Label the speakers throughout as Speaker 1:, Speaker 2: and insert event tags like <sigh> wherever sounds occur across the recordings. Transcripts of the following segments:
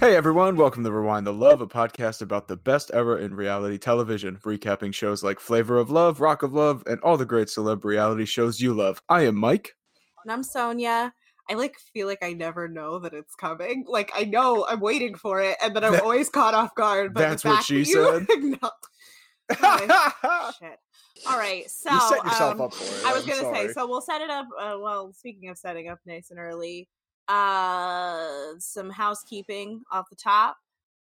Speaker 1: Hey everyone, welcome to Rewind the Love, a podcast about the best ever in reality television, recapping shows like Flavor of Love, Rock of Love, and all the great celeb reality shows you love. I am Mike.
Speaker 2: And I'm Sonia. I like feel like I never know that it's coming. Like I know I'm waiting for it, and then I'm
Speaker 1: That-
Speaker 2: always caught off guard. But the
Speaker 1: that's what
Speaker 2: fact
Speaker 1: she
Speaker 2: that you <laughs>
Speaker 1: said. <laughs>
Speaker 2: acknowledge-
Speaker 1: you
Speaker 2: Shit. All right, so
Speaker 1: set yourself
Speaker 2: um,
Speaker 1: up for it.
Speaker 2: I was
Speaker 1: I'm
Speaker 2: gonna
Speaker 1: sorry.
Speaker 2: say, so we'll set it up. Uh, well, speaking of setting up nice and early, uh, some housekeeping off the top.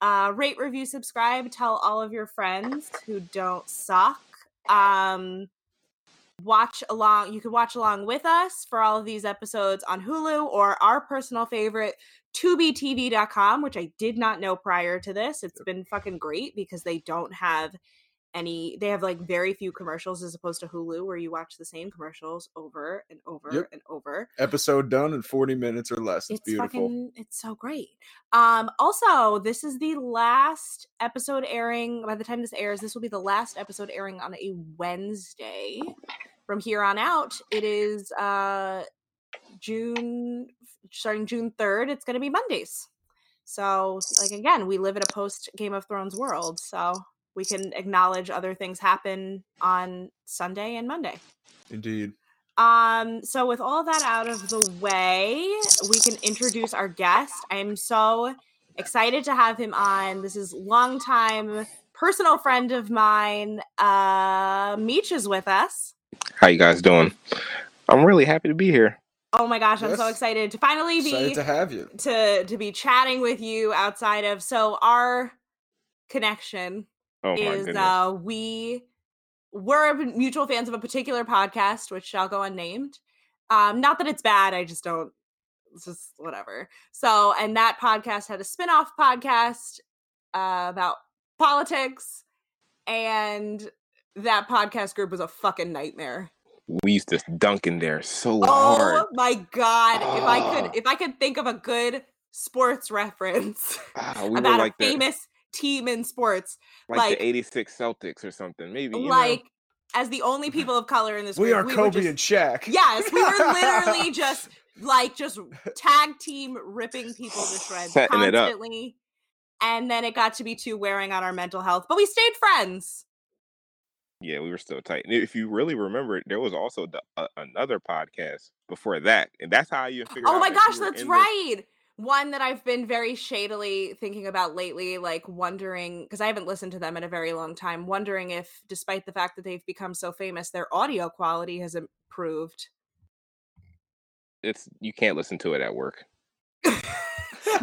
Speaker 2: Uh, rate, review, subscribe. Tell all of your friends who don't suck. Um, watch along. You can watch along with us for all of these episodes on Hulu or our personal favorite, 2btv.com, which I did not know prior to this. It's been fucking great because they don't have any they have like very few commercials as opposed to Hulu where you watch the same commercials over and over
Speaker 1: Yep.
Speaker 2: and over.
Speaker 1: Episode done in 40 minutes or less. It's,
Speaker 2: It's,
Speaker 1: beautiful.
Speaker 2: fucking it's so great. Um also, this is the last episode airing by the time this airs, this will be the last episode airing on a Wednesday. From here on out, it is uh June starting June 3rd, it's going to be Mondays. So, like again, we live in a post Game of Thrones world, so we can acknowledge other things happen on Sunday and Monday.
Speaker 1: Indeed.
Speaker 2: Um, so with all that out of the way, we can introduce our guest. I'm so excited to have him on. This is longtime personal friend of mine. Uh Meech is with us.
Speaker 3: How you guys doing? I'm really happy to be here.
Speaker 2: Oh my gosh, I'm so
Speaker 1: Yes.
Speaker 2: excited to finally be
Speaker 1: Excited to have you.
Speaker 2: to to be chatting with you outside of so our connection
Speaker 3: Oh my
Speaker 2: is
Speaker 3: goodness.
Speaker 2: uh we were mutual fans of a particular podcast which shall go unnamed um not that it's bad i just don't it's just whatever so and that podcast had a spin-off podcast uh, about politics and that podcast group was a fucking nightmare
Speaker 3: we used to dunk in there so
Speaker 2: Oh
Speaker 3: hard.
Speaker 2: my god! If I
Speaker 3: Ah.
Speaker 2: could, if I could think of a good sports reference
Speaker 3: Ah,
Speaker 2: <laughs>
Speaker 3: we were
Speaker 2: about a
Speaker 3: like the,
Speaker 2: famous team in sports,
Speaker 3: like,
Speaker 2: like-
Speaker 3: the 86 Celtics or something. Maybe. you know?
Speaker 2: like as the only
Speaker 3: <laughs>
Speaker 2: people of color in this,
Speaker 1: We
Speaker 2: group,
Speaker 1: are
Speaker 2: were
Speaker 1: Kobe
Speaker 2: just-
Speaker 1: and Shaq.
Speaker 2: yes, we were
Speaker 3: <laughs>
Speaker 2: literally just like just tag team ripping people to shreds
Speaker 3: Setting it up.
Speaker 2: constantly, and then it got to be too wearing on our mental health, but we stayed friends.
Speaker 3: Yeah, we were still tight. And if you really remember, it, there was also the, uh, another podcast before that. And that's how you figured
Speaker 2: Oh
Speaker 3: out
Speaker 2: my
Speaker 3: that
Speaker 2: gosh,
Speaker 3: you were
Speaker 2: that's
Speaker 3: in the-
Speaker 2: right. One that I've been very shadily thinking about lately, like wondering, because I haven't listened to them in a very long time, wondering if, despite the fact that they've become so famous, their audio quality has improved.
Speaker 3: it's You can't listen to it at work.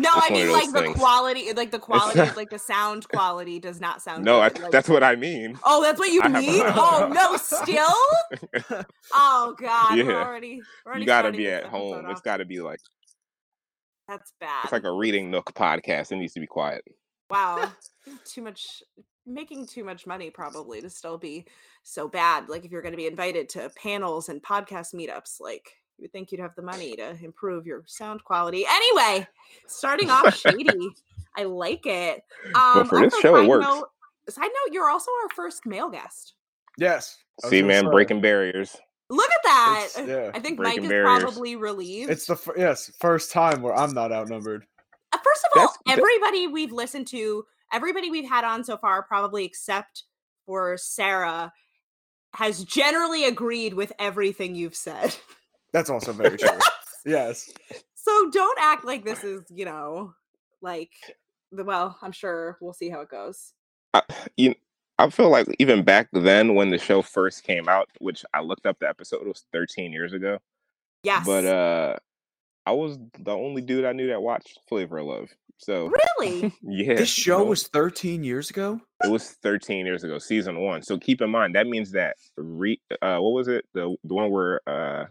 Speaker 2: No,
Speaker 3: It's
Speaker 2: I
Speaker 3: one of
Speaker 2: mean
Speaker 3: those
Speaker 2: like the
Speaker 3: things.
Speaker 2: quality, like the quality
Speaker 3: <laughs>
Speaker 2: of
Speaker 3: not-
Speaker 2: like the sound quality does not sound
Speaker 3: No, I,
Speaker 2: good. like-
Speaker 3: that's what I mean.
Speaker 2: Oh, that's what you
Speaker 3: I have a-
Speaker 2: mean?
Speaker 3: <laughs>
Speaker 2: Oh no, still? Oh god, we're
Speaker 3: Yeah.
Speaker 2: already, we're already
Speaker 3: You got to
Speaker 2: starting
Speaker 3: be
Speaker 2: this
Speaker 3: at
Speaker 2: episode
Speaker 3: home. It's
Speaker 2: off.
Speaker 3: got to be like,
Speaker 2: that's bad.
Speaker 3: it's like a reading nook podcast. It needs to be quiet.
Speaker 2: Wow. too much making too much money probably to still be so bad. Like if you're gonna be invited to panels and podcast meetups, like you would think you'd have the money to improve your sound quality. Anyway, starting off shady. I like it. Um
Speaker 3: for this
Speaker 2: also,
Speaker 3: show, it
Speaker 2: side
Speaker 3: works.
Speaker 2: note- side note, you're also our first male guest.
Speaker 1: Yes. I
Speaker 2: Oh,
Speaker 1: was
Speaker 3: See,
Speaker 1: gonna
Speaker 3: man,
Speaker 1: say,
Speaker 3: breaking barriers.
Speaker 2: Look at that.
Speaker 1: it's-
Speaker 2: <laughs>
Speaker 1: yeah.
Speaker 2: I think
Speaker 3: uh, breaking
Speaker 2: Mike is
Speaker 3: barriers.
Speaker 2: probably relieved.
Speaker 1: It's the fir- yes first time where I'm not outnumbered.
Speaker 2: Uh, First of all,
Speaker 3: That's- that-
Speaker 2: everybody we've listened to, everybody we've had on so far, probably except for Sarah, has generally agreed with everything you've said. <laughs>
Speaker 1: That's also very true. yes.
Speaker 2: So don't act like this is, you know, like the well, I'm sure we'll see how it goes.
Speaker 3: I, you, I feel like even back then when the show first came out, which I looked up the episode it was 13 years ago,
Speaker 2: Yes.
Speaker 3: but uh, I was the only dude I knew that watched Flavor of Love. So
Speaker 2: really?
Speaker 3: yeah,
Speaker 1: This show
Speaker 3: no,
Speaker 1: was 13 years ago.
Speaker 3: it was 13 years ago, season one. So keep in mind that means that re uh, what was it the the one where uh.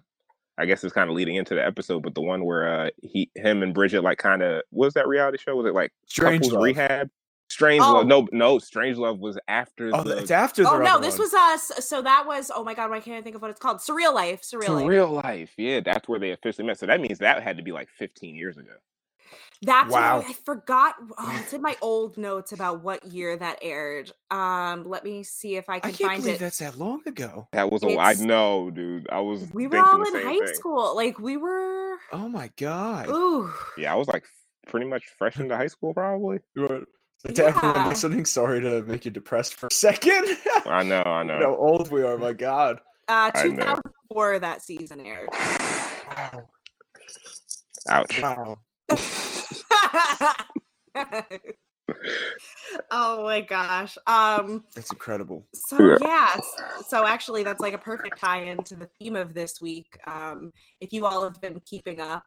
Speaker 3: I guess it's kind of leading into the episode, but the one where uh, he, him, and Bridget like kind of what was that reality show? Was it like
Speaker 1: Strange
Speaker 3: Couples
Speaker 1: Love.
Speaker 3: Rehab? Strange
Speaker 2: Oh.
Speaker 3: Love? No, no, Strange Love was after
Speaker 1: Oh,
Speaker 3: the
Speaker 1: it's after.
Speaker 2: Oh
Speaker 1: their
Speaker 2: no,
Speaker 1: other
Speaker 2: this
Speaker 1: one.
Speaker 2: was us. So that was oh my god, why can't I think of what it's called? Surreal life. Surreal
Speaker 3: To
Speaker 2: life.
Speaker 3: real life. Yeah, that's where they officially met. So that means that had to be like 15 years ago.
Speaker 2: That's wow.
Speaker 1: Wow.
Speaker 2: I forgot. Oh, it's in my old notes about what year that aired. Um, let me see if I
Speaker 1: I
Speaker 2: can
Speaker 1: can't
Speaker 2: find
Speaker 1: believe
Speaker 2: it.
Speaker 1: that's that long ago.
Speaker 3: That was a I
Speaker 2: It's-
Speaker 3: know, dude. I was
Speaker 2: We were
Speaker 3: thinking
Speaker 2: all
Speaker 3: the
Speaker 2: in
Speaker 3: same
Speaker 2: high
Speaker 3: thing.
Speaker 2: school. Like we were.
Speaker 1: Oh my god.
Speaker 2: Ooh,
Speaker 3: Yeah, I was like pretty much fresh into high school, probably.
Speaker 1: Right. So To everyone
Speaker 2: Yeah.
Speaker 1: listening, sorry to make you depressed for a second.
Speaker 3: I know,
Speaker 1: <laughs>
Speaker 3: I
Speaker 1: Look
Speaker 3: know.
Speaker 1: How old we are, my God.
Speaker 2: Uh,
Speaker 3: I know.
Speaker 2: 2004 that season aired. <laughs>
Speaker 1: Wow.
Speaker 3: Ouch.
Speaker 1: Wow.
Speaker 2: oh my gosh. Um.
Speaker 1: That's incredible.
Speaker 2: So yeah, s- so actually that's like a perfect tie-in to the theme of this week. Um, if you all have been keeping up,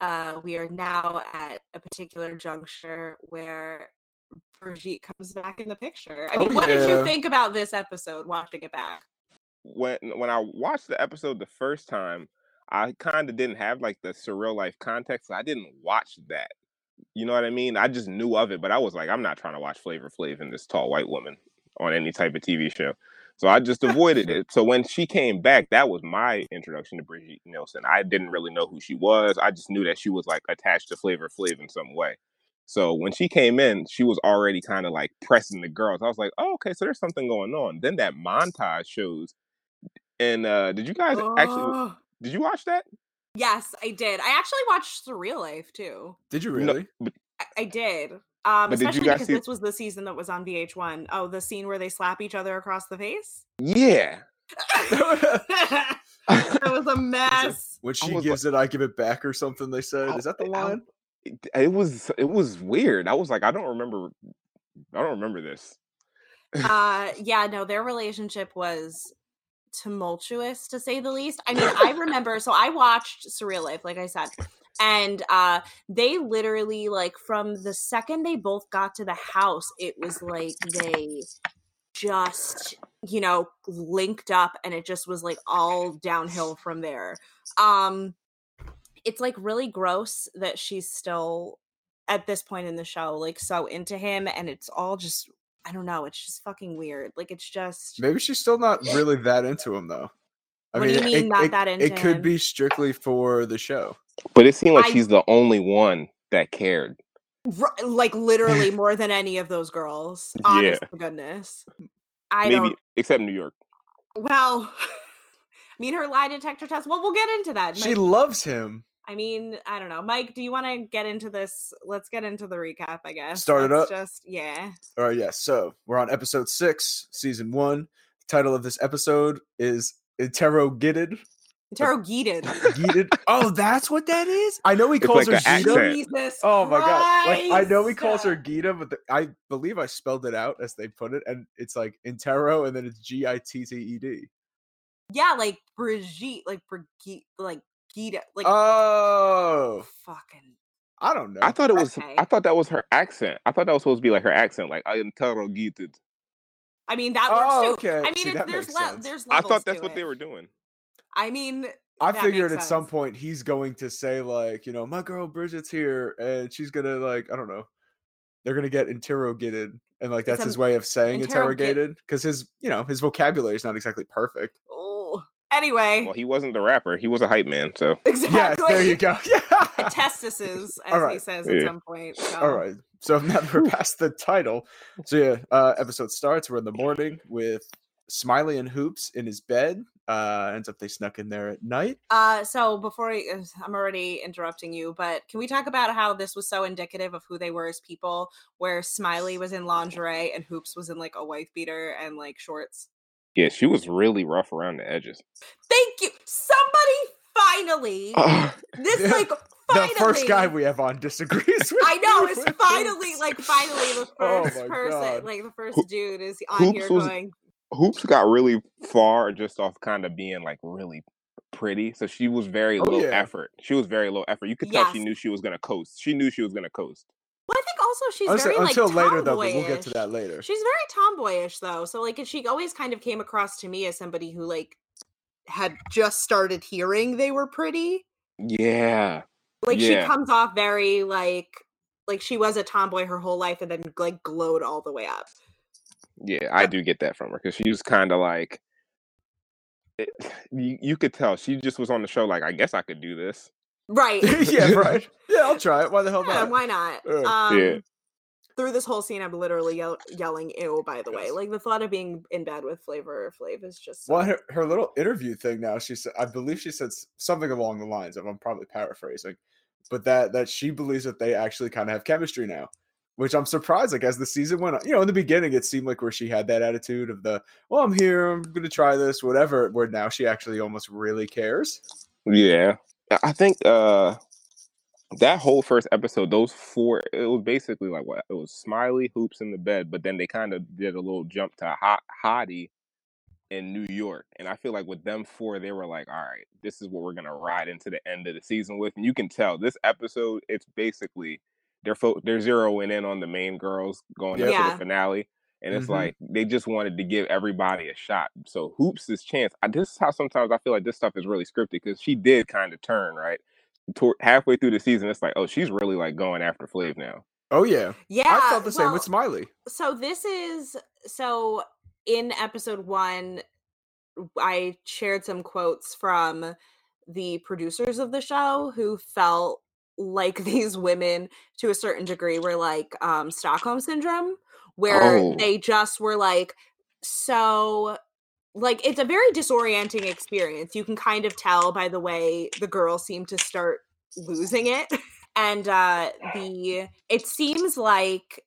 Speaker 2: uh, we are now at a particular juncture where Brigitte comes back in the picture. I mean,
Speaker 1: Oh,
Speaker 2: what did you
Speaker 1: yeah.
Speaker 2: think about this episode watching it back?
Speaker 3: When when I watched the episode the first time, I kind of didn't have like the surreal life context. I didn't watch that. You know what I mean? I just knew of it, but I was like, I'm not trying to watch Flavor Flav and this tall white woman on any type of TV show. So I just avoided it. So when she came back, that was my introduction to Brigitte Nielsen. I didn't really know who she was. I just knew that she was like attached to Flavor Flav in some way. So when she came in, she was already kind of like pressing the girls. I was like, oh, okay, so there's something going on. Then that montage shows. And uh did you guys actually
Speaker 2: Oh,
Speaker 3: did you watch that?
Speaker 2: yes, I did. I actually watched Surreal Life too.
Speaker 1: Did you
Speaker 3: No,
Speaker 1: really? <laughs>
Speaker 2: I, I did. Um,
Speaker 3: But did you
Speaker 2: especially
Speaker 3: guys
Speaker 2: because
Speaker 3: see-
Speaker 2: this was the season that was on VH1. Oh, the scene where they slap each other across the face. <laughs>
Speaker 3: Yeah.
Speaker 2: that
Speaker 3: <laughs>
Speaker 2: was a mess.
Speaker 1: when she
Speaker 3: was
Speaker 1: gives it, I give it back or something, they said.
Speaker 3: I-
Speaker 1: Is that the
Speaker 3: I-
Speaker 1: line?
Speaker 3: it, it was it was weird. I was like, I don't remember, I don't remember this.
Speaker 2: uh yeah no their relationship was tumultuous to say the least i mean i remember so i watched surreal life like i said and uh they literally like from the second they both got to the house it was like they just you know linked up and it just was like all downhill from there um it's like really gross that she's still at this point in the show like so into him and it's all just I don't know. It's just fucking weird. Like it's just
Speaker 1: Maybe she's still not really that into him, though.
Speaker 2: What do you mean not
Speaker 1: it,
Speaker 2: that
Speaker 1: It
Speaker 2: into
Speaker 1: could
Speaker 2: him?
Speaker 1: be strictly for the show.
Speaker 3: But it seemed like
Speaker 2: I-
Speaker 3: she's the only one that cared.
Speaker 2: r-
Speaker 1: <laughs>
Speaker 2: like literally more than any of those girls.
Speaker 3: Yeah.
Speaker 2: Honest to goodness. I
Speaker 3: Maybe
Speaker 2: don't.
Speaker 3: except New York.
Speaker 2: Well, <laughs> I mean her lie detector test. Well, we'll get into that.
Speaker 1: She
Speaker 2: Mike,
Speaker 1: loves him.
Speaker 2: I mean, I don't know, Mike. Do you want to get into this? Let's get into the recap. I guess.
Speaker 1: Start it
Speaker 2: Let's
Speaker 1: up.
Speaker 2: Just yeah.
Speaker 1: All right, yes. So we're on episode six, season one. The title of this episode is Interrogated.
Speaker 2: Interrogated.
Speaker 1: Yeeted. <laughs> oh, that's what that is? I know he
Speaker 3: It's
Speaker 1: calls
Speaker 3: like
Speaker 1: her
Speaker 3: an
Speaker 1: Gita.
Speaker 3: accent.
Speaker 2: Jesus
Speaker 1: Oh my god. Like I know he calls
Speaker 2: Christ.
Speaker 1: her Gita, but the, I believe I spelled it out as they put it, and it's like Intero and then it's G I T T E D.
Speaker 2: Yeah, like Brigitte, like Brigitte, like Gita, like
Speaker 1: Oh
Speaker 2: fucking
Speaker 1: I don't know.
Speaker 3: I thought it was.
Speaker 2: Oh, Okay.
Speaker 3: I thought that was her accent. I thought that was supposed to be like her accent, like I am interrogated.
Speaker 2: I mean that works
Speaker 1: Oh,
Speaker 2: too.
Speaker 1: okay.
Speaker 2: I mean,
Speaker 1: See,
Speaker 2: it's
Speaker 1: that
Speaker 2: there's
Speaker 1: makes
Speaker 2: le-
Speaker 1: sense.
Speaker 2: there's
Speaker 3: I
Speaker 2: levels.
Speaker 3: thought that's
Speaker 2: to
Speaker 3: what they
Speaker 2: it. <laughs>
Speaker 3: were doing.
Speaker 2: I mean,
Speaker 1: I
Speaker 2: that
Speaker 1: figured at
Speaker 2: makes
Speaker 1: some
Speaker 2: sense.
Speaker 1: point he's going to say like, you know, my girl Bridget's here, and she's gonna like, I don't know, they're gonna get interrogated, and like
Speaker 2: It's
Speaker 1: that's
Speaker 2: an
Speaker 1: his way of saying
Speaker 2: interrogate-
Speaker 1: interrogated because his, you know, his vocabulary is not exactly
Speaker 2: <laughs>
Speaker 1: perfect.
Speaker 2: Oh, anyway, <laughs>
Speaker 3: Well, he wasn't the rapper. He was a hype man. So
Speaker 1: Yes,
Speaker 2: exactly.
Speaker 1: <laughs> there
Speaker 2: <laughs>
Speaker 1: you go. <laughs> Yeah.
Speaker 2: Testices, as
Speaker 1: All
Speaker 2: he
Speaker 1: right.
Speaker 2: says at
Speaker 3: Yeah.
Speaker 2: some point. So.
Speaker 1: All right. So now that <laughs> we're past the title, so yeah, uh, episode starts. We're in the morning with Smiley and Hoops in his bed. Uh, ends up they snuck in there at night.
Speaker 2: Uh, so before I, uh, I'm already interrupting you, but can we talk about how this was so indicative of who they were as people? Where Smiley was in lingerie and Hoops was in like a wife beater and like shorts.
Speaker 3: yeah, she was really rough around the edges.
Speaker 2: Thank you. Somebody finally. this
Speaker 1: Oh, Yeah.
Speaker 2: like
Speaker 1: The
Speaker 2: finally.
Speaker 1: first guy we have on disagrees. <laughs> With
Speaker 2: I know
Speaker 1: you
Speaker 2: it's
Speaker 1: with
Speaker 2: finally
Speaker 1: this.
Speaker 2: like finally the
Speaker 1: Oh
Speaker 2: first
Speaker 1: my
Speaker 2: person,
Speaker 1: God.
Speaker 2: like the first
Speaker 3: Who-
Speaker 2: dude is on
Speaker 3: Hoops
Speaker 2: here
Speaker 3: was-
Speaker 2: going.
Speaker 3: Hoops got really far just off kind of being like really pretty. So she was very
Speaker 1: Oh,
Speaker 3: low
Speaker 1: yeah.
Speaker 3: effort. She was very low effort. You could tell she
Speaker 2: Yes.
Speaker 3: knew she was gonna coast. She knew she was gonna coast.
Speaker 2: Well, I think also she's
Speaker 1: Honestly,
Speaker 2: very
Speaker 1: until
Speaker 2: like
Speaker 1: later though, but we'll get to
Speaker 2: tomboyish.
Speaker 1: that later.
Speaker 2: She's very tomboyish though, so like she always kind of came across to me as somebody who like had just started hearing they were pretty.
Speaker 3: Yeah.
Speaker 2: Like she
Speaker 3: Yeah.
Speaker 2: comes off very like like she was a tomboy her whole life and then like glowed all the way up.
Speaker 3: Yeah, I do get that from her because she was kind of like, it, <sighs> you, you could tell she just was on the show like, I guess I could do this.
Speaker 2: Right.
Speaker 1: <laughs> yeah,
Speaker 3: <laughs>
Speaker 1: right. Yeah, I'll try it. Why the hell
Speaker 2: Yeah,
Speaker 1: not?
Speaker 2: why not?
Speaker 1: Uh,
Speaker 2: Um,
Speaker 3: yeah.
Speaker 2: Through this whole scene, I'm literally yell- yelling "ew." By the way,
Speaker 3: Yes.
Speaker 2: like the thought of being in bed with Flavor Flav is just so-
Speaker 1: Well, her, her little interview thing now, she said, I believe she said s- something along the lines of, I'm probably paraphrasing, but that that she believes that they actually kind of have chemistry now which i'm surprised like as the season went on you know in the beginning it seemed like where she had that attitude of the well i'm here i'm gonna try this whatever where now she actually almost really cares
Speaker 3: Yeah. I- I think uh that whole first episode, those four, it was basically like what it was Smiley hoops in the bed, but then they kind of did a little jump to hot hottie in New York. And I feel like with them four, they were like, all right, this is what we're gonna ride into the end of the season with. And you can tell this episode, it's basically they're fo- they're zeroing in on the main girls going into
Speaker 2: Yeah.
Speaker 3: the finale. And
Speaker 2: Mm-hmm.
Speaker 3: it's
Speaker 1: Mhm.
Speaker 3: like they just wanted to give everybody a shot. So hoops this chance. I, this is how sometimes I feel like this stuff is really scripted because she did kind of turn right toward, halfway through the season. It's like, oh, she's really like going after Flav now.
Speaker 1: oh yeah
Speaker 2: Yeah,
Speaker 1: i felt the same
Speaker 2: well,
Speaker 1: with smiley
Speaker 2: so this is so in episode one i shared some quotes from the producers of the show who felt like <laughs> these women to a certain degree were like um stockholm syndrome where
Speaker 3: Oh.
Speaker 2: they just were like so like it's a very disorienting experience you can kind of tell by the way the girls seem to start losing it and uh the it seems like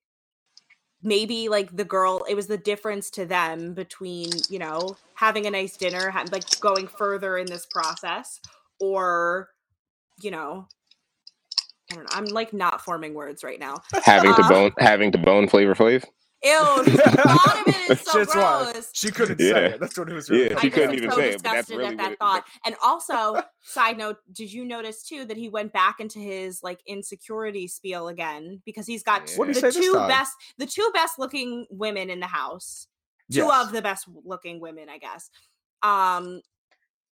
Speaker 2: maybe like the girl it was the difference to them between you know having a nice dinner ha- like going further in this process or you know i don't know i'm like not forming words right now
Speaker 3: Having to
Speaker 2: Uh.
Speaker 3: bone, having to bone Flavor Flav.
Speaker 2: ew
Speaker 1: <laughs>
Speaker 2: a
Speaker 3: <laughs>
Speaker 2: lot of it is so
Speaker 1: Shit's wild.
Speaker 2: gross
Speaker 1: she couldn't say
Speaker 3: Yeah.
Speaker 1: it that's what it was really
Speaker 3: Yeah,
Speaker 2: I
Speaker 3: she
Speaker 2: just
Speaker 3: couldn't
Speaker 2: am
Speaker 3: even
Speaker 2: so
Speaker 3: say it, but that's
Speaker 2: disgusted
Speaker 3: really
Speaker 2: at
Speaker 3: what
Speaker 2: that
Speaker 3: it- <laughs>
Speaker 2: thought. And also, side note, did you notice too that he went back into his like insecurity spiel again because he's got
Speaker 3: What'd
Speaker 1: he
Speaker 2: the
Speaker 1: say this
Speaker 2: two
Speaker 1: time?
Speaker 2: best the two best looking women in the house. Two
Speaker 1: Yes.
Speaker 2: of the best looking women, I guess. Um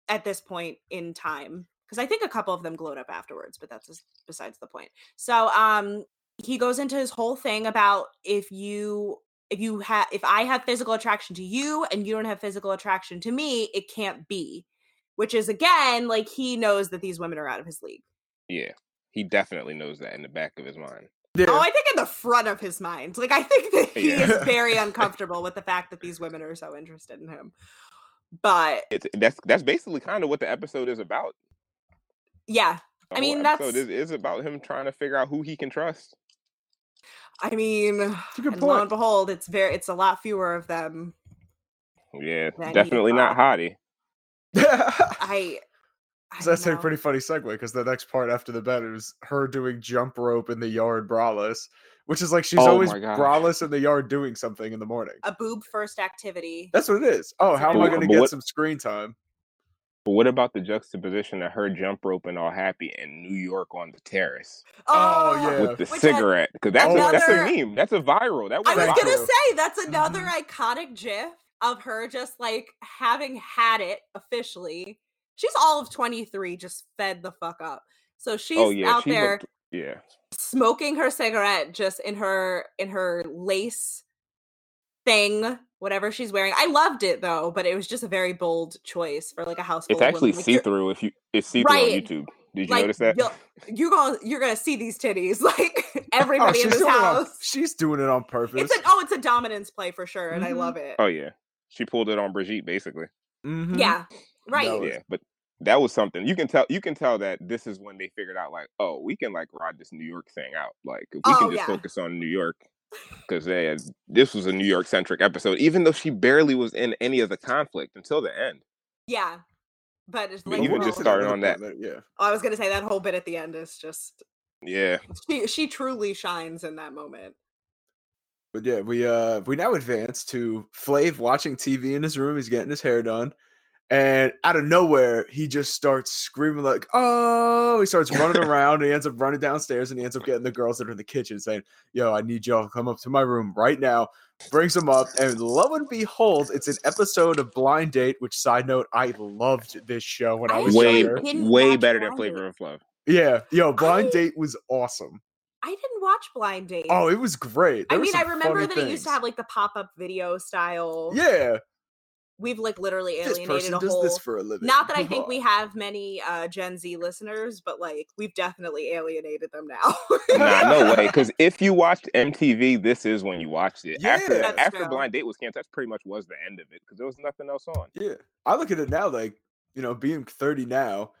Speaker 2: at this point in time because I think a couple of them glowed up afterwards, but that's just besides the point. So, um he goes into his whole thing about if you if you have if i have physical attraction to you and you don't have physical attraction to me it can't be which is again like he knows that these women are out of his league
Speaker 3: Yeah, he definitely knows that in the back of his mind.
Speaker 1: Yeah.
Speaker 2: oh i think in the front of his mind like i think that
Speaker 1: <laughs>
Speaker 2: he
Speaker 3: Yeah.
Speaker 2: is very uncomfortable with the fact that these women are so interested in him but
Speaker 3: It's that's that's basically kind of what the episode is about.
Speaker 2: yeah
Speaker 3: The
Speaker 2: I mean,
Speaker 3: whole
Speaker 2: that's-
Speaker 3: episode is, is about him trying to figure out who he can trust.
Speaker 2: i mean
Speaker 1: it's a good
Speaker 2: and lo and
Speaker 1: point
Speaker 2: behold it's very it's a lot fewer of them
Speaker 3: Yeah,
Speaker 2: Then he
Speaker 3: definitely not Hottie.
Speaker 1: <laughs>
Speaker 2: i, I
Speaker 1: So that's
Speaker 2: don't
Speaker 1: a
Speaker 2: know.
Speaker 1: pretty funny segue because the next part after the bed is her doing jump rope in the yard braless, which is like she's
Speaker 3: Oh
Speaker 1: always
Speaker 3: my gosh.
Speaker 1: braless in the yard doing something in the morning.
Speaker 2: a boob first activity
Speaker 1: That's what it is. Oh,
Speaker 2: It's
Speaker 1: how am I
Speaker 3: adorable.
Speaker 1: going to
Speaker 3: But
Speaker 1: get
Speaker 3: what-
Speaker 1: some screen time?
Speaker 3: But what about the juxtaposition of her jump roping all happy in New York on the terrace
Speaker 1: Oh, yeah.
Speaker 3: with the
Speaker 2: Which had
Speaker 3: cigarette? Because that's a, that's a
Speaker 2: another-
Speaker 3: meme. That's a viral. That
Speaker 2: I
Speaker 3: was
Speaker 2: was
Speaker 1: Thank
Speaker 2: gonna
Speaker 1: you.
Speaker 2: say that's another
Speaker 1: Mm-hmm.
Speaker 2: iconic GIF of her just like having had it officially. She's all of 23, just fed the fuck up.
Speaker 1: Oh,
Speaker 2: So she's out
Speaker 3: Oh, she
Speaker 2: there Oh,
Speaker 3: looked- yeah,
Speaker 2: smoking her cigarette just in her in her lace thing, whatever she's wearing. I loved it though, but it was just a very bold choice for like a house.
Speaker 3: it's
Speaker 2: full of
Speaker 3: actually
Speaker 2: women. Like,
Speaker 3: see
Speaker 2: you're-
Speaker 3: through. If you it's see through on
Speaker 2: Right.
Speaker 3: YouTube. Did you
Speaker 2: like,
Speaker 3: notice that?
Speaker 2: you'll- You're gonna you're gonna see these titties <laughs>
Speaker 3: <laughs>
Speaker 2: like
Speaker 1: Oh,
Speaker 2: everybody
Speaker 1: she's,
Speaker 2: in
Speaker 1: doing
Speaker 2: this
Speaker 1: it on,
Speaker 2: house.
Speaker 1: she's doing it on purpose.
Speaker 2: It's an oh, it's a dominance play for sure, and
Speaker 1: Mhm.
Speaker 2: I love it.
Speaker 3: Oh yeah, she pulled it on Brigitte basically.
Speaker 1: Mhm.
Speaker 2: Yeah, right.
Speaker 1: No,
Speaker 3: Yeah, but that was something you can tell. You can tell that this is when they figured out like, oh, we can like ride this New York thing out. Like if we
Speaker 2: Oh,
Speaker 3: can just
Speaker 2: yeah.
Speaker 3: focus on New York because this was a New York centric episode, even though she barely was in any of the conflict until the end.
Speaker 2: Yeah. But it's
Speaker 3: But
Speaker 2: like
Speaker 1: But
Speaker 3: even
Speaker 1: we'll
Speaker 2: the
Speaker 3: just
Speaker 1: get
Speaker 2: whole-
Speaker 1: to
Speaker 3: started
Speaker 1: another
Speaker 3: on that.
Speaker 1: point later,
Speaker 2: I was gonna say that whole bit at the end is just
Speaker 3: Yeah,
Speaker 2: she she truly shines in that moment.
Speaker 1: But yeah, we uh we now advance to Flav watching TV in his room. He's getting his hair done, and out of nowhere, he just starts screaming like, "Oh!" He starts running around. And he ends up running downstairs, and he ends up getting the girls that are in the kitchen saying, "Yo, I need y'all to come up to my room right now." Brings them up, and lo and behold, it's an episode of Blind Date. Which side note, I loved this show when I
Speaker 2: I
Speaker 1: was
Speaker 2: actually
Speaker 3: way
Speaker 1: younger.
Speaker 2: didn't
Speaker 3: way
Speaker 2: watch
Speaker 3: better than
Speaker 2: Blinded.
Speaker 3: Flavor of Love.
Speaker 1: Yeah, yo, Blind
Speaker 2: I-
Speaker 1: Date was awesome.
Speaker 2: I didn't watch Blind Date.
Speaker 1: Oh, it was great.
Speaker 2: I
Speaker 1: There were
Speaker 2: mean, I
Speaker 1: some
Speaker 2: remember
Speaker 1: funny
Speaker 2: that it used to
Speaker 1: things.
Speaker 2: have like the pop up video style.
Speaker 1: Yeah,
Speaker 2: We've like literally
Speaker 1: this
Speaker 2: alienated
Speaker 1: person
Speaker 2: a
Speaker 1: does
Speaker 2: whole.
Speaker 1: this for a living.
Speaker 2: Not that I think we have many uh, Gen Z listeners, but like we've definitely alienated
Speaker 1: <laughs>
Speaker 2: them now. <laughs>
Speaker 3: Nah, no way. Because if you watched MTV, this is when you watched it. after
Speaker 1: Yeah.
Speaker 2: That's
Speaker 3: after
Speaker 2: true.
Speaker 3: Blind Date was canceled, that pretty much was the end of it because there was nothing else on.
Speaker 1: Yeah. I look at it now like, you know, being 30 now,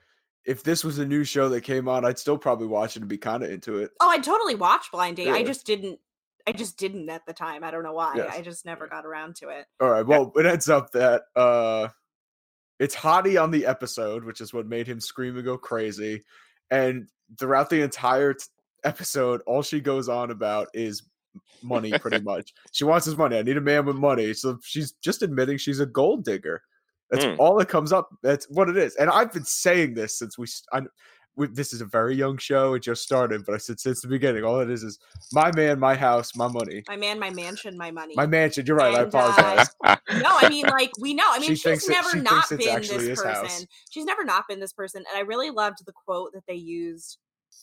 Speaker 1: if this was a new show that came on, I'd still probably watch it and be kind of into it.
Speaker 2: Oh, I totally watched Blind Date. I
Speaker 1: Yeah.
Speaker 2: just didn't. I just didn't at the time. I don't know why.
Speaker 1: Yes.
Speaker 2: I just never got around to it.
Speaker 1: All right. Well, it ends up that uh it's Hottie on the episode, which is what made him scream and go crazy. And throughout the entire t- episode, all she goes on about is money pretty much. She wants his money. I need a man with money. So she's just admitting she's a gold digger. That's
Speaker 3: Mm.
Speaker 1: all that comes up. That's what it is. And I've been saying this since we, s- I, we this is a very young show. It just started, but I said since the beginning, all it is is my man, my house, my money,
Speaker 2: My man, my mansion, my money.
Speaker 1: my mansion. You're right. I
Speaker 2: And, uh,
Speaker 1: apologize.
Speaker 2: no,
Speaker 3: <laughs>
Speaker 2: I mean like we know. I mean
Speaker 1: She thinks
Speaker 2: she's
Speaker 1: it-
Speaker 2: never
Speaker 1: she
Speaker 2: not
Speaker 1: thinks it's
Speaker 2: been
Speaker 1: actually
Speaker 2: this
Speaker 1: his house.
Speaker 2: person. She's never not been this person. And I really loved the quote that they used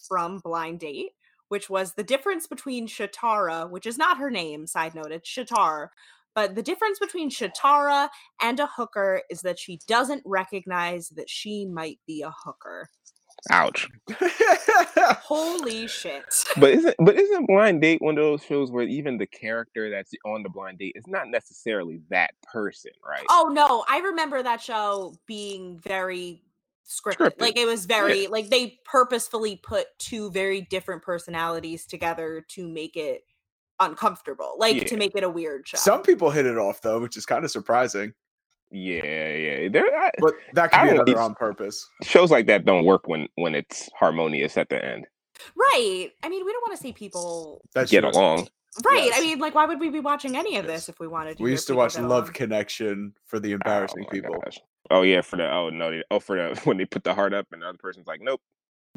Speaker 2: from Blind Date, which was the difference between Shatara, which is not her name, side note, it's Shatar. But the difference between Shatara and a hooker is that she doesn't recognize that she might be a hooker.
Speaker 3: Ouch.
Speaker 2: Holy shit.
Speaker 3: But isn't but isn't blind date one of those shows where even the character that's on the blind date is not necessarily that person, right?
Speaker 2: Oh no, I remember that show being very scripted.
Speaker 3: Scripted.
Speaker 2: Like it was very like they purposefully put two very different personalities together to make it uncomfortable, like to
Speaker 3: Yeah.
Speaker 2: make it
Speaker 1: <laughs>
Speaker 2: a weird show.
Speaker 1: Some people hit it off though, which is kind of surprising.
Speaker 3: Yeah, yeah. There I,
Speaker 1: But that could
Speaker 3: I
Speaker 1: be
Speaker 3: don't know,
Speaker 1: another
Speaker 3: it's-
Speaker 1: on purpose.
Speaker 3: shows like that don't work when when it's harmonious at the end.
Speaker 2: right. I mean, we don't want to see people
Speaker 1: That's
Speaker 3: Get along.
Speaker 2: Right. I
Speaker 1: Yes.
Speaker 2: mean, like why would we be watching any of
Speaker 1: Yes.
Speaker 2: this if we wanted to?
Speaker 1: We
Speaker 2: hear
Speaker 1: used to
Speaker 2: people
Speaker 1: watch
Speaker 2: get
Speaker 1: Love
Speaker 2: along?
Speaker 1: Connection for the embarrassing
Speaker 3: Oh, my
Speaker 1: people.
Speaker 3: gosh. Oh yeah, for the oh no, they, oh for the <laughs> when they put the heart up and the other person's like, nope.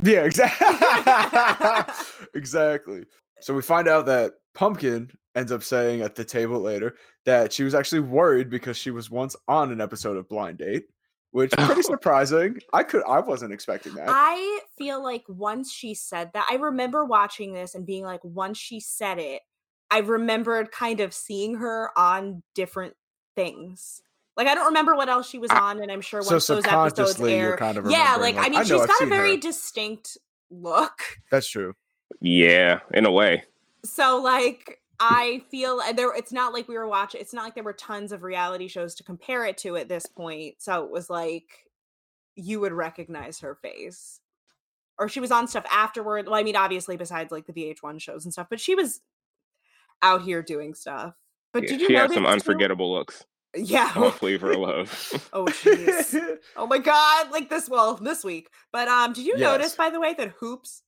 Speaker 1: Yeah, <laughs> exactly. exactly. So we find out that Pumpkin ends up saying at the table later that she was actually worried because she was once on an episode of Blind Date, which
Speaker 3: <laughs>
Speaker 1: pretty surprising. I could I wasn't expecting that.
Speaker 2: I feel like once she said that, I remember watching this and being like, once she said it, I remembered kind of seeing her on different things. Like I don't remember what else she was
Speaker 3: I-
Speaker 2: on, and I'm sure
Speaker 1: so
Speaker 2: once those episodes
Speaker 1: subconsciously you're
Speaker 2: air,
Speaker 1: kind of
Speaker 2: yeah,
Speaker 1: remembering,
Speaker 2: like I mean,
Speaker 1: know
Speaker 2: she's
Speaker 1: I've
Speaker 2: got a
Speaker 1: seen her."
Speaker 2: very distinct look.
Speaker 1: That's true.
Speaker 3: Yeah, in a way.
Speaker 2: So like I feel and there it's not like we were watching it's not like there were tons of reality shows to compare it to at this point. So it was like you would recognize her face. Or she was on stuff afterward. Well, I mean, obviously besides like the VH1 shows and stuff, but she was out here doing stuff. But
Speaker 3: Yeah,
Speaker 2: did you
Speaker 3: she
Speaker 2: know
Speaker 3: has some
Speaker 2: that too?
Speaker 3: unforgettable looks.
Speaker 2: Yeah. <laughs>
Speaker 3: On Flavor of Love. <laughs>
Speaker 2: Oh jeez. oh my god, like this well, this week. But um did you notice
Speaker 1: Yes.
Speaker 2: by the way that Hoops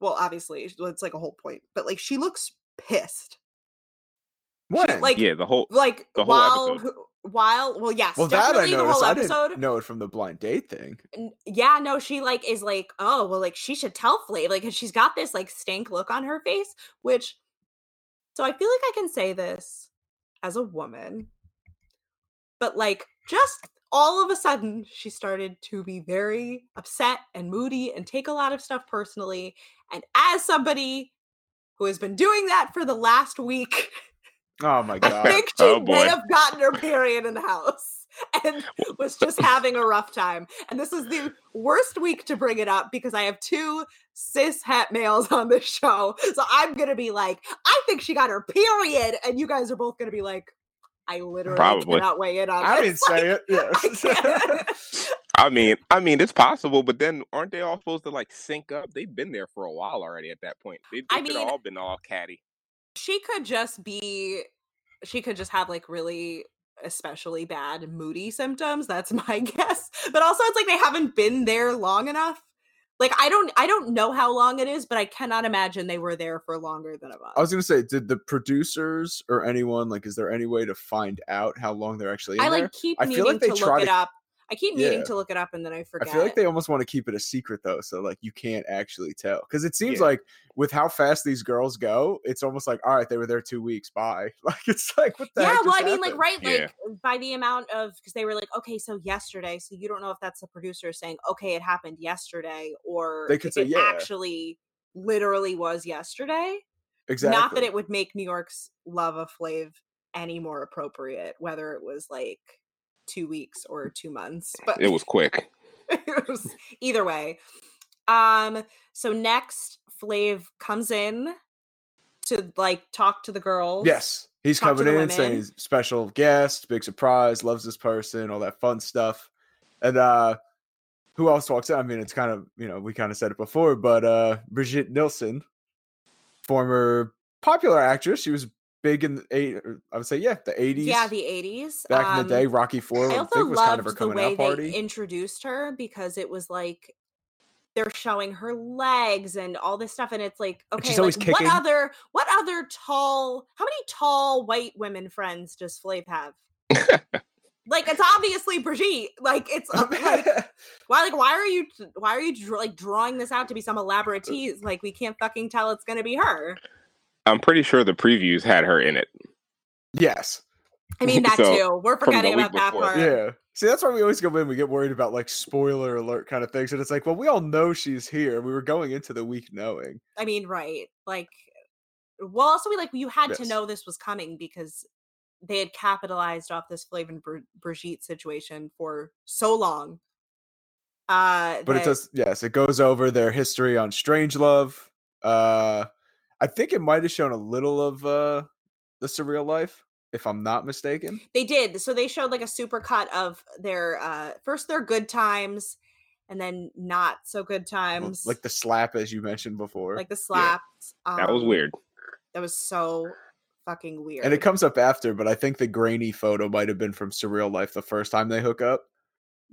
Speaker 2: well, obviously it's like a whole point, but like she looks pissed.
Speaker 1: <laughs> When?
Speaker 2: like
Speaker 3: yeah, the whole
Speaker 2: like
Speaker 3: The whole
Speaker 2: while
Speaker 3: episode.
Speaker 2: who- while well yes
Speaker 1: well, that I
Speaker 2: definitely the
Speaker 1: noticed.
Speaker 2: whole
Speaker 1: I
Speaker 2: episode
Speaker 1: didn't know it from the blind date thing.
Speaker 2: N- yeah no she like is like oh well like she should tell Flav like 'cause she's got this like stank look on her face which so I feel like I can say this as a woman but like just all of a sudden she started to be very upset and moody and take a lot of stuff personally and as somebody who has been doing that for the last week
Speaker 1: Oh <laughs> my
Speaker 2: I
Speaker 1: god!
Speaker 2: think she
Speaker 3: Oh, boy.
Speaker 2: might have gotten her period in the house <laughs> and was just having a rough time. And this is the worst week to bring it up because I have two cis het males on this show. So I'm going to be like, I think she got her period. And you guys are both going to be like, I literally
Speaker 3: Probably.
Speaker 2: cannot weigh in on
Speaker 1: I
Speaker 2: this.
Speaker 1: didn't say it. Yes.
Speaker 2: <laughs>
Speaker 1: <laughs>
Speaker 2: I can't.
Speaker 3: I mean, I mean, it's possible, but then aren't they all supposed to like sync up? They've been there for a while already. At that point, they, they
Speaker 2: I
Speaker 3: should have
Speaker 2: mean-
Speaker 3: all been all catty.
Speaker 2: she could just be she could just have like really especially bad moody symptoms that's <laughs> my guess but also it's like they haven't been there long enough like i don't i don't know how long it is but i cannot imagine they were there for longer than a month
Speaker 1: I was gonna say, did the producers or anyone like? Is there any way to find out how long they're actually in
Speaker 2: i
Speaker 1: there?
Speaker 2: like keep
Speaker 1: I feel
Speaker 2: needing
Speaker 1: like they
Speaker 2: to
Speaker 1: try
Speaker 2: look it
Speaker 1: to-
Speaker 2: up i keep needing
Speaker 1: Yeah.
Speaker 2: to look it up and then i
Speaker 1: I
Speaker 2: forget
Speaker 1: feel like they almost want to keep it a secret though, so like you can't actually tell because it seems
Speaker 3: Yeah.
Speaker 1: like with how fast these girls go, it's almost like all right, they were there two weeks. Bye. <laughs> Like it's like what the
Speaker 2: yeah
Speaker 1: heck
Speaker 2: well
Speaker 1: just
Speaker 2: i mean like
Speaker 1: happened?
Speaker 2: right like
Speaker 3: Yeah.
Speaker 2: by the amount of because they were like okay so yesterday so you don't know if that's the producer saying okay it happened yesterday or
Speaker 1: They could
Speaker 2: if
Speaker 1: say,
Speaker 2: it
Speaker 1: yeah.
Speaker 2: actually literally was yesterday
Speaker 1: exactly.
Speaker 2: Not that it would make New York's love of Flav any more appropriate, whether it was like two weeks or two months, but
Speaker 3: It was quick.
Speaker 2: <laughs> it was either way. Um, so next, Flav comes in to like talk to the girls.
Speaker 1: Yes, he's
Speaker 2: talk to
Speaker 1: coming in
Speaker 2: the
Speaker 1: saying
Speaker 2: women.
Speaker 1: he's a special guest, big surprise, loves this person, all that fun stuff, and uh, who else walks out? I mean, it's kind of you know we kind of said it before, but uh Brigitte Nielsen, former popular actress, she was big in the eight. or I would say yeah, the eighties.
Speaker 2: Yeah, the 80s.
Speaker 1: back in
Speaker 2: Um,
Speaker 1: the day, Rocky Four.
Speaker 2: I
Speaker 1: I
Speaker 2: also
Speaker 1: think was kind of
Speaker 2: loved
Speaker 1: her
Speaker 2: the
Speaker 1: coming
Speaker 2: way
Speaker 1: out <laughs>
Speaker 2: they
Speaker 1: party.
Speaker 2: introduced her because it was like they're showing her legs and all this stuff, and it's like, okay,
Speaker 1: she's always
Speaker 2: like,
Speaker 1: kicking.
Speaker 2: what other what other tall how many tall white women friends does Flav have? like it's obviously Brigitte. Like
Speaker 1: <laughs>
Speaker 2: it's uh, like why like why are you why are you dr- like drawing this out to be some
Speaker 1: Uh,
Speaker 2: elaborate tease? Like we can't fucking tell it's gonna be her.
Speaker 3: I'm pretty sure the previews had her in it.
Speaker 1: yes.
Speaker 2: I mean that
Speaker 3: So,
Speaker 2: too. We're
Speaker 3: from the
Speaker 2: forgetting
Speaker 3: week
Speaker 2: about that
Speaker 3: before.
Speaker 2: part.
Speaker 1: Yeah. See, that's why we always go in. We get worried about like spoiler alert kind of things, and it's like, well, we all know she's here. We were going into the week knowing.
Speaker 2: I mean, right. Like, well, also, we like, you had to
Speaker 1: Yes.
Speaker 2: know this was coming because they had capitalized off this Flavin Br- Brigitte situation for so long. Uh,
Speaker 1: But it
Speaker 2: that-
Speaker 1: does. Yes, it goes over their history on Strange Love. Uh, I think it might have shown a little of uh the surreal life, if I'm not mistaken.
Speaker 2: they did. So they showed like a super cut of their uh, first their good times and then not so good
Speaker 1: L-
Speaker 2: times,
Speaker 1: Like the slap, as you mentioned before.
Speaker 2: like the slaps.
Speaker 3: That was
Speaker 2: um,
Speaker 3: weird.
Speaker 2: That was so fucking weird.
Speaker 1: and it comes up after, but I think the grainy photo might have been from Surreal Life the first time they hook up.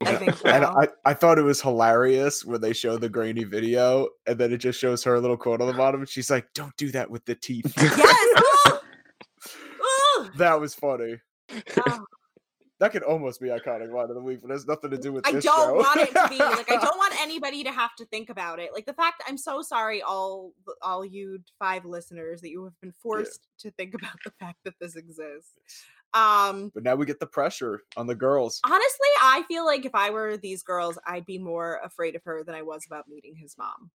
Speaker 2: I think
Speaker 1: <laughs>
Speaker 2: so.
Speaker 1: And I, I thought it was hilarious when they show the grainy video and then it just shows her little quote on the bottom and she's like, Don't do that with the teeth.
Speaker 2: <laughs> yes. Ooh! Ooh!
Speaker 1: <laughs> that was funny.
Speaker 2: Oh.
Speaker 1: That could almost be iconic line of the week, but it has nothing to do with
Speaker 2: I
Speaker 1: this
Speaker 2: don't
Speaker 1: show.
Speaker 2: want it to be
Speaker 1: <laughs>
Speaker 2: like I don't want anybody to have to think about it. Like the fact I'm so sorry, all all you five listeners that you have been forced to think about the fact that this exists. Um
Speaker 1: but now we get the pressure on the girls.
Speaker 2: honestly, I feel like if I were these girls, I'd be more afraid of her than I was about meeting his mom.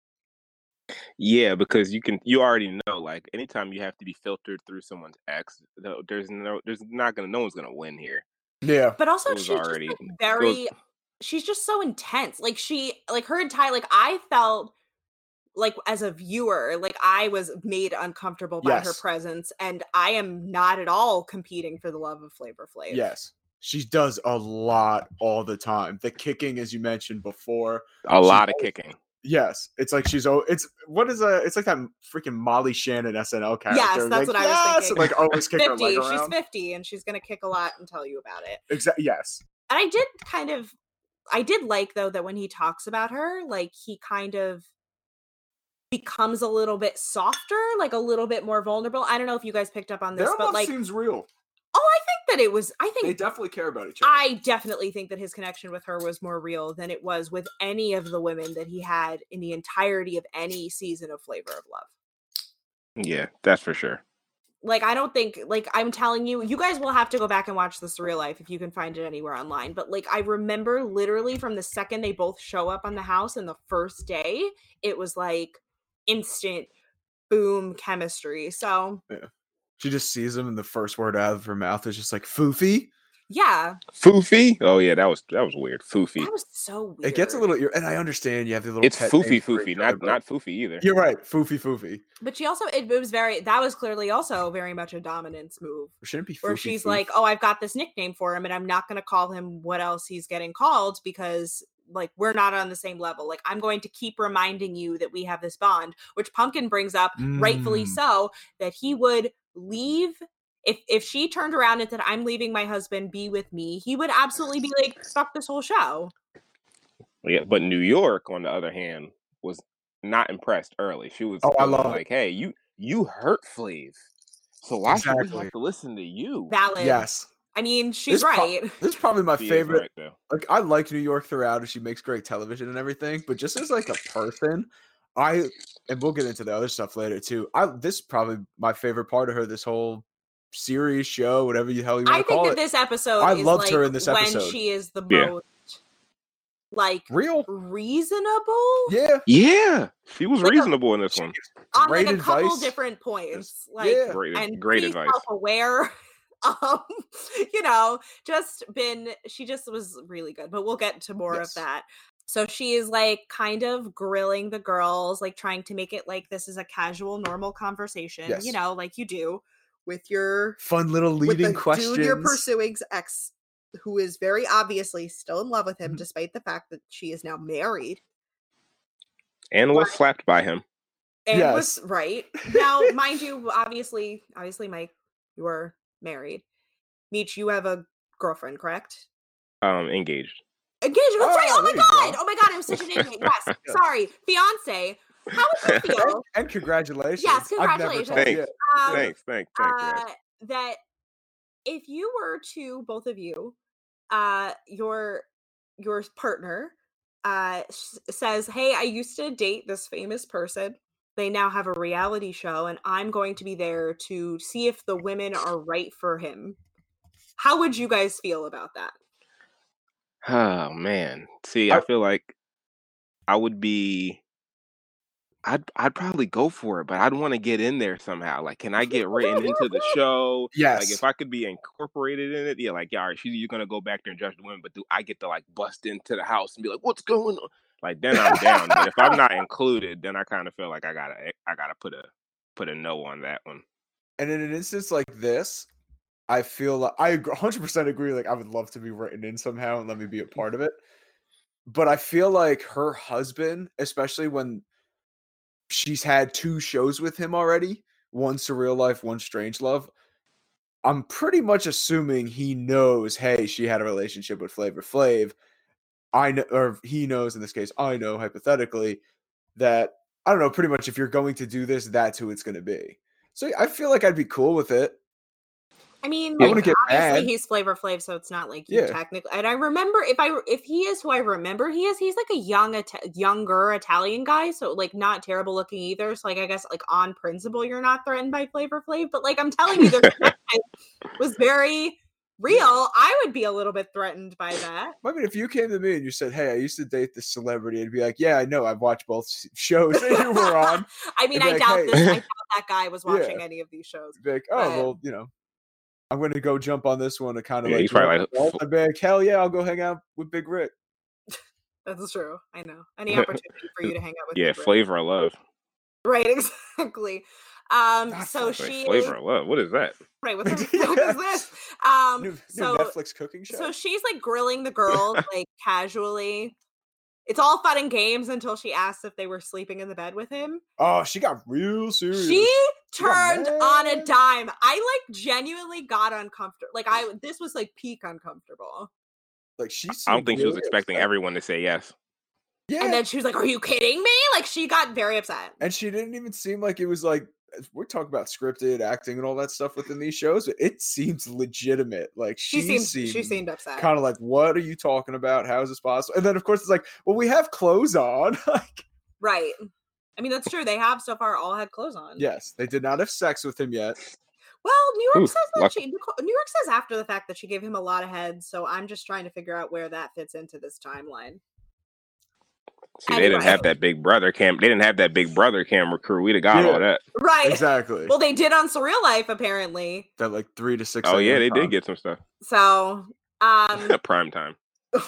Speaker 3: Yeah, because you can you already know like anytime you have to be filtered through someone's ex, though there's no there's not gonna no one's gonna win here.
Speaker 2: <laughs>
Speaker 1: Yeah.
Speaker 2: But also
Speaker 3: It was
Speaker 2: she's just,
Speaker 3: already-
Speaker 2: like,
Speaker 3: it was-
Speaker 2: very she's just so intense. Like she like her entire like I felt like as a viewer, like I was made uncomfortable by her
Speaker 1: Yes.
Speaker 2: presence, and I am not at all competing for the love of Flavor Flav.
Speaker 1: Yes. She does a lot all the time. The kicking, as you mentioned before,
Speaker 3: A
Speaker 1: She's
Speaker 3: lot of kicking.
Speaker 1: Yes, it's like she's oh, it's what is a it's like that freaking Molly Shannon SNL character.
Speaker 2: that's
Speaker 1: like,
Speaker 2: what I was
Speaker 1: "Yes,"
Speaker 2: thinking.
Speaker 1: and, like
Speaker 2: <laughs>
Speaker 1: always kick her
Speaker 2: fifty.
Speaker 1: leg
Speaker 2: She's
Speaker 1: around.
Speaker 2: fifty, and she's gonna kick a lot and tell you about it.
Speaker 1: Exactly. Yes.
Speaker 2: And I did kind of, I did like though that when he talks about her, like he kind of becomes a little bit softer, like a little bit more vulnerable. I don't know if you guys picked up on this,
Speaker 1: Their love
Speaker 2: but like,
Speaker 1: seems real.
Speaker 2: oh, I think that it was. I think
Speaker 1: They definitely care about each other.
Speaker 2: I definitely think that his connection with her was more real than it was with any of the women that he had in the entirety of any season of Flavor of Love.
Speaker 3: Yeah, that's for sure.
Speaker 2: Like, I don't think, like, I'm telling you, you guys will have to go back and watch The Surreal Life if you can find it anywhere online. But, like, I remember literally from the second they both show up on the house and the first day, it was like instant boom chemistry. So,
Speaker 1: she just sees him, and the first word out of her mouth is just like "foofy."
Speaker 2: yeah,
Speaker 3: Foofy? Oh yeah, that was that was weird. Foofy.
Speaker 2: that was so weird.
Speaker 1: It gets a little, ear- and I understand you have the little.
Speaker 3: It's
Speaker 1: pet
Speaker 3: foofy
Speaker 1: names for
Speaker 3: foofy,
Speaker 1: each other,
Speaker 3: not
Speaker 1: but-
Speaker 3: not foofy either.
Speaker 1: You're right, foofy foofy.
Speaker 2: But she also, it, it was very, that was clearly also very much a dominance move.
Speaker 1: Shouldn't it be.
Speaker 2: where
Speaker 1: foofy
Speaker 2: she's
Speaker 1: foof?
Speaker 2: like, "Oh, I've got this nickname for him, and I'm not going to call him what else he's getting called because like we're not on the same level. Like I'm going to keep reminding you that we have this bond." Which Pumpkin brings up, rightfully
Speaker 1: Mm.
Speaker 2: so, that he would leave if if she turned around and said, "I'm leaving my husband, be with me," he would absolutely be like, "Fuck this whole show."
Speaker 3: Yeah, but New York, on the other hand, was not impressed early. She was
Speaker 1: Oh, I
Speaker 3: feeling
Speaker 1: love it.
Speaker 3: like, "Hey, you you hurt Flav, so why should we
Speaker 1: Exactly.
Speaker 3: have to listen to you?"
Speaker 2: Valid.
Speaker 1: Yes,
Speaker 2: I mean, she's
Speaker 1: pro-
Speaker 2: right.
Speaker 1: this is probably my
Speaker 3: She is
Speaker 1: favorite
Speaker 3: right, though.
Speaker 1: like I like New York throughout and she makes great television and everything, but just as like a person, I and we'll get into the other stuff later too. I this is probably my favorite part of her this whole series, show, whatever you hell you
Speaker 2: I
Speaker 1: want to
Speaker 2: think
Speaker 1: call
Speaker 2: that
Speaker 1: it.
Speaker 2: this episode
Speaker 1: I
Speaker 2: is
Speaker 1: loved her
Speaker 2: like
Speaker 1: in this
Speaker 2: when
Speaker 1: episode.
Speaker 2: she is the
Speaker 3: Yeah.
Speaker 2: most like
Speaker 1: Real?
Speaker 2: reasonable.
Speaker 1: Yeah.
Speaker 3: Yeah, she was
Speaker 2: Like a-
Speaker 3: reasonable in this one.
Speaker 2: on
Speaker 1: Great
Speaker 2: like a couple
Speaker 1: advice.
Speaker 2: different points like
Speaker 1: yeah.
Speaker 3: Great,
Speaker 2: and
Speaker 3: great
Speaker 2: pretty
Speaker 3: advice.
Speaker 2: self-aware <laughs> um you know just been she just was really good but we'll get to more
Speaker 1: Yes.
Speaker 2: of that so she is like kind of grilling the girls like trying to make it like this is a casual normal conversation you
Speaker 1: Yes.
Speaker 2: know like you do with your
Speaker 1: Fun little
Speaker 2: with
Speaker 1: leading
Speaker 2: the dude
Speaker 1: questions.
Speaker 2: you're pursuing's ex who is very obviously still in love with
Speaker 1: Mm-hmm.
Speaker 2: him, despite the fact that she is now married.
Speaker 3: and was slapped by him.
Speaker 2: And was
Speaker 1: <laughs>
Speaker 2: right. Now, mind you, obviously, obviously, Mike, you are married. Meech, you have a girlfriend, correct?
Speaker 3: Um, engaged.
Speaker 2: Engaged. That's right.
Speaker 1: Oh,
Speaker 2: Oh my
Speaker 1: there you go.
Speaker 2: god. Oh my god. I'm such an idiot.
Speaker 1: <laughs>
Speaker 2: Yes. Sorry, fiance. How would you feel?
Speaker 1: And congratulations.
Speaker 2: Yes,
Speaker 1: I've never
Speaker 2: congratulations.
Speaker 1: thought- yeah.
Speaker 2: um,
Speaker 3: thanks, thanks, thanks.
Speaker 2: uh,
Speaker 3: guys.
Speaker 2: that if you were to both of you uh your your partner uh s- says hey i used to date this famous person they now have a reality show and i'm going to be there to see if the women are right for him how would you guys feel about that
Speaker 3: Oh man. See, I
Speaker 1: I-
Speaker 3: feel like I would be I'd I'd probably go for it, but I'd want to get in there somehow. Like, can I get written into the show? Like
Speaker 1: Yes.
Speaker 3: if I could be incorporated in it, yeah, like yeah, all right, she, you're gonna go back there and judge the women, but do I get to like bust into the house and be like, what's going on? Like then I'm down. but if I'm not included, then I kind of feel like I gotta eh, I gotta put a put a no on that one.
Speaker 1: and in an instance like this, I feel like I ag- 100% agree. Like, I would love to be written in somehow and let me be a part of it. But I feel like her husband, especially when she's had two shows with him already one surreal life, one strange love. I'm pretty much assuming he knows, hey, she had a relationship with Flavor Flav. I know, or he knows in this case, I know hypothetically that I don't know, pretty much if you're going to do this, that's who it's going to be. So I feel like I'd be cool with it.
Speaker 2: I mean,
Speaker 1: I
Speaker 2: like,
Speaker 1: wouldn't
Speaker 2: obviously
Speaker 1: get mad.
Speaker 2: he's Flavor Flav, so it's not like you
Speaker 1: Yeah.
Speaker 2: technically. And I remember if I if he is who I remember he is, he's like a young Ita- younger Italian guy, so like not terrible looking either. So like I guess like on principle you're not threatened by Flavor Flav, but like I'm telling you,
Speaker 1: <laughs>
Speaker 2: the connection was very real. I would be a little bit threatened by that.
Speaker 1: I mean, if you came to me and you said, "Hey, I used to date this celebrity," I'd be like, "Yeah, I know. I've watched both s- shows that you were
Speaker 2: <laughs>
Speaker 1: on."
Speaker 2: I mean,
Speaker 1: You'd be
Speaker 2: I
Speaker 1: like,
Speaker 2: doubt
Speaker 1: "Hey."
Speaker 2: this. I doubt that
Speaker 1: <laughs>
Speaker 2: guy was
Speaker 1: Yeah.
Speaker 2: watching any of these shows.
Speaker 1: Be like, "Oh,
Speaker 2: Right.
Speaker 1: well, you know, I'm going to go jump on this one to kind of
Speaker 3: Yeah,
Speaker 1: like."
Speaker 3: he's probably like,
Speaker 1: jump the bag. Hell yeah, I'll go hang out with Big Rick.
Speaker 2: That's true. I know.
Speaker 1: <laughs>
Speaker 2: Any opportunity for you to hang out with
Speaker 3: yeah,
Speaker 2: people.
Speaker 3: flavor of love.
Speaker 2: <laughs> Right, exactly. Um,
Speaker 1: Not
Speaker 2: so
Speaker 1: flavor,
Speaker 2: she
Speaker 3: Like, flavor of love. What is that?
Speaker 2: right what
Speaker 1: <laughs>
Speaker 2: the fuck
Speaker 1: Yes.
Speaker 2: is this um
Speaker 1: New, new
Speaker 2: so
Speaker 1: Netflix cooking show.
Speaker 2: so she's like grilling
Speaker 1: <laughs>
Speaker 2: the girls like casually it's all fun and games until she asks if they were sleeping in the bed with him
Speaker 1: oh, she got real serious.
Speaker 2: she
Speaker 1: got
Speaker 2: turned on a
Speaker 1: mad.
Speaker 2: dime i like genuinely got uncomfortable like i this was like peak uncomfortable
Speaker 1: like she.
Speaker 3: I don't
Speaker 1: seemed
Speaker 3: think she was
Speaker 1: really
Speaker 3: expecting
Speaker 1: upset.
Speaker 3: everyone to say yes.
Speaker 1: Yeah,
Speaker 2: and then she was like are you kidding me like she got very upset
Speaker 1: and she didn't even seem like it was like eh, we're talking about scripted acting and all that stuff within these shows. But it seems legitimate. Like
Speaker 2: she,
Speaker 1: she,
Speaker 2: seemed,
Speaker 1: seemed,
Speaker 2: she seemed upset
Speaker 1: kind of like, "What are you talking about? How is this possible?" And then of course it's like, "Well, we have clothes on." <laughs> like,
Speaker 2: right i mean that's true they have so far all had clothes on
Speaker 1: yes, they did not have sex with him yet.
Speaker 2: Well, New York
Speaker 3: Ooh,
Speaker 2: says that
Speaker 3: lucky.
Speaker 2: she Nico- New York says after the fact that she gave him a lot of heads, so I'm just trying to figure out where that fits into this timeline.
Speaker 3: See, they didn't
Speaker 2: Anyway.
Speaker 3: have that big brother cam. They didn't have that big brother camera crew. We'd have got
Speaker 1: Yeah.
Speaker 3: all that. Oh,
Speaker 2: Right.
Speaker 1: Exactly.
Speaker 2: Well, they did on Surreal Life apparently.
Speaker 1: that like three to six.
Speaker 3: Oh yeah,
Speaker 1: a.m.
Speaker 3: they
Speaker 1: time.
Speaker 3: did get some stuff.
Speaker 2: So,
Speaker 1: <laughs>
Speaker 2: um
Speaker 3: Prime time.
Speaker 1: like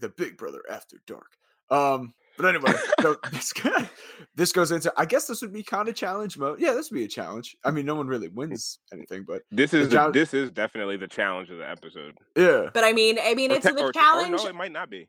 Speaker 1: the Big Brother After Dark. Um, but anyway,
Speaker 2: <laughs>
Speaker 1: so this go- this goes into. I guess this would be kind of challenge mode. Yeah, this would be a challenge. I mean, no one really wins anything, but
Speaker 3: This is
Speaker 1: The
Speaker 3: the-
Speaker 1: challenge-
Speaker 3: this is definitely the challenge of the episode.
Speaker 1: yeah,
Speaker 2: but I mean, I mean
Speaker 3: Or
Speaker 2: it's
Speaker 3: te-
Speaker 2: the
Speaker 3: or- or
Speaker 2: challenge.
Speaker 3: no, it might not be.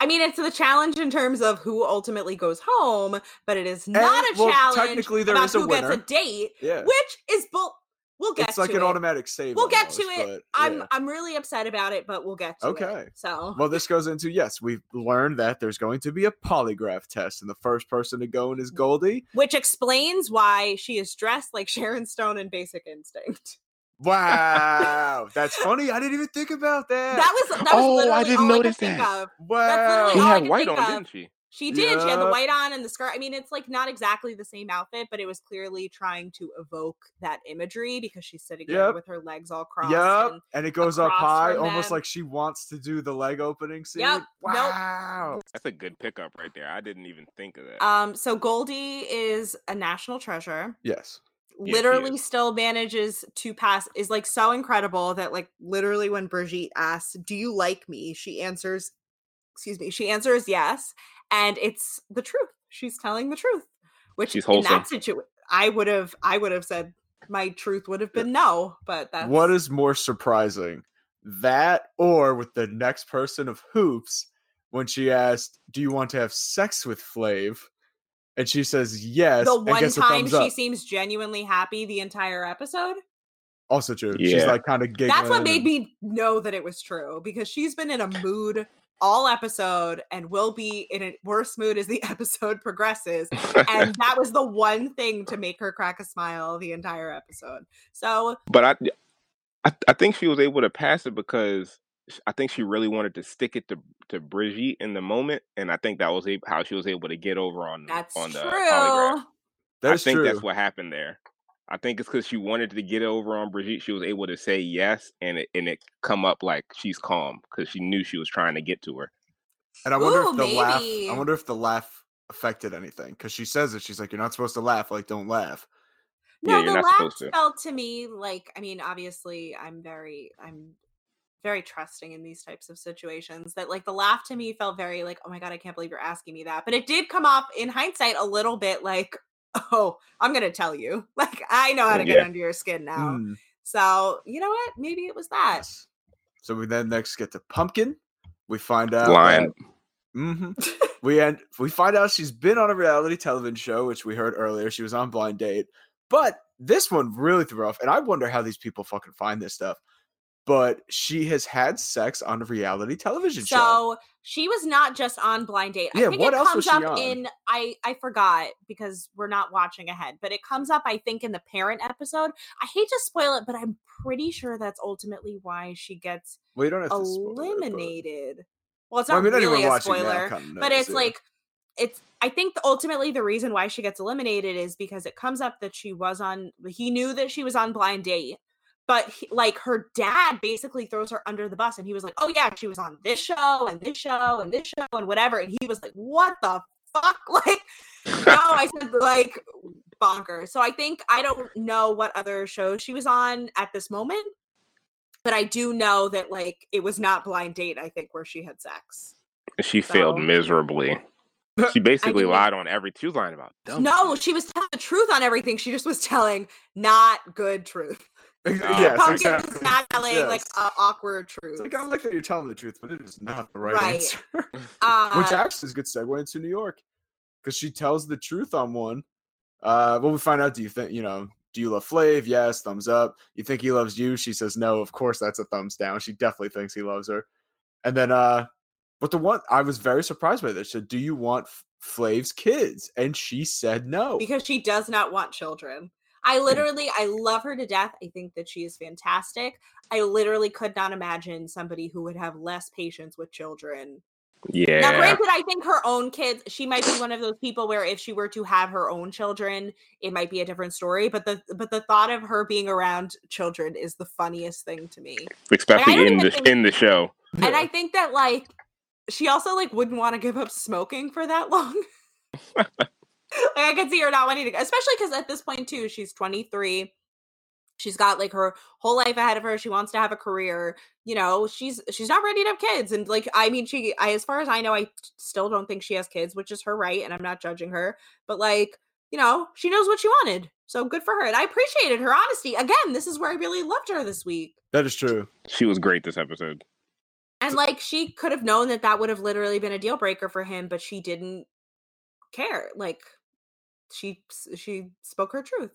Speaker 2: I mean, it's the challenge in terms of who ultimately goes home, but it is not
Speaker 1: And,
Speaker 2: a
Speaker 1: well,
Speaker 2: challenge
Speaker 1: technically there
Speaker 2: about
Speaker 1: is a
Speaker 2: who gets
Speaker 1: winner.
Speaker 2: a date,
Speaker 1: yeah.
Speaker 2: which is bull we'll get
Speaker 1: It's like
Speaker 2: to
Speaker 1: an
Speaker 2: it.
Speaker 1: automatic save.
Speaker 2: We'll get
Speaker 1: almost,
Speaker 2: to it.
Speaker 1: but
Speaker 2: I'm
Speaker 1: yeah.
Speaker 2: I'm really upset about it, but we'll get to it.
Speaker 1: Okay.
Speaker 2: So
Speaker 1: Well, this goes into yes. We've learned that there's going to be a polygraph test, and the first person to go in is Goldie.
Speaker 2: which explains why she is dressed like <laughs> Sharon Stone in Basic Instinct.
Speaker 1: Wow, that's funny. I didn't even think about that.
Speaker 2: That was that was
Speaker 3: Oh, I
Speaker 2: literally
Speaker 3: didn't
Speaker 2: all I
Speaker 3: notice
Speaker 2: could think
Speaker 3: that.
Speaker 2: of.
Speaker 1: wow.
Speaker 3: <laughs>
Speaker 2: literally
Speaker 3: She
Speaker 2: all Oh, I
Speaker 3: had
Speaker 2: could
Speaker 3: white
Speaker 2: think
Speaker 3: on,
Speaker 2: of-
Speaker 3: didn't she?
Speaker 2: She did. She had the
Speaker 1: Yup.
Speaker 2: white on and the skirt. I mean, it's like not exactly the same outfit, but it was clearly trying to evoke that imagery because she's sitting there
Speaker 1: Yup.
Speaker 2: with her legs all crossed.
Speaker 1: Yep.
Speaker 2: and-
Speaker 1: And it goes up
Speaker 2: across
Speaker 1: high,
Speaker 2: from
Speaker 1: almost
Speaker 2: them.
Speaker 1: like she wants to do the leg opening scene.
Speaker 2: Yep. Nope.
Speaker 1: Wow.
Speaker 3: That's a good pickup right there. I didn't even think of that.
Speaker 2: um, so Goldie is a national treasure.
Speaker 1: Yes.
Speaker 3: she
Speaker 2: literally
Speaker 3: is.
Speaker 2: still manages to pass is like so incredible that like literally when Brigitte asks, "Do you like me?" she answers, excuse me, she answers yes, and it's the truth. She's telling the truth, which
Speaker 3: She's
Speaker 2: in
Speaker 3: wholesome.
Speaker 2: that situation I would have I would have said my truth would have been no, but that's
Speaker 1: What is more surprising, that or with the next person of hoops when she asked, "Do you want to have sex with Flav?" and she says yes.
Speaker 2: the
Speaker 1: and
Speaker 2: one
Speaker 1: gets a
Speaker 2: time
Speaker 1: thumbs
Speaker 2: she
Speaker 1: up.
Speaker 2: seems genuinely happy the entire episode.
Speaker 1: also true. She's
Speaker 3: Yeah.
Speaker 1: like kind of giggling.
Speaker 2: That's what
Speaker 1: and-
Speaker 2: made me know that it was true because she's been in a mood all episode and will be in a worse mood as the <laughs> episode progresses. Um, And that was the one thing to make her crack a smile the entire episode.
Speaker 3: <laughs>
Speaker 2: So
Speaker 3: <laughs> but I, I, I think she was able to pass it because sh- I think she really wanted to stick it to to Brigitte in the moment, and I think that was ab- how she was able to get over on
Speaker 2: that's
Speaker 3: on the polygraph.
Speaker 2: true.
Speaker 1: That's
Speaker 3: I think
Speaker 1: true.
Speaker 3: that's what happened there. I think it's because she wanted to get over on Brigitte. She was able to say yes, and it and it come up like she's calm because she knew she was trying to get to her.
Speaker 1: And I wonder
Speaker 2: Ooh,
Speaker 1: if the laugh.
Speaker 2: maybe.
Speaker 1: I wonder if the laugh affected anything because she says it. She's like, "You're not supposed to laugh. Like, don't laugh."
Speaker 3: Yeah,
Speaker 2: No,
Speaker 3: you're
Speaker 2: the
Speaker 3: not
Speaker 2: laugh
Speaker 3: supposed to.
Speaker 2: felt to me like I mean, obviously, I'm very I'm very trusting in these types of situations. That like the laugh to me felt very like, oh my god, I can't believe you're asking me that. But it did come off in hindsight a little bit like, <laughs> oh, I'm gonna tell you. <laughs> Like I know how to get
Speaker 3: Yeah. Mm.
Speaker 2: under your skin now.
Speaker 1: Hmm.
Speaker 2: So you know what? Maybe it was that.
Speaker 1: Yes. So we then next get to Pumpkin. We find out
Speaker 3: Lion.
Speaker 1: hmm we end we find out she's been on a reality television show, which we heard earlier. She was on Blind Date, but this one really threw off. And I wonder how these people fucking find this stuff. But she has had sex on a reality television show.
Speaker 2: So she was not just on Blind Date.
Speaker 1: Yeah,
Speaker 2: I think
Speaker 1: what
Speaker 2: it
Speaker 1: else
Speaker 2: comes
Speaker 1: was she
Speaker 2: up
Speaker 1: on?
Speaker 2: in I I forgot because we're not watching ahead, but it comes up I think in the parent episode. I hate to spoil it, but I'm pretty sure that's ultimately why she gets
Speaker 1: Well, you don't have to spoil it, but-
Speaker 2: eliminated. well, it's
Speaker 1: Well,
Speaker 2: not
Speaker 1: I mean, anyone
Speaker 2: really a
Speaker 1: watching now
Speaker 2: spoiler,
Speaker 1: kinda
Speaker 2: but
Speaker 1: knows,
Speaker 2: it's
Speaker 1: yeah. <laughs>
Speaker 2: like it's I think ultimately the reason why she gets eliminated is because it comes up that she was on he knew that she was on Blind Date but he- like her dad basically throws her under the bus and he was like oh yeah she was on this show and this show and this show and whatever and he was like what the fuck <laughs> like no i said like bonkers so i think i don't know what other show she was on at this moment but i do know that like it was not blind date i think where she had sex
Speaker 3: She failed
Speaker 2: So-
Speaker 3: <laughs> miserably. She basically
Speaker 2: mean-
Speaker 3: lied on every. She was lying about dumb
Speaker 2: no
Speaker 3: shit.
Speaker 2: she was telling the truth on everything she just was telling not good truth
Speaker 1: Ex-
Speaker 3: Oh,
Speaker 1: yes,
Speaker 2: uh, pumpkin
Speaker 1: exactly.
Speaker 2: was not telling like
Speaker 1: Yes.
Speaker 2: uh, awkward truth
Speaker 1: It's like I like that you're telling the truth, but it is not the right,
Speaker 2: Right.
Speaker 1: answer. <laughs>
Speaker 2: uh,
Speaker 1: Which actually is a good segue into New York, because she tells the truth on one. Uh, well, we find out. Do you think you know? Do you love Flav? Yes, thumbs up. You think he loves you? She says no. Of course, that's a thumbs down. She definitely thinks he loves her. And then, uh, but the one I was very surprised by this. She said, "Do you want F- Flav's kids?" And she said no.
Speaker 2: because she does not want children. I literally, I love her to death. I think that she is fantastic. I literally could not imagine somebody who would have less patience with children.
Speaker 3: Yeah.
Speaker 2: Now, granted, I think her own kids, she might be one of those people where if she were to have her own children, it might be a different story. But the but the thought of her being around children is the funniest thing to me.
Speaker 3: Especially
Speaker 2: I don't
Speaker 3: in
Speaker 2: even
Speaker 3: the
Speaker 2: think-
Speaker 3: in the show.
Speaker 2: And I think that like she also like wouldn't want to give up smoking for that long. like I could see her not wanting to, especially because at this point too, she's 23. She's got like her whole life ahead of her. She wants to have a career. You know, she's she's not ready to have kids. And like, I mean, she, I, as far as I know, I still don't think she has kids, which is her right, and I'm not judging her. But like, you know, she knows what she wanted, so good for her. And I appreciated her honesty. Again, this is where I really loved her this week.
Speaker 1: That is true.
Speaker 3: She was great this episode.
Speaker 2: And like she could have known that that would have literally been a deal breaker for him, but she didn't care. Like she s- she spoke her truth.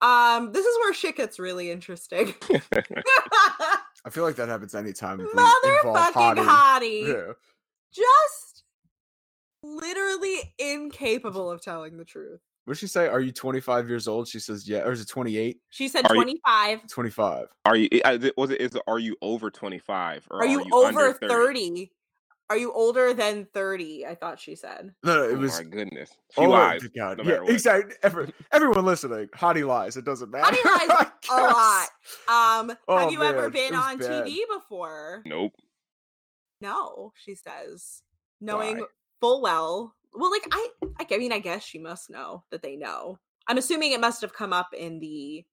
Speaker 2: Um this is where shit gets really interesting. <laughs>
Speaker 1: I feel like that happens anytime. we involve
Speaker 2: Motherfucking
Speaker 1: Hottie.
Speaker 2: hottie.
Speaker 1: Yeah.
Speaker 2: Just literally incapable of telling the truth.
Speaker 1: What did she say? Are you 25 years old? She says, yeah. Or is it 28?
Speaker 2: She said
Speaker 3: Are you-
Speaker 2: 25.
Speaker 1: 25.
Speaker 3: Are you? I- is it- Was it? Is it- are you over twenty five?
Speaker 2: Are you,
Speaker 3: under
Speaker 2: over 30? Are you older than 30? I thought she said.
Speaker 1: No, no,
Speaker 3: Oh
Speaker 1: it was
Speaker 3: my goodness. She
Speaker 1: Oh
Speaker 3: lies.
Speaker 1: my God.
Speaker 3: no
Speaker 1: yeah,
Speaker 3: matter what.
Speaker 1: exactly. Every, everyone listening, Hottie lies. It doesn't matter.
Speaker 2: Hottie
Speaker 1: <laughs>
Speaker 2: lies
Speaker 1: I
Speaker 2: <laughs> a lot.
Speaker 1: guess.
Speaker 2: Um,
Speaker 1: Oh,
Speaker 2: have you ever
Speaker 1: man, it
Speaker 2: been
Speaker 1: was
Speaker 2: on
Speaker 1: bad.
Speaker 2: TV before?
Speaker 3: Nope.
Speaker 2: No, she says, knowing
Speaker 3: Why?
Speaker 2: full well. Well, like I, I, I mean, I guess she must know that they know. I'm assuming it must have come up in the.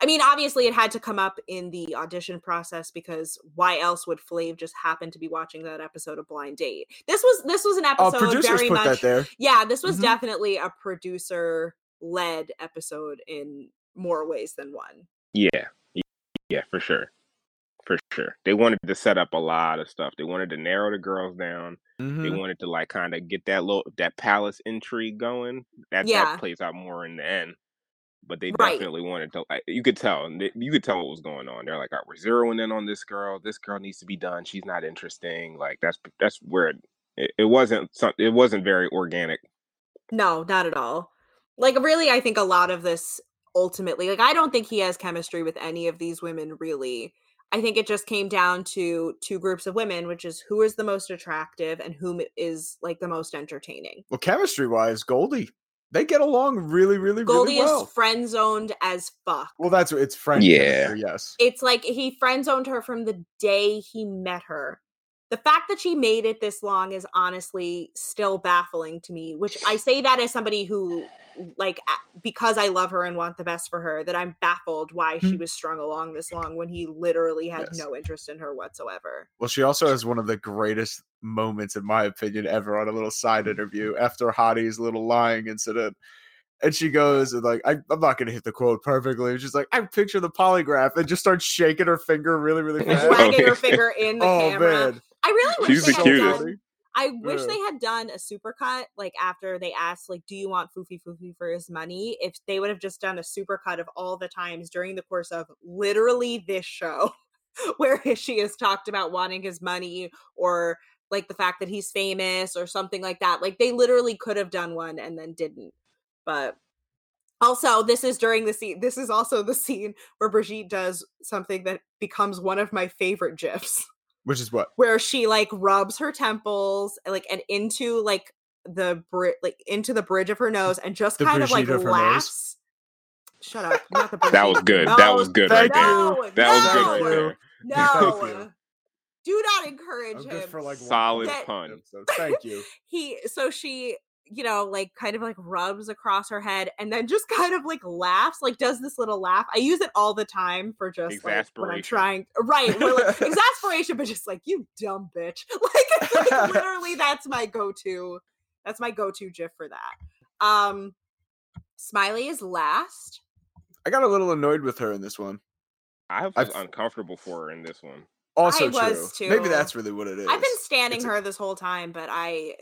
Speaker 2: I mean, obviously, it had to come up in the audition process because why else would Flav just happen to be watching that episode of Blind Date? This was this was an
Speaker 1: Oh,
Speaker 2: episode
Speaker 1: producers
Speaker 2: very
Speaker 1: put
Speaker 2: much.
Speaker 1: that there. Mm-hmm.
Speaker 2: Yeah, this was
Speaker 1: Mhm.
Speaker 2: definitely a producer led episode in more ways than one.
Speaker 3: Yeah. Yeah, for sure. For sure. They wanted to set up a lot of stuff. They wanted to narrow the girls down. They
Speaker 1: Mhm.
Speaker 3: wanted to like kind of get that little that palace intrigue going. That
Speaker 2: Yeah.
Speaker 3: that plays out more in the end. But they
Speaker 2: Right.
Speaker 3: definitely wanted to like you could tell. and they- You could tell what was going on. They're like, all right, we're zeroing in on this girl. This girl needs to be done. She's not interesting. Like that's that's where it, it, it wasn't some, it wasn't very organic.
Speaker 2: No, not at all. Like really, I think a lot of this ultimately, like I don't think he has chemistry with any of these women really. I think it just came down to two groups of women, which is who is the most attractive and whom is like the most entertaining.
Speaker 1: Well, chemistry wise, Goldie, they get along really, really,
Speaker 2: Goldie
Speaker 1: really well.
Speaker 2: is friend zoned as fuck.
Speaker 1: well, that's what it's friend.
Speaker 3: Yeah.
Speaker 1: chemistry, yes.
Speaker 2: It's like he friend zoned her from the day he met her. The fact that she made it this long is honestly still baffling to me, which I say that as somebody who, like, a- because I love her and want the best for her, that I'm baffled why she was strung along this long when he literally had
Speaker 1: Mm-hmm. Yes.
Speaker 2: no interest in her whatsoever.
Speaker 1: Well, she also has one of the greatest moments, in my opinion, ever on a little side interview after Hottie's little lying incident. And she goes, and like, I, I'm not going to hit the quote perfectly. She's like, I picture the polygraph and just starts shaking her finger really, really
Speaker 3: Like,
Speaker 1: fast.
Speaker 2: Wagging
Speaker 1: <laughs>
Speaker 2: her
Speaker 3: Okay.
Speaker 2: finger in the
Speaker 1: oh,
Speaker 2: camera.
Speaker 1: man.
Speaker 2: I really wish
Speaker 3: She's
Speaker 2: they
Speaker 3: the
Speaker 2: had
Speaker 3: cutest.
Speaker 2: done. I wish
Speaker 1: Yeah.
Speaker 2: they had done a supercut, like after they asked, like, "Do you want Foofy Foofy for his money?" If they would have just done a supercut of all the times during the course of literally this show, <laughs> where she has talked about wanting his money or like the fact that he's famous or something like that, like they literally could have done one and then didn't. But also, this is during the scene. This is also the scene where Brigitte does something that becomes one of my favorite gifs
Speaker 1: Which is what?
Speaker 2: where she like rubs her temples eh, like and into like the bri- like into the bridge of her nose and just
Speaker 1: The
Speaker 2: kind of like
Speaker 1: Brigitte of her nose.
Speaker 2: laughs. Shut up! Not the
Speaker 3: That was
Speaker 2: Brigitte.
Speaker 3: good. that
Speaker 2: No,
Speaker 3: was good right
Speaker 1: Thank
Speaker 3: there.
Speaker 1: you.
Speaker 2: No,
Speaker 3: That was
Speaker 1: Thank
Speaker 3: good right
Speaker 1: you.
Speaker 3: there.
Speaker 2: No,
Speaker 1: Thank you.
Speaker 2: do not encourage
Speaker 1: I'm
Speaker 2: him.
Speaker 1: good for like one
Speaker 3: Solid
Speaker 2: That-
Speaker 3: pun.
Speaker 1: episode. Thank you.
Speaker 2: he so she you know like kind of like rubs across her head and then just <laughs> kind of like laughs like does this little laugh i use it all the time for just like when i'm
Speaker 3: Exasperation.
Speaker 2: trying right we're
Speaker 1: <laughs>
Speaker 2: like, exasperation but just like you dumb bitch <laughs> like, it's like
Speaker 1: <laughs>
Speaker 2: literally that's my go-to that's my go-to gif for that um smiley is last
Speaker 1: I got a little annoyed with her in this one.
Speaker 3: I was
Speaker 1: I've-
Speaker 3: uncomfortable for her in this one.
Speaker 1: Also
Speaker 2: <laughs> I was
Speaker 1: true. Maybe
Speaker 2: too.
Speaker 1: that's really what it is.
Speaker 2: I've been standing
Speaker 1: It's a-
Speaker 2: her this whole time, but I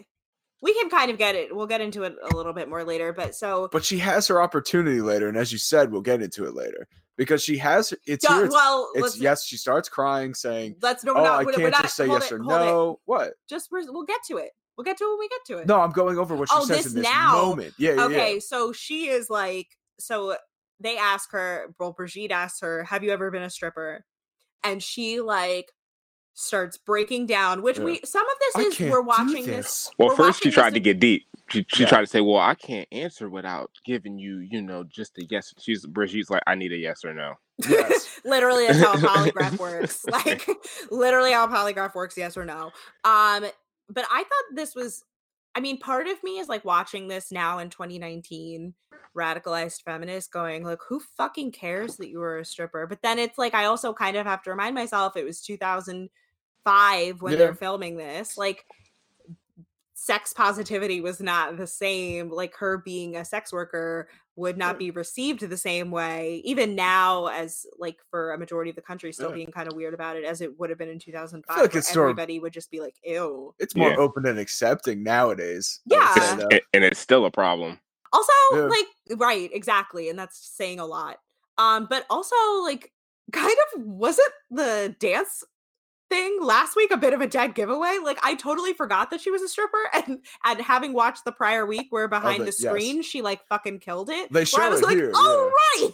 Speaker 2: we can kind of get it. We'll get into it a little bit more later. But so
Speaker 1: but she has her opportunity later, and as you said, we'll get into it later because she has. It's
Speaker 2: Duh,
Speaker 1: here, it's,
Speaker 2: well,
Speaker 1: it's-
Speaker 2: let's,
Speaker 1: yes. She starts crying, saying,
Speaker 2: let's no,
Speaker 1: "Oh,
Speaker 2: we're not,
Speaker 1: I
Speaker 2: we're,
Speaker 1: can't
Speaker 2: we're not,
Speaker 1: just say
Speaker 2: hold
Speaker 1: yes
Speaker 2: it,
Speaker 1: or
Speaker 2: hold it.
Speaker 1: no." What?
Speaker 2: Just we're, we'll get to it. We'll get to it when we get to it.
Speaker 1: No, I'm going over what she
Speaker 2: Oh,
Speaker 1: says
Speaker 2: this
Speaker 1: in this
Speaker 2: now.
Speaker 1: moment. Yeah, yeah,
Speaker 2: okay,
Speaker 1: yeah.
Speaker 2: so she is like, so they ask her, well, Brigitte asks her, have you ever been a stripper? And she like starts breaking down, which
Speaker 1: Yeah.
Speaker 2: we some of this
Speaker 1: I
Speaker 2: is
Speaker 1: can't
Speaker 2: we're
Speaker 1: do
Speaker 2: watching this.
Speaker 3: Well,
Speaker 2: we're
Speaker 3: first
Speaker 2: watching
Speaker 3: she
Speaker 2: this
Speaker 3: tried to
Speaker 2: in-
Speaker 3: get deep. She, she
Speaker 1: Yeah.
Speaker 3: tried to say, "Well, I can't answer without giving you, you know, just a yes." She's Brigitte's like, "I need a yes or no."
Speaker 2: <laughs>
Speaker 1: Yes.
Speaker 2: literally that's how a polygraph works <laughs> like literally how a polygraph works yes or no um but i thought this was i mean part of me is like watching this now in 2019 radicalized feminist going like who fucking cares that you were a stripper but then it's like i also kind of have to remind myself it was 2005 when
Speaker 1: Yeah.
Speaker 2: they're filming this like sex positivity was not the same like her being a sex worker would not
Speaker 1: Yeah.
Speaker 2: be received the same way even now as like for a majority of the country still
Speaker 1: Yeah.
Speaker 2: being kind of weird about it as it would have been in 2005
Speaker 1: like
Speaker 2: where
Speaker 1: it's sort of-
Speaker 2: everybody would just be like ew
Speaker 1: It's more
Speaker 3: Yeah.
Speaker 1: open and accepting nowadays. I would
Speaker 2: Yeah.
Speaker 1: say, though.
Speaker 3: and, and it's still a problem.
Speaker 2: also
Speaker 1: Yeah.
Speaker 2: like right exactly and that's saying a lot um but also like kind of wasn't the dance thing last week a bit of a dead giveaway like i totally forgot that she was a stripper <laughs> and and having watched the prior week where behind
Speaker 1: the-
Speaker 2: the
Speaker 1: yes.
Speaker 2: screen she like fucking killed it
Speaker 1: They
Speaker 2: where i
Speaker 1: show
Speaker 2: was
Speaker 1: it
Speaker 2: like
Speaker 1: here,
Speaker 2: oh right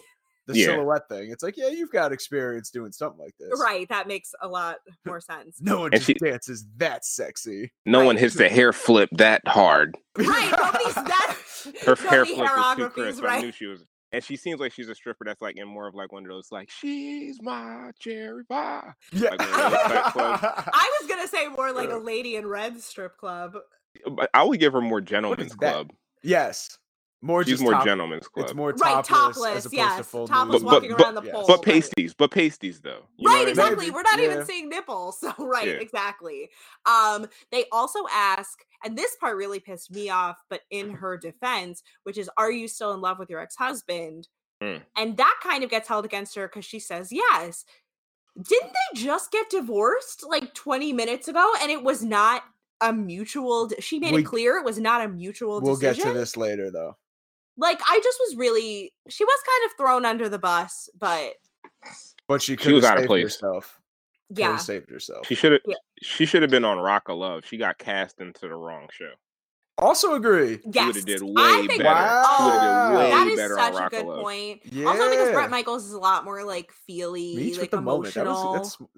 Speaker 1: The
Speaker 3: Yeah.
Speaker 1: silhouette thing. It's like, yeah, you've got experience doing something like this.
Speaker 2: right that makes a lot more sense
Speaker 1: No one
Speaker 3: And
Speaker 1: just
Speaker 3: she-
Speaker 1: dances that sexy.
Speaker 3: No
Speaker 2: Right.
Speaker 3: one hits the hair flip that hard.
Speaker 2: right
Speaker 1: <laughs>
Speaker 2: nobody's that
Speaker 3: <laughs> Her hair
Speaker 2: nobody
Speaker 3: flip was too
Speaker 2: hairographies,
Speaker 3: crisp. I
Speaker 2: right
Speaker 3: knew she was. And she seems like she's a stripper that's like in more of like one of those like she's my cherry pie.
Speaker 1: Yeah.
Speaker 3: Like one of those type clubs.
Speaker 2: i was gonna say more like a
Speaker 1: Yeah.
Speaker 2: lady in red strip club
Speaker 3: But I would give her more gentleman's
Speaker 1: is that?
Speaker 3: club.
Speaker 1: <laughs> yes. More
Speaker 3: She's
Speaker 1: just
Speaker 3: more
Speaker 1: top-
Speaker 3: gentleman's club.
Speaker 1: It's more
Speaker 2: Right,
Speaker 1: topless,
Speaker 2: topless,
Speaker 1: as opposed to
Speaker 2: yes,
Speaker 1: full
Speaker 2: topless
Speaker 1: nude.
Speaker 3: walking
Speaker 2: around the
Speaker 1: Yes.
Speaker 2: pole.
Speaker 3: but
Speaker 2: right.
Speaker 3: pasties, but pasties though. You
Speaker 2: right,
Speaker 3: know what I mean?
Speaker 2: exactly.
Speaker 1: Maybe,
Speaker 2: We're not
Speaker 1: yeah.
Speaker 2: even seeing nipples. <laughs> So right,
Speaker 3: Yeah.
Speaker 2: exactly. Um, they also ask, and this part
Speaker 3: <laughs>
Speaker 2: really pissed me off, but in her defense, which is, are you still in love with your ex-husband?
Speaker 3: Mm.
Speaker 2: And that kind of gets held against her because she says yes. Didn't they just get divorced like 20 minutes ago? And it was not a mutual. De- she made
Speaker 1: We-
Speaker 2: it clear it was not a mutual
Speaker 1: We'll get
Speaker 2: decision.
Speaker 1: to this later, though.
Speaker 2: Like I just was really. She was kind of thrown under the bus, but
Speaker 1: But she
Speaker 3: She
Speaker 1: could
Speaker 3: was
Speaker 1: have
Speaker 3: out of
Speaker 1: saved
Speaker 3: place.
Speaker 1: herself. Coulda
Speaker 2: yeah,
Speaker 1: saved herself.
Speaker 3: She should have.
Speaker 2: Yeah.
Speaker 3: She should have been on Rock of Love. She got cast into the wrong show.
Speaker 1: Also agree.
Speaker 2: yes,
Speaker 3: She would have did
Speaker 2: I
Speaker 3: way
Speaker 2: think Oh,
Speaker 3: better. She would
Speaker 1: Wow.
Speaker 3: have did way
Speaker 2: that is
Speaker 3: better
Speaker 2: such
Speaker 3: on
Speaker 2: a
Speaker 3: Rock
Speaker 2: good
Speaker 3: of Love.
Speaker 2: point. Also, because
Speaker 1: Yeah.
Speaker 2: Brett Michaels is a lot more like feely,
Speaker 1: Meets
Speaker 2: like
Speaker 1: with the moment. That
Speaker 2: emotional.
Speaker 1: was, that's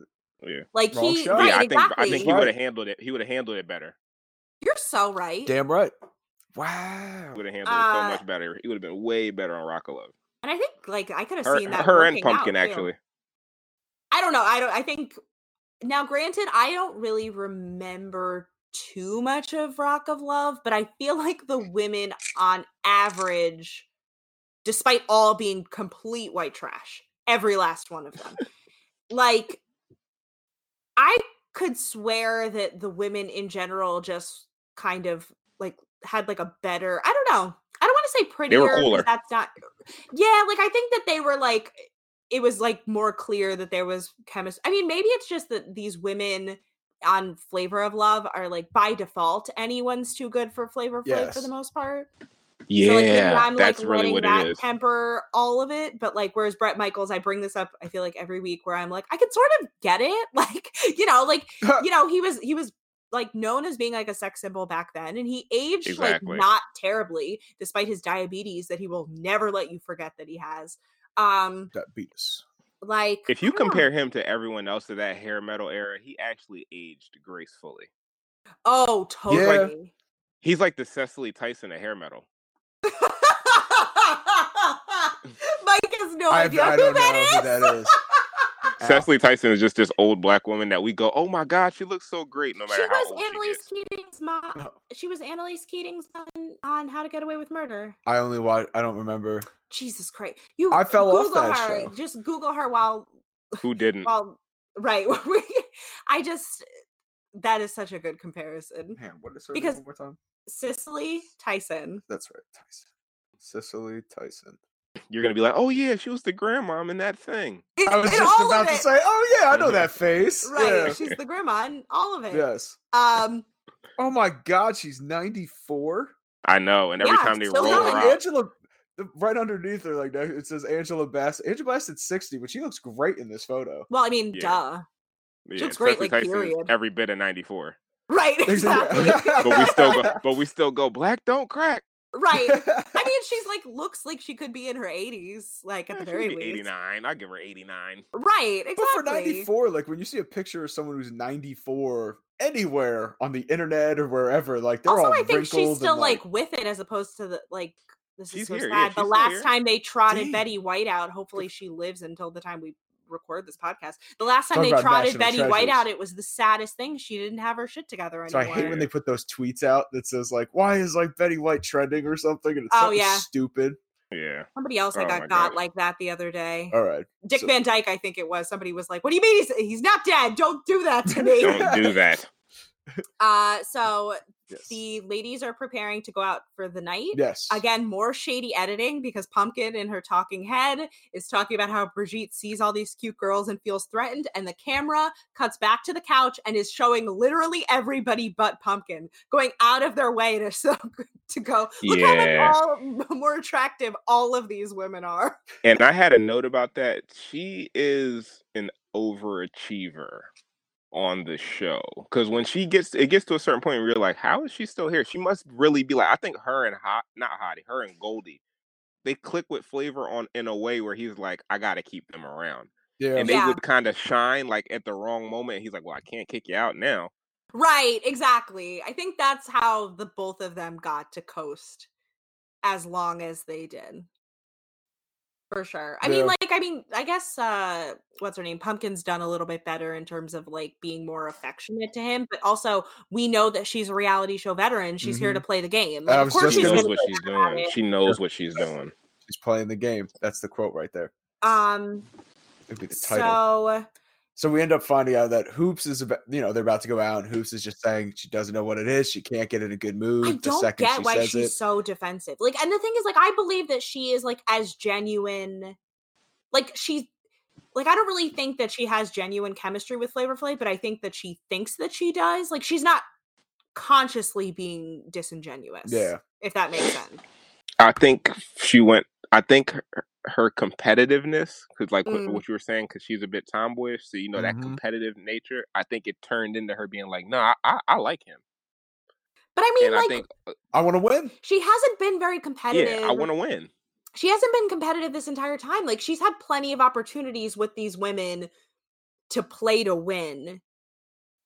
Speaker 3: Yeah,
Speaker 2: like
Speaker 1: wrong
Speaker 2: he,
Speaker 1: show.
Speaker 2: right?
Speaker 3: yeah. I think
Speaker 2: exactly.
Speaker 3: I think he
Speaker 1: Right.
Speaker 3: would have handled it. He would have handled it better.
Speaker 2: You're so right.
Speaker 1: damn right.
Speaker 3: He
Speaker 1: Wow.
Speaker 3: would have handled it
Speaker 2: Uh,
Speaker 3: so much better. He would have been way better on Rock of Love.
Speaker 2: And I think like I could have
Speaker 3: Her,
Speaker 2: seen that.
Speaker 3: her and
Speaker 2: working out,
Speaker 3: Pumpkin
Speaker 2: too.
Speaker 3: actually.
Speaker 2: I don't know. I don't. I think now. Granted, I don't really remember too much of Rock of Love, but I feel <laughs> like the women, on average, despite all being complete white trash, every last one of them, like I could swear that the women in general just kind of like had like a better. I don't know. I don't want to say prettier.
Speaker 3: They were
Speaker 2: 'cause
Speaker 3: cooler.
Speaker 2: That's not. Yeah, like I think that they were like it was like more clear that there was chemistry. I mean, maybe it's just that these women on Flavor of Love are like by default anyone's too good for Flavor Flav for
Speaker 1: Yes.
Speaker 2: the most part.
Speaker 3: Yeah,
Speaker 2: so like, maybe I'm
Speaker 3: that's
Speaker 2: like
Speaker 3: really
Speaker 2: letting
Speaker 3: what
Speaker 2: that
Speaker 3: it is.
Speaker 2: temper all of it. But like, whereas Brett Michaels, I bring this up, I feel like every week where I'm like, I could sort of get it, <laughs> like you know, like you know, he was he was like known as being like a sex symbol back then, and he aged
Speaker 3: Exactly.
Speaker 2: like not terribly despite his diabetes that he will never let you forget that he has. Um,
Speaker 1: That beat us.
Speaker 2: like
Speaker 3: If
Speaker 2: I
Speaker 3: you
Speaker 2: don't know.
Speaker 3: compare him to everyone else of that hair metal era, he actually aged gracefully.
Speaker 2: Oh,
Speaker 1: Yeah.
Speaker 2: totally. <laughs>
Speaker 3: He's like the Cecily Tyson of hair metal.
Speaker 2: Mike has no
Speaker 1: I, I
Speaker 2: idea
Speaker 1: don't
Speaker 2: who
Speaker 1: know
Speaker 2: that is.
Speaker 1: who that is. Ow.
Speaker 3: Cecily Tyson is just this old black woman that we go, "Oh my god, she looks so great!" No
Speaker 2: <laughs>
Speaker 3: matter
Speaker 2: She
Speaker 3: how
Speaker 2: was
Speaker 3: old she
Speaker 2: Annalise
Speaker 3: is.
Speaker 2: Keating's mom.
Speaker 1: No,
Speaker 2: She was Annalise Keating's on, on How to Get Away with Murder.
Speaker 1: I only watch. I don't remember.
Speaker 2: Jesus Christ! You
Speaker 1: I fell off
Speaker 2: Google
Speaker 1: that
Speaker 2: her.
Speaker 1: show.
Speaker 2: Just Google her while
Speaker 3: Who didn't?
Speaker 2: while right. <laughs> I just that is such a good comparison.
Speaker 1: Man, what is her
Speaker 2: Because-
Speaker 1: name one more time?
Speaker 2: Cicely Tyson.
Speaker 1: That's right, Tyson. Cicely Tyson.
Speaker 3: You're gonna be like, "Oh yeah, she was the grandmom in that thing."
Speaker 2: In, <laughs>
Speaker 1: I was
Speaker 2: in
Speaker 1: just
Speaker 2: all
Speaker 1: about
Speaker 2: of
Speaker 1: to
Speaker 2: it.
Speaker 1: say, oh yeah, I know
Speaker 3: Mhm.
Speaker 1: that face.
Speaker 2: right.
Speaker 1: Yeah.
Speaker 2: She's the grandma in all of it.
Speaker 1: Yes.
Speaker 2: Um.
Speaker 1: Oh my God, she's ninety four.
Speaker 3: I know, and every
Speaker 2: Yeah,
Speaker 3: time they
Speaker 2: so
Speaker 3: roll
Speaker 2: young.
Speaker 3: her
Speaker 1: like
Speaker 3: out,
Speaker 1: Angela, the- right underneath her, like that, it says Angela Bassett. Angela Bassett's sixty, but she looks great in this photo. <laughs>
Speaker 2: Well, I mean,
Speaker 3: Yeah.
Speaker 2: duh.
Speaker 3: yeah,
Speaker 2: looks great,
Speaker 3: Cecily
Speaker 2: like,
Speaker 3: Tyson is
Speaker 2: period.
Speaker 3: every bit
Speaker 2: <laughs>
Speaker 3: of '94,
Speaker 2: Right, exactly.
Speaker 3: but we still go, but we still go, "Black don't crack."
Speaker 2: <laughs> right. I mean, she's like looks like she could be in her 80s, like at
Speaker 3: Yeah,
Speaker 2: the
Speaker 3: she
Speaker 2: very
Speaker 3: could be
Speaker 2: least.
Speaker 3: 89. I give her 89.
Speaker 2: Right, exactly.
Speaker 1: But for 94, like when you see a picture of someone who's 94 anywhere on the internet or wherever, like they're
Speaker 2: also,
Speaker 1: all
Speaker 2: I think
Speaker 1: wrinkled
Speaker 2: she's still
Speaker 1: and,
Speaker 2: like, with it as opposed to the like. This
Speaker 3: She's
Speaker 2: is so sad.
Speaker 3: here, yeah,
Speaker 2: the
Speaker 3: she's still
Speaker 2: last
Speaker 3: here.
Speaker 2: time they trotted
Speaker 1: Damn.
Speaker 2: Betty White out, hopefully she lives until the time we record this podcast. The last time
Speaker 1: Talk
Speaker 2: they
Speaker 1: about national
Speaker 2: trotted Betty White
Speaker 1: treasures.
Speaker 2: out, it was the saddest thing. She didn't have her shit together
Speaker 1: so I
Speaker 2: anymore.
Speaker 1: hate when they put those tweets out that says like, "Why is like Betty White trending or something?" And it's
Speaker 2: Oh,
Speaker 1: something
Speaker 2: yeah.
Speaker 1: stupid.
Speaker 3: Yeah,
Speaker 2: <laughs> Somebody else I
Speaker 3: Oh
Speaker 2: got
Speaker 3: my
Speaker 2: got
Speaker 3: God.
Speaker 2: like that the other day.
Speaker 1: All right,
Speaker 2: Dick
Speaker 1: Oh, so-
Speaker 2: Van Dyke, I think it was. Somebody was like, "What do you mean he's he's not dead? Don't do
Speaker 1: <laughs>
Speaker 2: that to me."
Speaker 3: don't do that.
Speaker 2: Uh, so
Speaker 1: yes,
Speaker 2: the ladies are preparing to go out for the night.
Speaker 1: yes.
Speaker 2: Again, more shady editing because Pumpkin in her talking head is talking about how Brigitte sees all these cute girls and feels threatened, and the camera cuts back to the couch and is showing literally everybody but Pumpkin going out of their way to <laughs> so, to go look
Speaker 3: Yeah.
Speaker 2: how much all more attractive all of these women are.
Speaker 3: And I had a note about that. She is an overachiever on the show because when she gets it gets to a certain point where you're like how is she still here she must really be like i think her and hot not hottie her and goldie they click with flavor on in a way where he's like i gotta keep them around
Speaker 1: yeah,
Speaker 3: and they
Speaker 2: Yeah.
Speaker 3: would kind of shine like at the wrong moment he's like well i can't kick you out now
Speaker 2: Right, exactly. I think that's how the both of them got to coast as long as they did. For sure. I
Speaker 1: Yeah.
Speaker 2: mean, like, I mean, I guess uh what's her name? Pumpkin's done a little bit better in terms of like being more affectionate to him, but also we know that she's a reality show veteran. She's here to play the game. Like,
Speaker 1: I
Speaker 2: of
Speaker 1: was just
Speaker 2: course
Speaker 3: she
Speaker 2: she's
Speaker 1: gonna
Speaker 3: knows
Speaker 2: gonna
Speaker 3: what she's
Speaker 2: about
Speaker 3: doing
Speaker 2: it.
Speaker 3: she knows what she's doing
Speaker 1: she's playing the game. That's the quote right there.
Speaker 2: um
Speaker 1: It'd be the title.
Speaker 2: so
Speaker 1: So we end up finding out that Hoops is about, you know, they're about to go out, and Hoops is just saying she doesn't know what it is. She can't get in a good mood
Speaker 2: I
Speaker 1: the
Speaker 2: don't
Speaker 1: second
Speaker 2: get
Speaker 1: she
Speaker 2: why
Speaker 1: says
Speaker 2: she's
Speaker 1: it.
Speaker 2: so defensive. Like, and the thing is, like, I believe that she is like as genuine. Like she, like I don't really think that she has genuine chemistry with Flavor Flav, but I think that she thinks that she does. Like she's not consciously being disingenuous.
Speaker 1: Yeah.
Speaker 2: if that makes sense.
Speaker 3: I think she went. I think her, her competitiveness, because like what,
Speaker 2: Mm. Mm-hmm.
Speaker 3: what you were saying, because she's a bit tomboyish, so you know
Speaker 1: Mhm.
Speaker 3: that competitive nature. I think it turned into her being like, "No, I, I, I like him,"
Speaker 2: But I mean,
Speaker 3: and
Speaker 2: like,
Speaker 3: I think,
Speaker 1: I want to win.
Speaker 2: she hasn't been very competitive.
Speaker 3: yeah, I want to win.
Speaker 2: she hasn't been competitive this entire time. Like she's had plenty of opportunities with these women to play to win.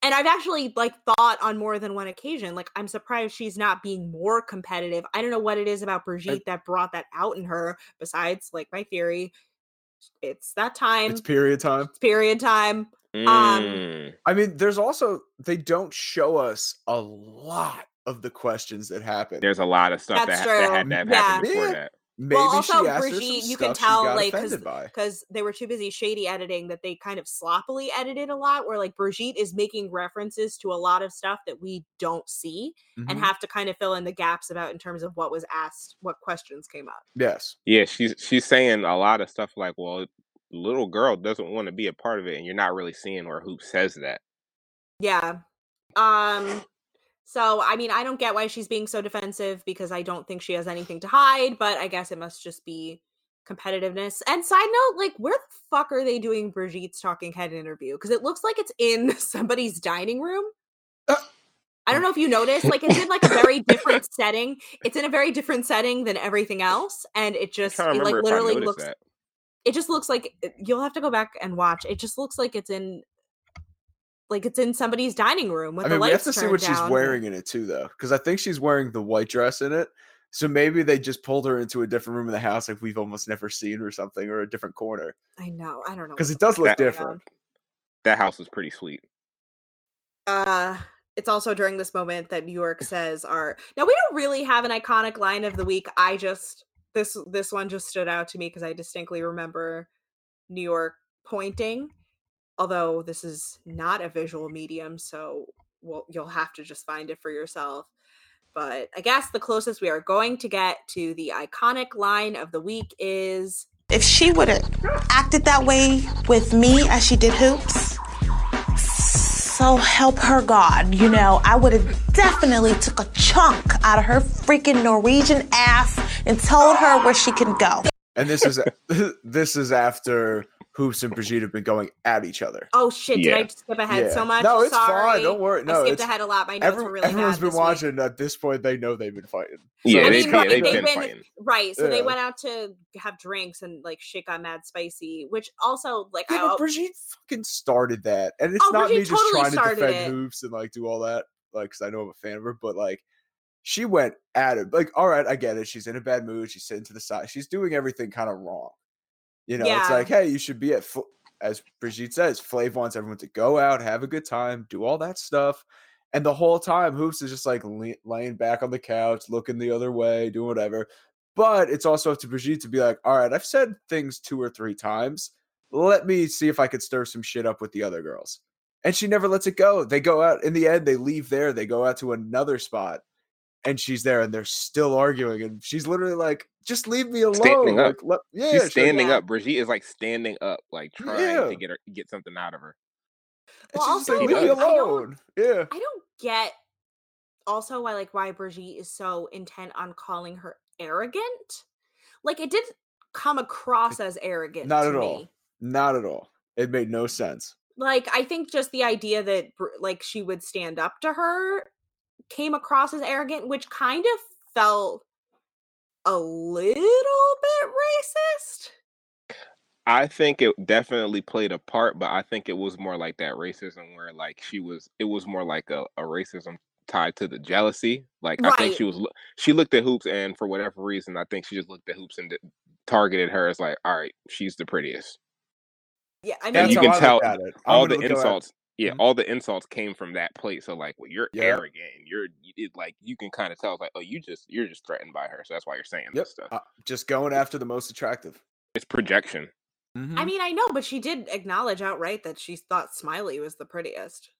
Speaker 2: And I've actually like thought on more than one occasion, like I'm surprised she's not being more competitive. I don't know what it is about Brigitte that brought that out in her. Besides, like my theory, it's that time,
Speaker 1: It's
Speaker 2: it's
Speaker 1: period time.
Speaker 2: period time. um,
Speaker 3: Mm.
Speaker 1: I mean, there's also they don't show us a lot of the questions that happen.
Speaker 3: There's a lot of stuff that,
Speaker 2: That's
Speaker 3: ha- that had
Speaker 2: true.
Speaker 3: to have
Speaker 1: Yeah.
Speaker 3: happened before
Speaker 1: Yeah.
Speaker 3: that.
Speaker 1: Maybe
Speaker 2: also,
Speaker 1: she asked her
Speaker 2: Brigitte,
Speaker 1: some
Speaker 2: you can
Speaker 1: stuff
Speaker 2: tell,
Speaker 1: she got
Speaker 2: like, 'cause
Speaker 1: offended by.
Speaker 2: because they were too busy shady editing that they kind of sloppily edited a lot where like brigitte is making references to a lot of stuff that we don't see and
Speaker 3: Mm-hmm.
Speaker 1: Mhm.
Speaker 2: have to kind of fill in the gaps about in terms of what was asked what questions came up
Speaker 1: yes,
Speaker 3: Yeah, she's she's saying a lot of stuff like, "Well, little girl doesn't want to be a part of it," and you're not really seeing where Hoop says that.
Speaker 2: yeah um so i mean i don't get why she's being so defensive because i don't think she has anything to hide but i guess it must just be competitiveness and side note like where the fuck are they doing brigitte's talking head interview because it looks like it's in <laughs> somebody's dining room
Speaker 1: Uh.
Speaker 2: i don't know if you noticed like it's in like a very
Speaker 3: <laughs>
Speaker 2: different setting it's in a very different setting than everything else and it
Speaker 3: I'm
Speaker 2: just
Speaker 3: trying
Speaker 2: it
Speaker 3: to
Speaker 2: like
Speaker 3: remember if I
Speaker 2: literally
Speaker 3: noticed
Speaker 2: looks
Speaker 3: that.
Speaker 2: it just looks like eh, you'll have to go back and watch. It just looks like it's in like it's in somebody's dining room with
Speaker 1: I
Speaker 2: the
Speaker 1: mean we have
Speaker 2: lights
Speaker 1: to see
Speaker 2: turned
Speaker 1: what
Speaker 2: down.
Speaker 1: she's wearing in it too, though, because I think she's wearing the white dress in it. So maybe they just pulled her into a different room in the house, like we've almost never seen, or something, or a different corner,
Speaker 2: I know. I don't know.
Speaker 1: because
Speaker 2: what
Speaker 1: it does
Speaker 2: the
Speaker 1: look
Speaker 3: That-
Speaker 2: fuck's going
Speaker 1: different.
Speaker 3: That house was pretty sweet.
Speaker 2: on. Uh it's also during this moment that New York says are now we don't really have an iconic line of the week. I just this this one just stood out to me because I distinctly remember New York pointing. Although this is not a visual medium, so we'll, you'll have to just find it for yourself. But I guess the closest we are going to get to the iconic line of the week is
Speaker 4: If she would have acted that way with me as she did hoops, so help her God, you know, I would have definitely took a chunk out of her freaking Norwegian ass and told her where she can go.
Speaker 1: And this
Speaker 2: <laughs>
Speaker 1: is <laughs> this is after Hoops and Brigitte have been going at each other.
Speaker 2: Oh shit, did
Speaker 3: Yeah.
Speaker 2: I skip ahead
Speaker 1: Yeah.
Speaker 2: so much?
Speaker 1: No, it's
Speaker 2: Sorry.
Speaker 1: fine. Don't worry. No,
Speaker 2: I skipped
Speaker 1: it's
Speaker 2: ahead a lot. My notes
Speaker 1: every,
Speaker 2: were really
Speaker 1: everyone's
Speaker 2: bad
Speaker 1: been
Speaker 2: this week.
Speaker 1: watching. At this point, they know they've been fighting.
Speaker 3: Yeah,
Speaker 1: I
Speaker 3: they,
Speaker 1: mean,
Speaker 3: yeah,
Speaker 1: like,
Speaker 3: they've
Speaker 1: they've
Speaker 3: been
Speaker 2: been-
Speaker 3: fighting.
Speaker 2: Right. So they
Speaker 1: Yeah.
Speaker 2: went out to have drinks and like shit got mad spicy, which also like
Speaker 1: Yeah,
Speaker 2: I,
Speaker 1: but Brigitte fucking started that, and it's
Speaker 2: Oh,
Speaker 1: not me
Speaker 2: Brigitte
Speaker 1: just
Speaker 2: totally
Speaker 1: trying to
Speaker 2: started
Speaker 1: defend
Speaker 2: it.
Speaker 1: hoops and like do all that, like because I know I'm a fan of her, but like she went at it. Like, all right, I get it. She's in a bad mood. She's sitting to the side. She's doing everything kind of wrong. You know, it's
Speaker 2: Yeah.
Speaker 1: like, hey, you should be at, Fl- as Brigitte says, Flav wants everyone to go out, have a good time, do all that stuff. And the whole time, Hoops is just like le- laying back on the couch, looking the other way, doing whatever. But it's also up to Brigitte to be like, all right, I've said things two or three times. Let me see if I could stir some shit up with the other girls. And she never lets it go. They go out in the end, they leave there, they go out to another spot, and she's there, and they're still arguing. And she's literally like, just leave me alone.
Speaker 3: Standing up.
Speaker 1: Like, let- yeah,
Speaker 3: She's
Speaker 1: she's-
Speaker 3: standing
Speaker 2: yeah.
Speaker 3: up. Brigitte is like standing up, like trying
Speaker 1: Yeah.
Speaker 3: to get her get something out of her.
Speaker 2: Well,
Speaker 1: She's just like,
Speaker 2: also,
Speaker 1: leave me
Speaker 3: like,
Speaker 2: I don't-
Speaker 1: alone. Yeah.
Speaker 2: I don't get also why like why Brigitte is so intent on calling her arrogant. Like it didn't come across as arrogant.
Speaker 1: Not
Speaker 2: to
Speaker 1: at all.
Speaker 2: me.
Speaker 1: Not at all. It made no sense.
Speaker 2: like i think just the idea that Br- like she would stand up to her came across as arrogant which kind of felt a little bit racist
Speaker 3: I think it definitely played a part, but I think it was more like that racism where like she was it was more like a, a racism tied to the jealousy. Like I
Speaker 2: Right.
Speaker 3: think she was lo- she looked at hoops and for whatever reason I think she just looked at hoops and d- targeted her as like, all right, she's the prettiest.
Speaker 2: yeah i mean
Speaker 1: That's
Speaker 3: you
Speaker 1: how
Speaker 3: can
Speaker 1: I look
Speaker 3: tell
Speaker 1: at it. I'm
Speaker 3: all
Speaker 1: gonna
Speaker 3: the
Speaker 1: go at-
Speaker 3: insults yeah,
Speaker 1: Mhm.
Speaker 3: all the insults came from that place. So like, well, you're
Speaker 1: Yeah.
Speaker 3: arrogant. You're you- it, like you can kind of tell it's like, oh, you just you're just threatened by her. So that's why you're saying
Speaker 1: Yep.
Speaker 3: this stuff.
Speaker 1: uh, just going after the most attractive.
Speaker 3: It's projection.
Speaker 1: Mhm.
Speaker 2: I mean, I know, but she did acknowledge outright that she thought Smiley was the prettiest.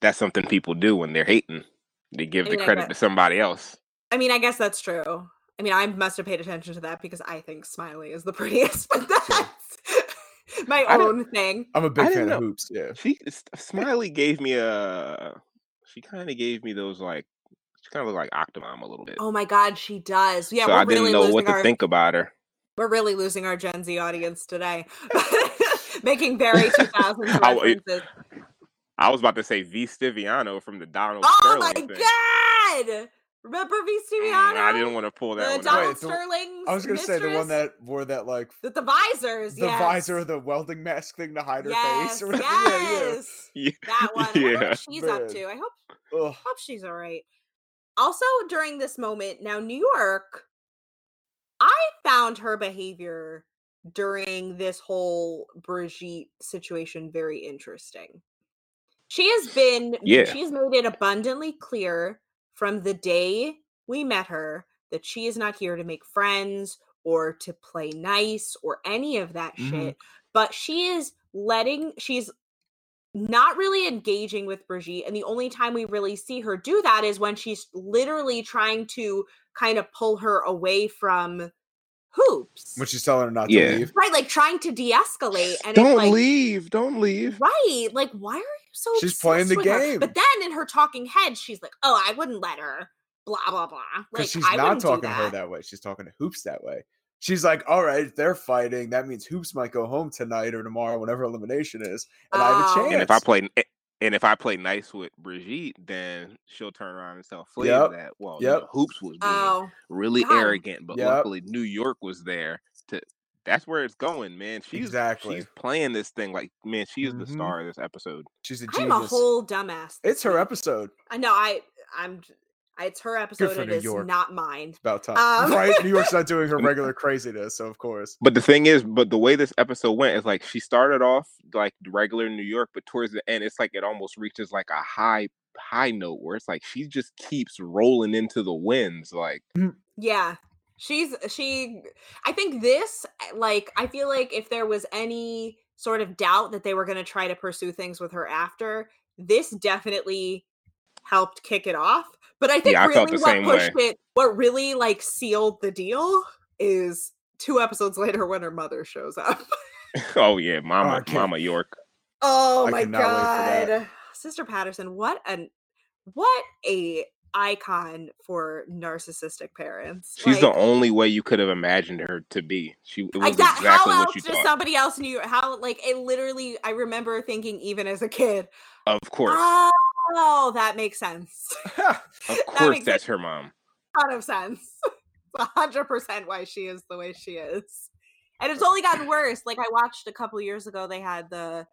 Speaker 3: That's something people do when they're hating. They give
Speaker 2: I
Speaker 3: the
Speaker 2: mean, I
Speaker 3: credit
Speaker 2: bet.
Speaker 3: to somebody else.
Speaker 2: I mean, I guess that's true. I mean, I must have paid attention to that because I think Smiley is the <laughs> prettiest, but that's <laughs> my
Speaker 3: I don't-
Speaker 2: own thing.
Speaker 1: I'm a big
Speaker 3: didn't
Speaker 1: fan
Speaker 3: know.
Speaker 1: of hoops. Yeah.
Speaker 3: She S- Smiley gave me a. She kind of gave me those like. She kind of looked like Octomom a little bit.
Speaker 2: Oh my god, she does. Yeah,
Speaker 3: so
Speaker 2: we're
Speaker 3: I didn't
Speaker 2: really
Speaker 3: know
Speaker 2: losing
Speaker 3: what to
Speaker 2: our
Speaker 3: think about her.
Speaker 2: we're really losing our Gen Z audience today. <laughs> Making very 2000
Speaker 3: <laughs> I wa-
Speaker 2: references.
Speaker 3: I was about to say V. Stiviano from the Donald
Speaker 2: Oh
Speaker 3: Sterling
Speaker 2: my
Speaker 3: thing.
Speaker 2: god! Remember
Speaker 3: Mm,
Speaker 2: VCViano?
Speaker 3: I didn't want to pull
Speaker 2: the
Speaker 3: that one
Speaker 1: Donald-
Speaker 3: out.
Speaker 2: Donald
Speaker 1: Wait, the-
Speaker 2: Sterling's
Speaker 1: I was gonna say the one
Speaker 2: mistress?
Speaker 1: that wore that like
Speaker 2: the, the visors,
Speaker 1: the
Speaker 2: yes.
Speaker 1: visor of the welding mask thing to hide her
Speaker 2: yes,
Speaker 1: face or whatever. <laughs>
Speaker 2: Yes.
Speaker 3: <laughs> Yeah.
Speaker 2: That one. I wonder
Speaker 3: Yeah.
Speaker 2: what she's up
Speaker 1: Man.
Speaker 2: to. I hope
Speaker 1: Yeah, yeah. Ugh.
Speaker 2: hope she's all right. Also, during this moment, now New York, I found her behavior during this whole Brigitte situation very interesting. She has been,
Speaker 3: Yeah.
Speaker 2: she has made it abundantly clear from the day we met her that she is not here to make friends or to play nice or any of that
Speaker 1: Mhm.
Speaker 2: shit. But she is letting, she's not really engaging with Brigitte. And the only time we really see her do that is when she's literally trying to kind of pull her away from hoops.
Speaker 1: When she's telling her not
Speaker 3: Yeah.
Speaker 1: to leave.
Speaker 2: right, like trying to de escalate. And
Speaker 3: Don't
Speaker 2: it's like,
Speaker 3: leave. Don't leave.
Speaker 2: Right. Like, why are you so
Speaker 1: She's playing the
Speaker 2: obsessed with her?
Speaker 1: game.
Speaker 2: But then in her talking head, she's like, oh, I wouldn't let her. Blah, blah, blah. Like,
Speaker 1: Because she's
Speaker 2: I
Speaker 1: not
Speaker 2: wouldn't
Speaker 1: talking
Speaker 2: do
Speaker 1: to her
Speaker 2: that.
Speaker 1: that way. She's talking to hoops that way. She's like, all right, they're fighting. That means hoops might go home tonight or tomorrow, whenever elimination is. And I have a
Speaker 2: Oh.
Speaker 1: chance.
Speaker 3: And if I play, eh, and if I play nice with Brigitte, then she'll turn around and tell Flav
Speaker 1: Yep.
Speaker 3: that well,
Speaker 1: Yep.
Speaker 3: you know, Hoops was being
Speaker 2: Oh,
Speaker 3: really
Speaker 2: God.
Speaker 3: arrogant, but
Speaker 1: Yep.
Speaker 3: luckily New York was there to. That's where it's going, man. She's
Speaker 1: Exactly.
Speaker 3: she's playing this thing like, man, she is
Speaker 1: Mhm.
Speaker 3: the star of this episode.
Speaker 1: she's a
Speaker 2: I'm a
Speaker 1: genius.
Speaker 2: whole dumbass.
Speaker 1: It's her episode.
Speaker 2: I know. I, I'm, I- it's her episode.
Speaker 1: for
Speaker 2: It
Speaker 1: New
Speaker 2: is
Speaker 1: York.
Speaker 2: not mine.
Speaker 1: About time.
Speaker 2: Um,
Speaker 1: right? New York's not doing her regular craziness, so of course. <laughs>
Speaker 3: But the thing is, but the way this episode went is like she started off like regular New York, but towards the end, it's like it almost reaches like a high high note where it's like she just keeps rolling into the winds. Like <laughs>
Speaker 2: Yeah. She's she I think this eh, like I feel like if there was any sort of doubt that they were going to try to pursue things with her after, this definitely helped kick it off. But I think
Speaker 3: Yeah, I felt
Speaker 2: really
Speaker 3: the
Speaker 2: what
Speaker 3: same way.
Speaker 2: pushed it what really like sealed the deal is two episodes <laughs> later when her mother shows up. <laughs>
Speaker 3: oh yeah, Mama
Speaker 1: can't-
Speaker 3: Mama York.
Speaker 2: Oh
Speaker 1: I
Speaker 2: my
Speaker 1: cannot wait for that.
Speaker 2: god. Sister Patterson, what an what a icon for narcissistic parents.
Speaker 3: She's
Speaker 2: Like,
Speaker 3: the only way you could have imagined her to be. She it was
Speaker 2: Exact-
Speaker 3: exactly
Speaker 2: how
Speaker 3: what
Speaker 2: else
Speaker 3: you
Speaker 2: does
Speaker 3: thought.
Speaker 2: somebody else knew how like it literally i remember thinking even as a kid
Speaker 3: of course,
Speaker 2: oh that makes sense
Speaker 3: of
Speaker 2: Ah, that
Speaker 3: course,
Speaker 2: makes
Speaker 3: that's her mom.
Speaker 2: a ton of sense <laughs> it's 100% why she is the way she is and it's only gotten worse like i watched a couple years ago they had the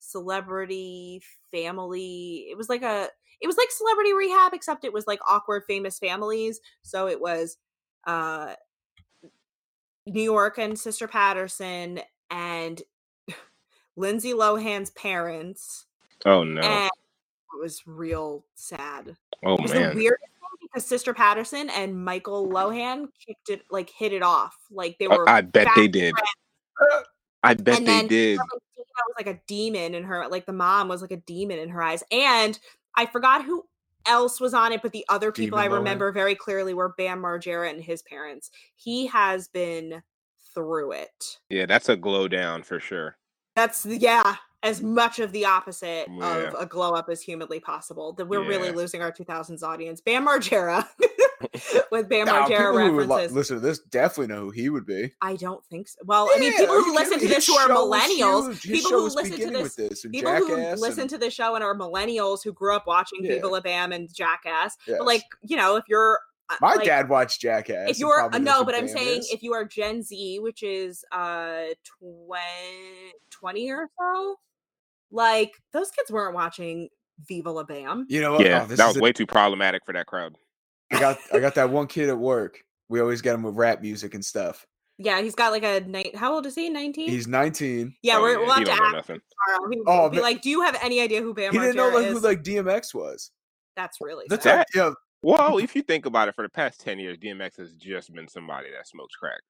Speaker 2: celebrity family it was like a it was like celebrity rehab except it was like awkward famous families so it was uh new york and sister patterson and <laughs> lindsay lohan's parents
Speaker 3: Oh no!
Speaker 2: and it was real sad
Speaker 3: oh
Speaker 2: it was the
Speaker 3: man!
Speaker 2: weirdest thing because Sister Patterson and Michael Lohan kicked it like hit it off. Like they
Speaker 3: Uh,
Speaker 2: were
Speaker 3: I bet they
Speaker 2: fast
Speaker 3: did.
Speaker 1: friends.
Speaker 3: I bet
Speaker 2: And
Speaker 3: they
Speaker 2: then-
Speaker 3: did.
Speaker 2: like, Dina was like a demon in her like the mom was like a demon in her eyes. And I forgot who else was on it, but the other people
Speaker 1: Demon
Speaker 2: I
Speaker 1: Lohan?
Speaker 2: remember very clearly were Bam Margera and his parents. He has been through it.
Speaker 3: Yeah, that's a glow down for sure.
Speaker 2: That's yeah, as much of the opposite
Speaker 3: Yeah.
Speaker 2: of a glow up as humanly possible. That we're really
Speaker 3: Oh, Yeah.
Speaker 2: losing our 2000s audience. Bam
Speaker 3: <laughs>
Speaker 2: Margera <laughs> with Bam
Speaker 1: Now,
Speaker 2: Margera
Speaker 1: people who would lo-
Speaker 2: references.
Speaker 1: listen to this definitely know who he would be.
Speaker 2: I don't think so. Well, I mean,
Speaker 1: Yeah,
Speaker 2: people
Speaker 1: are
Speaker 2: who
Speaker 1: you
Speaker 2: listen to
Speaker 1: kidding me?
Speaker 2: this
Speaker 1: His
Speaker 2: who are
Speaker 1: show was
Speaker 2: millennials,
Speaker 1: huge. His
Speaker 2: people
Speaker 1: show
Speaker 2: who
Speaker 1: was
Speaker 2: listen to
Speaker 1: beginning
Speaker 2: this-
Speaker 1: with this and
Speaker 2: people who
Speaker 1: Jackass
Speaker 2: listen
Speaker 1: and-
Speaker 2: to this show and are millennials who grew up watching
Speaker 1: Yeah.
Speaker 2: Viva La Bam and Jackass.
Speaker 1: Yes.
Speaker 2: But like, you know, if you're uh,
Speaker 1: my
Speaker 2: like,
Speaker 1: dad watched Jackass.
Speaker 2: if
Speaker 1: and
Speaker 2: you're
Speaker 1: probably
Speaker 2: uh,
Speaker 1: knows
Speaker 2: no,
Speaker 1: who
Speaker 2: but I'm
Speaker 1: Bam
Speaker 2: saying
Speaker 1: is.
Speaker 2: if you are Gen Z, which is uh 20, 20 or so, like those kids weren't watching Viva La Bam.
Speaker 1: you know, what?
Speaker 3: yeah,
Speaker 1: oh, this
Speaker 3: that
Speaker 1: is
Speaker 3: was
Speaker 1: it.
Speaker 3: way too problematic for that crowd.
Speaker 1: I got I got that one kid at work. We always get him with rap music and stuff.
Speaker 2: Yeah, he's got like a night. How old is he? 19?
Speaker 1: He's 19.
Speaker 2: yeah,
Speaker 3: Oh,
Speaker 2: we're, we'll have
Speaker 3: he
Speaker 2: to
Speaker 3: don't know
Speaker 2: ask
Speaker 3: nothing.
Speaker 2: tomorrow. He,
Speaker 1: Oh,
Speaker 2: will be
Speaker 1: but-
Speaker 2: like, do you have any idea who Bam
Speaker 1: He didn't know
Speaker 2: Margera
Speaker 1: like,
Speaker 2: is?
Speaker 1: who like DMX was.
Speaker 2: That's really
Speaker 1: That's
Speaker 2: sad.
Speaker 3: sad.
Speaker 1: like, yeah,
Speaker 3: Well, if you think about it, for the past ten years, DMX has just been somebody that smokes crack.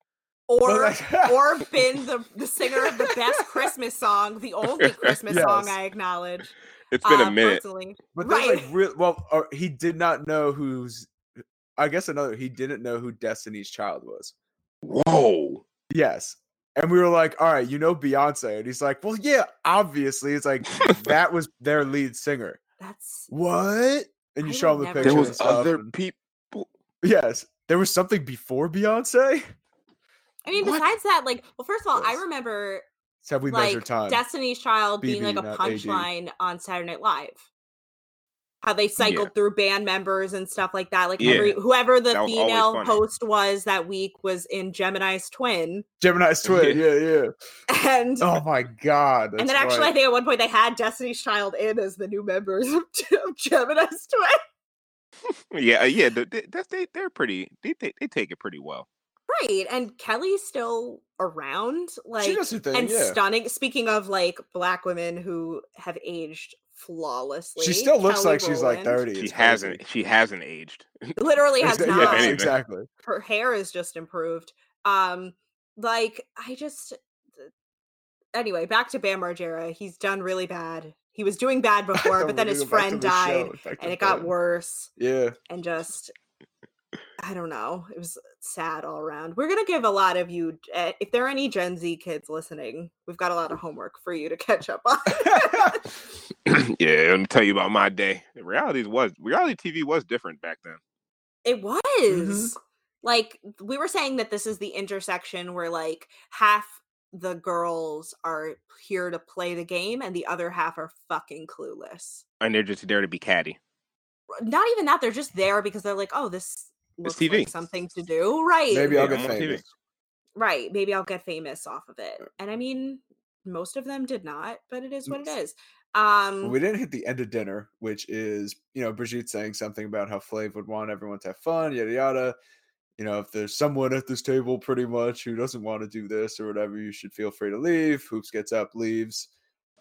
Speaker 2: or
Speaker 1: like- <laughs>
Speaker 2: or been the, the singer of the best Christmas song, the only Christmas song
Speaker 1: Yes.
Speaker 2: I acknowledge.
Speaker 3: It's been
Speaker 2: uh,
Speaker 3: a minute.
Speaker 2: personally.
Speaker 1: But there's
Speaker 2: Right.
Speaker 1: like real well, or he did not know who's. I guess another he didn't know who Destiny's Child was.
Speaker 3: Whoa.
Speaker 1: Yes, and we were like, "All right, you know Beyonce," and he's like, "Well, yeah, obviously." It's like
Speaker 3: <laughs>
Speaker 1: that was their lead singer.
Speaker 2: That's
Speaker 1: What? And
Speaker 2: I
Speaker 1: you show him
Speaker 2: would
Speaker 1: the picture.
Speaker 2: never
Speaker 3: There
Speaker 2: Picture
Speaker 3: was
Speaker 1: and stuff,
Speaker 3: other
Speaker 1: and-
Speaker 3: people.
Speaker 1: Yes, there was something before Beyonce.
Speaker 2: I mean,
Speaker 3: What?
Speaker 2: besides that, like, well, first of all, I
Speaker 1: Yes.
Speaker 2: remember
Speaker 1: Said we measure
Speaker 2: like
Speaker 1: time.
Speaker 2: Destiny's Child being
Speaker 1: BB,
Speaker 2: like a
Speaker 1: not AD.
Speaker 2: punchline on Saturday Night Live. How they cycled through band members and stuff like that. Like
Speaker 3: Yeah.
Speaker 2: every, whoever the
Speaker 3: That was always
Speaker 2: female
Speaker 3: funny.
Speaker 2: host was that week was in Gemini's Twin, <laughs>
Speaker 1: Gemini's twin. Yeah, yeah.
Speaker 2: and
Speaker 1: Oh my god.
Speaker 2: and
Speaker 1: that's
Speaker 2: then actually
Speaker 1: right.
Speaker 2: I think at one point they had Destiny's Child in as the new members of, <laughs> of Gemini's Twin.
Speaker 3: Yeah, uh, yeah. th- th- that's- they, they're pretty. They, they they take it pretty well.
Speaker 2: Right, and Kelly's still around, like
Speaker 1: she does her thing.
Speaker 2: and
Speaker 1: Yeah.
Speaker 2: stunning. Speaking of like black women who have aged flawlessly,
Speaker 1: She still looks
Speaker 2: Kelly
Speaker 1: like she's like
Speaker 2: Rowland
Speaker 1: thirty.
Speaker 3: She
Speaker 1: It's
Speaker 3: hasn't.
Speaker 1: crazy.
Speaker 3: She hasn't aged. <clears throat>
Speaker 2: Literally has
Speaker 1: Exa-
Speaker 2: not.
Speaker 1: Yeah,
Speaker 3: Anything.
Speaker 1: exactly.
Speaker 2: Her hair is just improved. Um, like I just. uh, Anyway, back to Bam Margera. He's done really bad. He was doing
Speaker 1: <laughs>
Speaker 2: bad
Speaker 1: I
Speaker 2: before,
Speaker 1: thought
Speaker 2: but
Speaker 1: we
Speaker 2: then
Speaker 1: were
Speaker 2: his
Speaker 1: gonna go back
Speaker 2: friend
Speaker 1: to the show,
Speaker 2: died,
Speaker 1: back to
Speaker 2: and
Speaker 1: the
Speaker 2: it got
Speaker 1: friend.
Speaker 2: worse.
Speaker 1: Yeah. <laughs>
Speaker 2: and just I don't know. It was sad all around. We're gonna give a lot of you uh, if there are any Gen Z kids listening. We've got a lot of homework for you to catch up on.
Speaker 3: yeah, let me tell you about my day. The Reality was reality TV was different back then.
Speaker 2: it was like we were saying that this is the intersection where like half the girls are here to play the game and the other half are fucking clueless.
Speaker 3: And they're just there to be catty.
Speaker 2: R- Not even that; they're just there because they're like, oh, this looks
Speaker 3: TV.
Speaker 2: like something to do, right?
Speaker 1: Maybe I'll
Speaker 3: Yeah,
Speaker 1: get
Speaker 3: I'm on TV.
Speaker 1: famous.
Speaker 2: right maybe i'll get famous off of it and
Speaker 1: Mm.
Speaker 2: i mean most of them did not but it is what it is
Speaker 1: Well,
Speaker 2: um
Speaker 1: we didn't hit the end of dinner, which is, you know, Brigitte saying something about how Flav would want everyone to have fun, yada yada. You know, if there's someone at this table pretty much who doesn't want to do this or whatever, you should feel free to leave. Hoops gets up, leaves.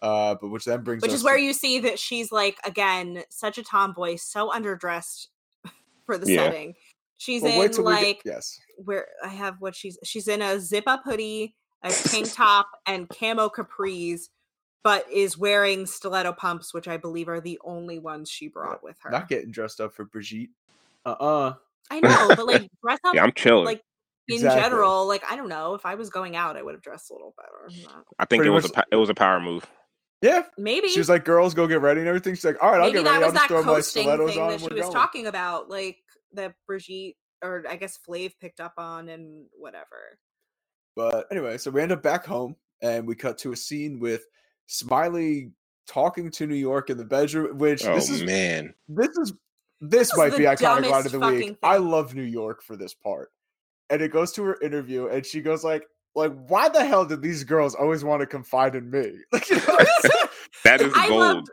Speaker 1: Uh, but which then brings
Speaker 2: which
Speaker 1: us
Speaker 2: is where
Speaker 1: to-
Speaker 2: you see that she's like again such a tomboy so underdressed <laughs> for the
Speaker 3: Yeah.
Speaker 2: setting she's
Speaker 1: Well, wait
Speaker 2: in
Speaker 1: till we get-
Speaker 2: like
Speaker 1: yes.
Speaker 2: where i have what she's she's in a zip up hoodie a
Speaker 1: <laughs>
Speaker 2: tank top and camo capris but is wearing stiletto pumps which i believe are the only ones she brought with her
Speaker 1: Not getting dressed up for Brigitte. Uh-uh.
Speaker 2: i know but
Speaker 1: <laughs>
Speaker 2: like dress up
Speaker 3: Yeah, I'm chilling.
Speaker 2: Um, like in
Speaker 1: Exactly.
Speaker 2: general, like I don't know if I was going out, I would have dressed a little better. I'm not-
Speaker 3: I think
Speaker 1: pretty
Speaker 3: it was a
Speaker 1: much-
Speaker 3: po- it was a power move.
Speaker 1: Yeah.
Speaker 2: Maybe
Speaker 1: She was like, girls, go get ready and everything. She's like, all right, I'll
Speaker 2: maybe
Speaker 1: get
Speaker 2: that
Speaker 1: ready. I'll
Speaker 2: was
Speaker 1: just throw
Speaker 2: that
Speaker 1: my
Speaker 2: coasting
Speaker 1: stilettos
Speaker 2: thing
Speaker 1: on
Speaker 2: that
Speaker 1: and
Speaker 2: she
Speaker 1: we're
Speaker 2: was
Speaker 1: going.
Speaker 2: talking about, like that Brigitte or I guess Flav picked up on and whatever.
Speaker 1: But anyway, so we end up back home and we cut to a scene with Smiley talking to New York in the bedroom, which this is
Speaker 3: Oh, man.
Speaker 1: this is this,
Speaker 2: is
Speaker 1: might
Speaker 2: the
Speaker 1: be iconic line
Speaker 2: dumbest
Speaker 1: of the
Speaker 2: fucking
Speaker 1: week. I love New York for this part. And it goes to her interview and she goes like like why the hell did these girls always want to confide in me? <laughs> Like you know what
Speaker 2: <laughs>
Speaker 1: I'm saying?
Speaker 3: That is
Speaker 2: I
Speaker 3: gold.
Speaker 2: loved-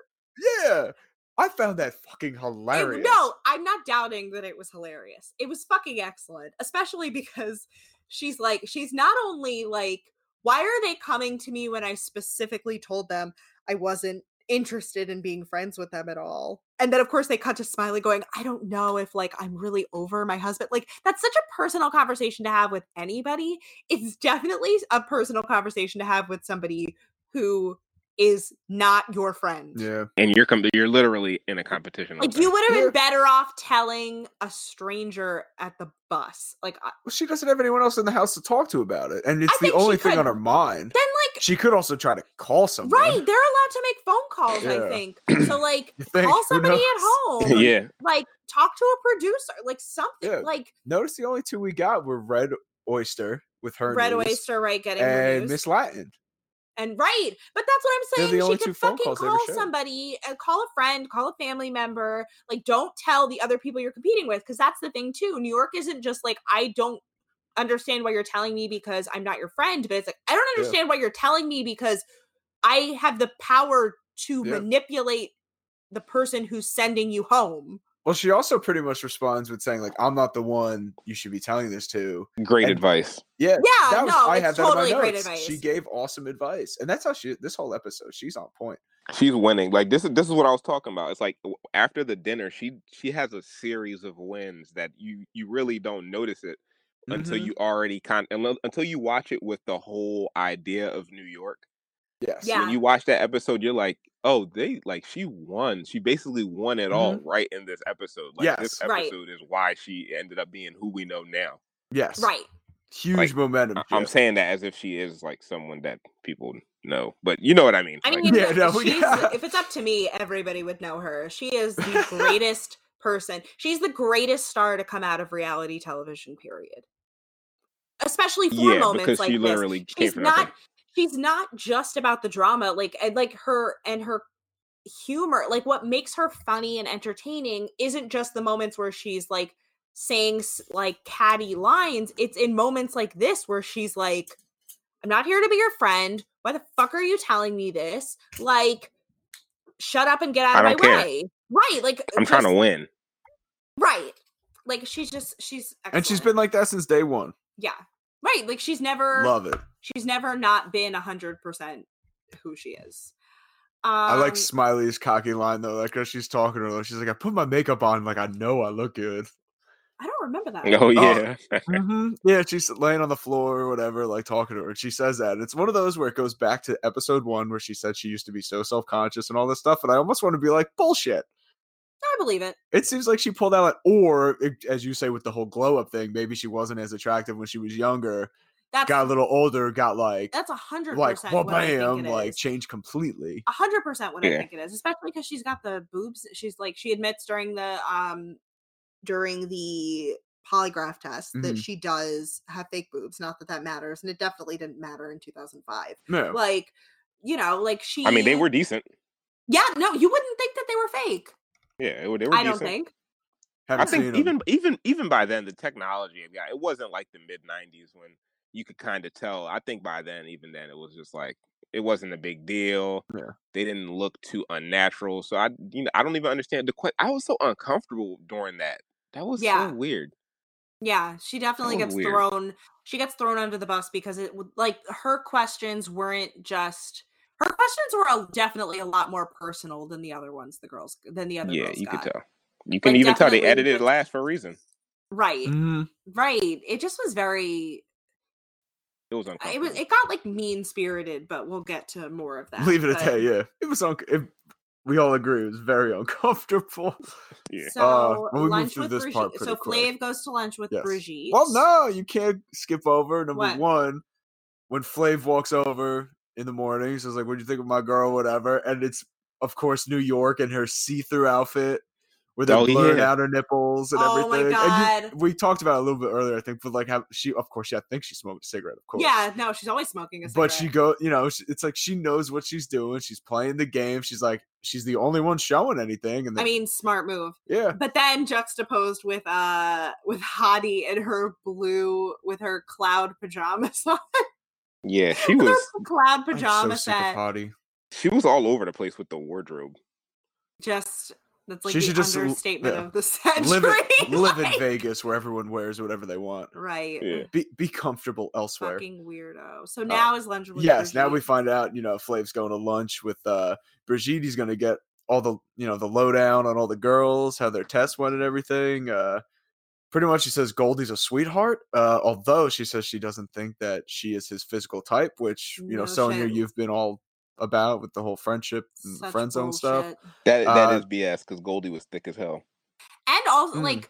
Speaker 1: Yeah. I found that fucking
Speaker 2: It-
Speaker 1: hilarious.
Speaker 2: no, I'm not doubting that it was hilarious. It was fucking excellent, especially because she's like, she's not only like, why are they coming to me when I specifically told them I wasn't interested in being friends with them at all? And then, of course, they cut to Smiley going, I don't know if like I'm really over my husband. Like, that's such a personal conversation to have with anybody. It's definitely a personal conversation to have with somebody who is not your friend.
Speaker 1: Yeah.
Speaker 3: and you're com- you're literally in a competition.
Speaker 2: Like
Speaker 3: over
Speaker 2: you would have
Speaker 1: Yeah.
Speaker 2: been better off telling a stranger at the bus. Like uh, I-
Speaker 1: Well, she doesn't have anyone else in the house to talk to about it. And it's the
Speaker 2: think she
Speaker 1: only thing
Speaker 2: could.
Speaker 1: on her mind.
Speaker 2: then like
Speaker 1: She could also try to call someone.
Speaker 2: right, they're allowed to make phone calls, I
Speaker 1: Yeah. <clears throat>
Speaker 2: think. So like
Speaker 1: You think?
Speaker 2: call
Speaker 1: Who
Speaker 2: somebody at
Speaker 1: knows? <laughs>
Speaker 3: there. <laughs>
Speaker 2: home.
Speaker 3: yeah,
Speaker 2: Like talk to a producer, like something
Speaker 1: Yeah.
Speaker 2: like
Speaker 1: Notice the only two we got were Red Oyster with her
Speaker 2: Red
Speaker 1: news
Speaker 2: Oyster right getting her
Speaker 1: and
Speaker 2: news.
Speaker 1: Miss Latin.
Speaker 2: and right. But that's what
Speaker 1: They're the
Speaker 2: I'm saying.
Speaker 1: only
Speaker 2: She
Speaker 1: two
Speaker 2: could
Speaker 1: phone
Speaker 2: fucking
Speaker 1: calls they ever
Speaker 2: call
Speaker 1: shared.
Speaker 2: somebody, uh, call a friend, call a family member. Like don't tell the other people you're competing with because that's the thing too. New York isn't just like I don't understand why you're telling me because I'm not your friend, but it's like I don't
Speaker 1: Yeah.
Speaker 2: understand why you're telling me because I have the power to
Speaker 1: Yeah.
Speaker 2: manipulate the person who's sending you home.
Speaker 1: Well, she also pretty much responds with saying, like, I'm not the one you should be telling this to.
Speaker 3: great
Speaker 1: And-
Speaker 3: advice.
Speaker 1: Yeah.
Speaker 2: Yeah,
Speaker 1: that was,
Speaker 2: Uh, no,
Speaker 1: I
Speaker 2: it's
Speaker 1: have that
Speaker 2: totally
Speaker 1: in my
Speaker 2: great
Speaker 1: notes. She
Speaker 2: advice.
Speaker 1: gave awesome advice. And that's how she this whole episode, she's on point.
Speaker 3: She's winning. Like this is this is what I was talking about. It's like w- after the dinner, she she has a series of wins that you you really don't notice it until
Speaker 2: Mm-hmm.
Speaker 1: Mhm.
Speaker 3: you already kind unlo- until you watch it with the whole idea of New York.
Speaker 1: Yes.
Speaker 2: Yeah.
Speaker 3: When you watch that episode, you're like, oh, they like she won. She basically won it all right in this episode. Like
Speaker 1: Yes.
Speaker 3: this
Speaker 2: Mm-hmm. Right.
Speaker 3: episode is why she ended up being who we know now.
Speaker 1: Yes.
Speaker 2: Right.
Speaker 1: Huge
Speaker 3: Like,
Speaker 1: momentum.
Speaker 3: I- Uh, I'm
Speaker 1: shift.
Speaker 3: saying that as if she is like someone that people know, but you know what I mean.
Speaker 2: I
Speaker 3: like-
Speaker 2: mean,
Speaker 1: Yeah,
Speaker 3: <laughs>
Speaker 2: if,
Speaker 1: no,
Speaker 2: she's,
Speaker 1: yeah.
Speaker 2: if it's up to me, everybody would know her. She is
Speaker 3: <laughs>
Speaker 2: the greatest person. She's the greatest star to come out of reality television, period. Especially for
Speaker 3: yeah,
Speaker 2: moments
Speaker 3: because
Speaker 2: like
Speaker 3: she
Speaker 2: this.
Speaker 3: literally came
Speaker 2: She's
Speaker 3: from nothing.
Speaker 2: not. She's not just about the drama. Like, and like her and her humor. Like, what makes her funny and entertaining isn't just the moments where she's like saying s- like catty lines. It's in moments like this where she's like, I'm not here to be your friend. Why the fuck are you telling me this? Like, shut up and get out
Speaker 3: I
Speaker 2: of my
Speaker 3: don't care.
Speaker 2: way. Right. Like,
Speaker 3: I'm trying to
Speaker 2: just-
Speaker 3: win.
Speaker 2: Right. Like, she's just, she's.
Speaker 1: and she's been
Speaker 2: excellent.
Speaker 1: like that since day one.
Speaker 2: yeah. Right. Like, she's never,
Speaker 1: Love it.
Speaker 2: she's never not been 100% who she is. Um,
Speaker 1: I like Smiley's cocky line though. Like as she's talking to her, like, she's like, "I put my makeup on. Like I know I look good."
Speaker 2: I don't remember that.
Speaker 3: Oh yeah,
Speaker 1: Mhm. Yeah, she's laying on the floor or whatever, like talking to her. And she says that. It's one of those where it goes back to episode one where she said she used to be so self conscious and all this stuff. And I almost want to be like, bullshit.
Speaker 2: I believe it.
Speaker 1: It seems like she pulled out, or it- as you say with the whole glow up thing, maybe she wasn't as attractive when she was younger,
Speaker 2: That's,
Speaker 1: got a little older, got like,
Speaker 2: that's 100%
Speaker 1: like, well,
Speaker 2: what I think
Speaker 1: bam,
Speaker 2: it
Speaker 1: like
Speaker 2: is.
Speaker 1: changed completely.
Speaker 2: a hundred percent what I
Speaker 3: Yeah.
Speaker 2: think it is, especially because she's got the boobs. She's like she admits during the um during the polygraph test that
Speaker 3: Mm-hmm.
Speaker 1: Mhm.
Speaker 2: she does have fake boobs. Not that that matters, and it definitely didn't matter in two thousand five.
Speaker 1: No.
Speaker 2: Like you know, like she.
Speaker 3: Oh. I mean they were decent.
Speaker 2: Yeah, no, you wouldn't think that they were fake.
Speaker 3: Yeah, they were, they were
Speaker 2: I
Speaker 3: decent.
Speaker 2: don't think.
Speaker 3: I
Speaker 1: Haven't seen
Speaker 3: think
Speaker 1: 'em.
Speaker 3: even even even by then the technology had got it wasn't like the mid '90s when you could kind of tell. I think by then, even then, it was just like it wasn't a big deal.
Speaker 2: <laughs>
Speaker 1: Yeah.
Speaker 3: They didn't look too unnatural. So I, you know, I don't even understand the question. I was so uncomfortable during that. That was
Speaker 2: Yeah.
Speaker 3: so weird.
Speaker 2: Yeah, she definitely
Speaker 3: was
Speaker 2: gets
Speaker 3: weird.
Speaker 2: thrown. She gets thrown under the bus because it would like her questions weren't just. Her questions were a- definitely a lot more personal than the other ones. The girls than the other.
Speaker 3: yeah,
Speaker 2: girls
Speaker 3: you could
Speaker 2: got.
Speaker 3: tell. You can
Speaker 2: Like,
Speaker 3: even tell they
Speaker 2: definitely
Speaker 3: edited it
Speaker 2: just-
Speaker 3: last for a reason.
Speaker 2: Right.
Speaker 1: Mhm.
Speaker 2: Right. It just was very uh,
Speaker 3: It was
Speaker 2: it
Speaker 1: <laughs>
Speaker 3: uncomfortable.
Speaker 2: was it got like mean spirited, but we'll get to more of that.
Speaker 1: Leave it
Speaker 2: but-
Speaker 1: at that. Yeah. It was, un- it, we all agree, it was very uncomfortable.
Speaker 3: Yeah.
Speaker 1: Uh,
Speaker 2: So
Speaker 1: well, we moved
Speaker 2: lunch
Speaker 1: through
Speaker 2: with
Speaker 1: this part
Speaker 2: Brigitte. So
Speaker 1: pretty quick.
Speaker 2: Flav goes to lunch with
Speaker 1: Yes.
Speaker 2: Brigitte.
Speaker 1: Well, no, you can't skip over. Number
Speaker 2: What?
Speaker 1: one, when Flav walks over in the morning, she's like, What'd you think of my girl? Whatever. And it's, of course, New York and her see through outfit where they're
Speaker 3: Oh,
Speaker 1: blurring
Speaker 3: yeah.
Speaker 1: out her nipples and
Speaker 2: Oh, my
Speaker 1: everything. And you-
Speaker 2: God.
Speaker 1: we talked about it a little bit earlier, I think, but like, how she, of course, yeah, I think she smoked a cigarette, of course.
Speaker 2: Yeah, no, she's always smoking a cigarette.
Speaker 1: But she go, you know, sh- it's like she knows what she's doing. She's playing the game. She's like, she's the only one showing anything. And
Speaker 2: I
Speaker 1: <laughs> then-
Speaker 2: mean smart move.
Speaker 1: yeah,
Speaker 2: But then juxtaposed with uh with Hottie and her blue with her cloud <laughs> pajamas on.
Speaker 3: Yeah, she
Speaker 2: With her
Speaker 3: was
Speaker 2: cloud
Speaker 1: I'm so
Speaker 2: pajama
Speaker 1: sick of
Speaker 2: set. <laughs>
Speaker 1: Hottie.
Speaker 3: she was all over the place with the wardrobe.
Speaker 2: Just that's like
Speaker 1: She
Speaker 2: the
Speaker 1: should just l-
Speaker 2: understatement
Speaker 1: yeah.
Speaker 2: of the <laughs> century.
Speaker 1: live, it, live in
Speaker 2: like-
Speaker 1: Vegas where everyone wears whatever they want.
Speaker 2: Right.
Speaker 3: Yeah.
Speaker 1: Be be comfortable elsewhere.
Speaker 2: Fucking weirdo. So now is lunch with
Speaker 1: Uh, Yes, now we
Speaker 2: Brigitte.
Speaker 1: find out, you know, Flav's going to lunch with uh Brigitte. He's gonna get all the you know, the lowdown on all the girls, how their test went and everything. Uh pretty much she says Goldie's a sweetheart, uh, although she says she doesn't think that she is his physical type, which you know,
Speaker 2: No
Speaker 1: Sonia,
Speaker 2: shit.
Speaker 1: you've been all about with the whole friendship and
Speaker 2: Such
Speaker 1: mm, friend zone stuff.
Speaker 2: bullshit.
Speaker 3: That that
Speaker 1: Uh,
Speaker 3: is BS because Goldie was thick as hell.
Speaker 2: And also,
Speaker 1: Mm.
Speaker 2: like,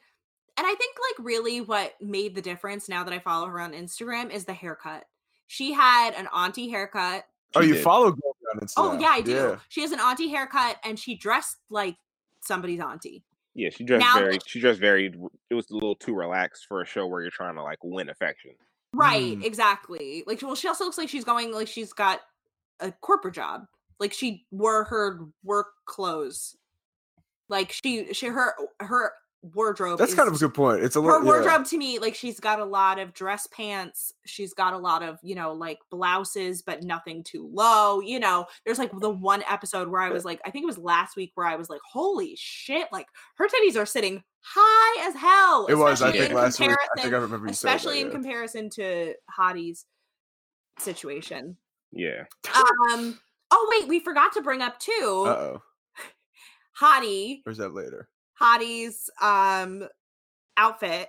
Speaker 2: and I think, like, really what made the difference now that I follow her on Instagram is the haircut. She had an auntie haircut.
Speaker 1: oh,
Speaker 3: She
Speaker 1: you
Speaker 3: did.
Speaker 1: follow Goldie on Instagram.
Speaker 2: Oh, yeah, I do. She has an auntie haircut and she dressed like somebody's auntie.
Speaker 3: Yeah, she dressed
Speaker 2: Now-
Speaker 3: very. She dressed very. r- It was a little too relaxed for a show where you're trying to like win affection.
Speaker 2: Right,
Speaker 1: Mm.
Speaker 2: exactly. Like, well, she also looks like she's going, like, she's got a corporate job. Like, she wore her work clothes. Like, she, she, her, her wardrobe.
Speaker 1: That's
Speaker 2: is
Speaker 1: kind of a good point. It's a little
Speaker 2: her wardrobe to me like she's got a lot of dress pants she's got a lot of you know like blouses but nothing too low you know there's like the one episode where i was like i think it was last week where i was like holy shit like her titties are sitting high as hell
Speaker 1: It was, I
Speaker 2: especially
Speaker 1: think,
Speaker 2: in
Speaker 1: last week. I think I
Speaker 2: comparison-
Speaker 1: remember you saying that,
Speaker 2: especially in
Speaker 1: yeah.
Speaker 2: comparison to hottie's situation
Speaker 3: Yeah,
Speaker 2: um oh wait we forgot to bring up too
Speaker 1: Uh oh.
Speaker 2: hottie
Speaker 1: Or is that later?
Speaker 2: hottie's um outfit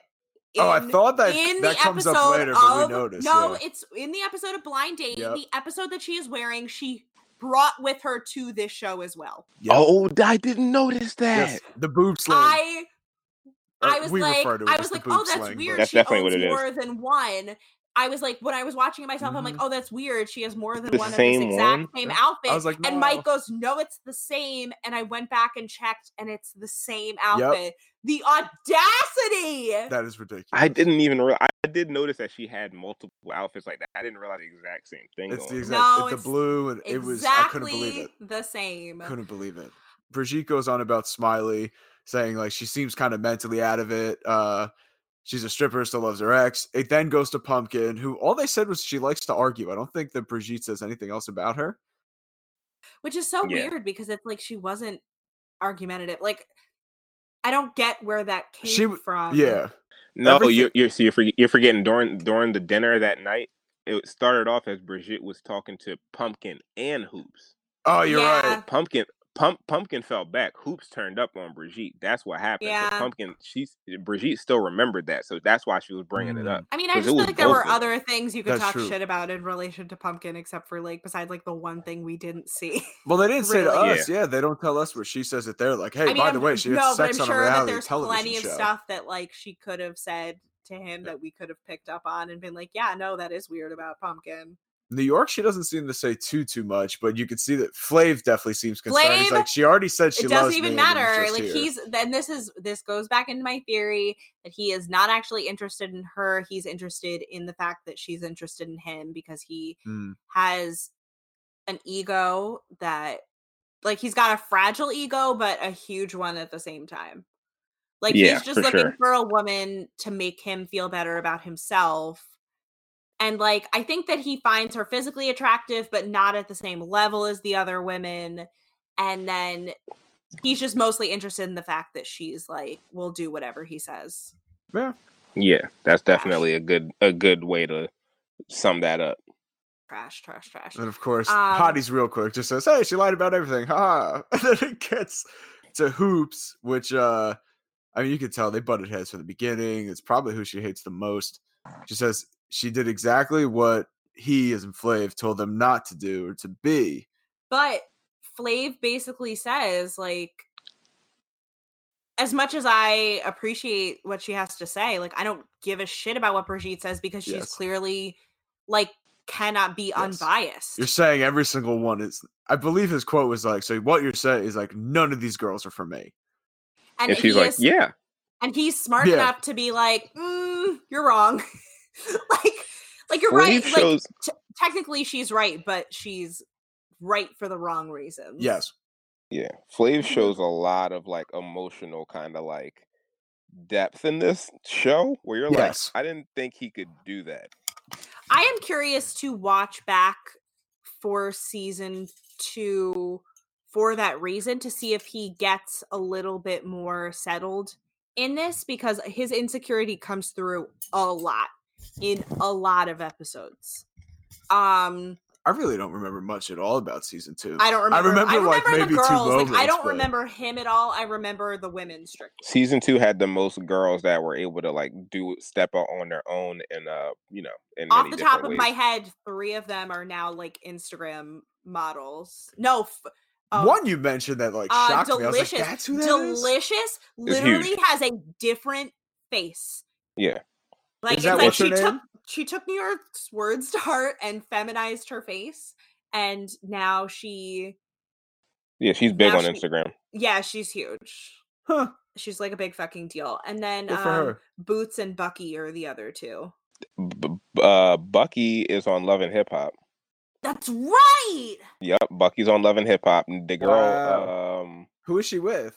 Speaker 1: oh, I
Speaker 2: in-
Speaker 1: thought that
Speaker 2: in
Speaker 1: that
Speaker 2: the
Speaker 1: comes
Speaker 2: episode
Speaker 1: up later, but
Speaker 2: of
Speaker 1: we noticed.
Speaker 2: no,
Speaker 1: yeah.
Speaker 2: it's in the episode of Blind Date.
Speaker 1: Yep.
Speaker 2: The episode that she is wearing, she brought with her to this show as well.
Speaker 1: Yep.
Speaker 3: Oh, I didn't notice that.
Speaker 1: Yes, the boob sling.
Speaker 2: I
Speaker 1: Uh,
Speaker 2: I was
Speaker 1: we
Speaker 2: like
Speaker 1: refer to it
Speaker 2: I
Speaker 1: as
Speaker 2: was
Speaker 1: the
Speaker 2: like,
Speaker 1: boob
Speaker 2: oh, that's
Speaker 1: sling, but-
Speaker 2: weird.
Speaker 3: That's
Speaker 2: she
Speaker 3: definitely
Speaker 2: owns
Speaker 3: what it is.
Speaker 2: more than one. I was like, when I was watching it myself, I'm like,
Speaker 1: Mhm.
Speaker 2: oh, that's weird. She has more than
Speaker 3: The
Speaker 2: one of this
Speaker 3: same
Speaker 2: exact
Speaker 3: one?
Speaker 2: same
Speaker 1: Yeah.
Speaker 2: outfit.
Speaker 1: was like,
Speaker 2: and
Speaker 1: no.
Speaker 2: Mike goes, no, it's the same. And I went back and checked, and it's the same outfit. The audacity.
Speaker 1: That is ridiculous.
Speaker 3: I didn't even realize. I did notice that she had multiple outfits like that. I didn't realize the exact same thing.
Speaker 1: It's the
Speaker 3: going on.
Speaker 1: exact.
Speaker 2: No,
Speaker 1: it's the
Speaker 2: it's
Speaker 1: blue, and
Speaker 2: exactly
Speaker 1: it was. I couldn't believe it.
Speaker 2: the same.
Speaker 1: Couldn't believe it. Brigitte goes on about Smiley, saying like she seems kind of mentally out of it. Uh, she's a stripper, still loves her ex. It then goes to Pumpkin, who all they said was she likes to argue. I don't think that Brigitte says anything else about her.
Speaker 2: Which is so
Speaker 3: Yeah.
Speaker 2: weird because it's like she wasn't argumentative. Like I don't get where that came
Speaker 1: She w-
Speaker 2: from.
Speaker 1: yeah,
Speaker 3: No,
Speaker 1: Everything-
Speaker 3: you're you're, so you're, forget- you're forgetting during during the dinner that night. It started off as Brigitte was talking to Pumpkin and Hoops.
Speaker 1: Oh, you're
Speaker 2: Yeah.
Speaker 1: right.
Speaker 3: Pumpkin, pump, Pumpkin fell back. Hoops turned up on Brigitte. That's what happened. So
Speaker 2: Yeah.
Speaker 3: Pumpkin, she's Brigitte still remembered that, so that's why she was bringing it
Speaker 1: Mm.
Speaker 3: up.
Speaker 2: I mean, I
Speaker 3: 'Cause
Speaker 2: just
Speaker 3: it
Speaker 2: feel
Speaker 3: was
Speaker 2: like there
Speaker 3: both
Speaker 2: were
Speaker 3: of them.
Speaker 2: other things you could
Speaker 1: That's
Speaker 2: talk
Speaker 1: true.
Speaker 2: shit about in relation to Pumpkin, except for like besides like the one thing we didn't see. <laughs>
Speaker 1: Well, they didn't say to
Speaker 2: Really?
Speaker 1: us. Yeah. they don't tell us where she says it. They're like, hey,
Speaker 2: I mean,
Speaker 1: by
Speaker 2: I'm-
Speaker 1: the way, she had
Speaker 2: no, but
Speaker 1: sex
Speaker 2: I'm
Speaker 1: on a
Speaker 2: sure that
Speaker 1: reality
Speaker 2: there's
Speaker 1: television
Speaker 2: plenty
Speaker 1: show.
Speaker 2: of stuff that like she could have said to him that we could have picked up on and been like, yeah, no, that is weird about Pumpkin.
Speaker 1: New York, she doesn't seem to say too too much, but you can see that Flav definitely seems concerned. He's
Speaker 2: Flav,
Speaker 1: like, she already said she
Speaker 2: it
Speaker 1: loves
Speaker 2: doesn't
Speaker 1: me
Speaker 2: even
Speaker 1: and I'm
Speaker 2: matter.
Speaker 1: just
Speaker 2: Like
Speaker 1: here."
Speaker 2: he's then this is this goes back into my theory that he is not actually interested in her. He's interested in the fact that she's interested in him because he
Speaker 1: Mm,
Speaker 2: has an ego that like he's got a fragile ego but a huge one at the same time. Like
Speaker 3: Yeah,
Speaker 2: he's just
Speaker 3: for
Speaker 2: looking
Speaker 3: sure.
Speaker 2: for a woman to make him feel better about himself. And like I think that he finds her physically attractive but not at the same level as the other women and then he's just mostly interested in the fact that she's like will do whatever he says.
Speaker 3: Yeah, that's definitely a good a good way to sum that up.
Speaker 2: Trash, trash, trash.
Speaker 1: and of course,
Speaker 2: Um,
Speaker 1: Hottie's real quick just says, hey, she lied about everything. Ha! <laughs> ha." And then it gets to Hoops, which uh I mean, you could tell they butted heads from the beginning. It's probably who she hates the most. She says she did exactly what he as in Flav told them not to do or to be.
Speaker 2: But Flav basically says, like, as much as I appreciate what she has to say, like, I don't give a shit about what Brigitte says because she's
Speaker 1: Yes.
Speaker 2: clearly, like, cannot be unbiased.
Speaker 1: You're saying every single one is I believe his quote was like, so what you're saying is like, none of these girls are for me.
Speaker 2: and,
Speaker 3: And she's
Speaker 2: he
Speaker 3: like,
Speaker 2: is-
Speaker 3: "Yeah,
Speaker 2: and he's smart
Speaker 1: Yeah.
Speaker 2: enough to be like, mm, you're wrong. <laughs> like, like, you're
Speaker 3: Flav
Speaker 2: right. Like,
Speaker 3: shows
Speaker 2: technically she's right, but she's right for the wrong reasons.
Speaker 1: Yes.
Speaker 3: Yeah, Flav
Speaker 2: Mhm.
Speaker 3: shows a lot of like emotional kind of like depth in this show where you're
Speaker 1: Yes.
Speaker 3: like, I didn't think he could do that.
Speaker 2: I am curious to watch back for season two for that reason to see if he gets a little bit more settled in this because his insecurity comes through a lot in a lot of episodes. Um,
Speaker 1: I really don't remember much at all about season two.
Speaker 2: I don't remember.
Speaker 1: remember, like,
Speaker 2: the
Speaker 1: maybe two
Speaker 2: girls. Like, I
Speaker 1: moments,
Speaker 2: don't
Speaker 1: but-
Speaker 2: remember him at all. I remember the women strictly.
Speaker 3: Season two had the most girls that were able to like do step out on their own and uh you know in
Speaker 2: Off
Speaker 3: many
Speaker 2: the
Speaker 3: different
Speaker 2: top of
Speaker 3: ways.
Speaker 2: my head, three of them are now like Instagram models. No, f- oh,
Speaker 1: One you mentioned that like
Speaker 2: Uh,
Speaker 1: shocked me. I was like,
Speaker 2: delicious.
Speaker 1: that's who that is?
Speaker 2: delicious literally has a different face.
Speaker 3: Yeah,
Speaker 1: Is
Speaker 2: Like it's
Speaker 1: that
Speaker 2: like
Speaker 1: what's her
Speaker 2: she took
Speaker 1: name?
Speaker 2: she took New York's words to heart and feminized her face, and now she
Speaker 3: yeah, she's big
Speaker 2: Now
Speaker 3: on
Speaker 2: she-
Speaker 3: Instagram.
Speaker 2: yeah she's huge.
Speaker 1: Huh.
Speaker 2: She's like a big fucking deal. And then
Speaker 1: Good for
Speaker 2: um,
Speaker 1: her.
Speaker 2: Boots and Bucky are the other two.
Speaker 3: B- b- uh, Bucky is on Love and Hip Hop.
Speaker 2: That's right.
Speaker 3: Yep, Bucky's on Love and Hip Hop. and The girl,
Speaker 1: Wow.
Speaker 3: um,
Speaker 1: Who is she with?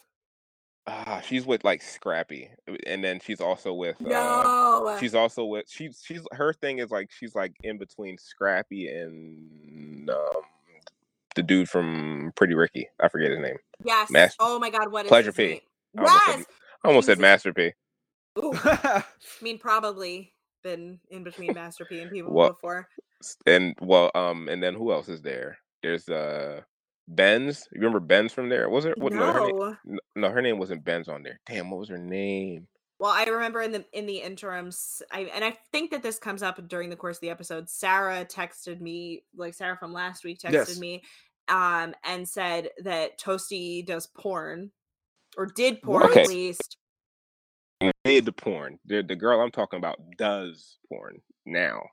Speaker 3: ah, she's with like Scrappy, and then she's also
Speaker 1: Oh,
Speaker 3: with uh,
Speaker 2: No.
Speaker 3: She's also with she's she's her thing is like she's like in between Scrappy and um the dude from Pretty Ricky. I forget his name.
Speaker 2: yes.
Speaker 3: Mas-
Speaker 2: oh my God. What is
Speaker 3: Pleasure
Speaker 2: his
Speaker 3: P.
Speaker 2: name?
Speaker 3: I almost said-
Speaker 2: Yes.
Speaker 3: I almost said
Speaker 2: Jesus.
Speaker 3: Master P.
Speaker 1: <laughs>
Speaker 2: Ooh, I
Speaker 1: That's
Speaker 2: mean, probably been in between Master P and people
Speaker 3: Well,
Speaker 2: before.
Speaker 3: S- And well, um, and then who else is there? There's uh Benz. You remember Benz from there? Was it what no. her name?
Speaker 2: No.
Speaker 3: No, her name wasn't Benz on there. Damn, what was her name?
Speaker 2: Well, I remember in the in the interims, I and I think that this comes up during the course of the episode. Sarah texted me, like Sarah from last week texted
Speaker 1: Yes.
Speaker 2: me, um, and said that Toasty does porn, or did porn
Speaker 3: Okay.
Speaker 2: at least.
Speaker 3: Did porn. The, the girl I'm talking about does porn now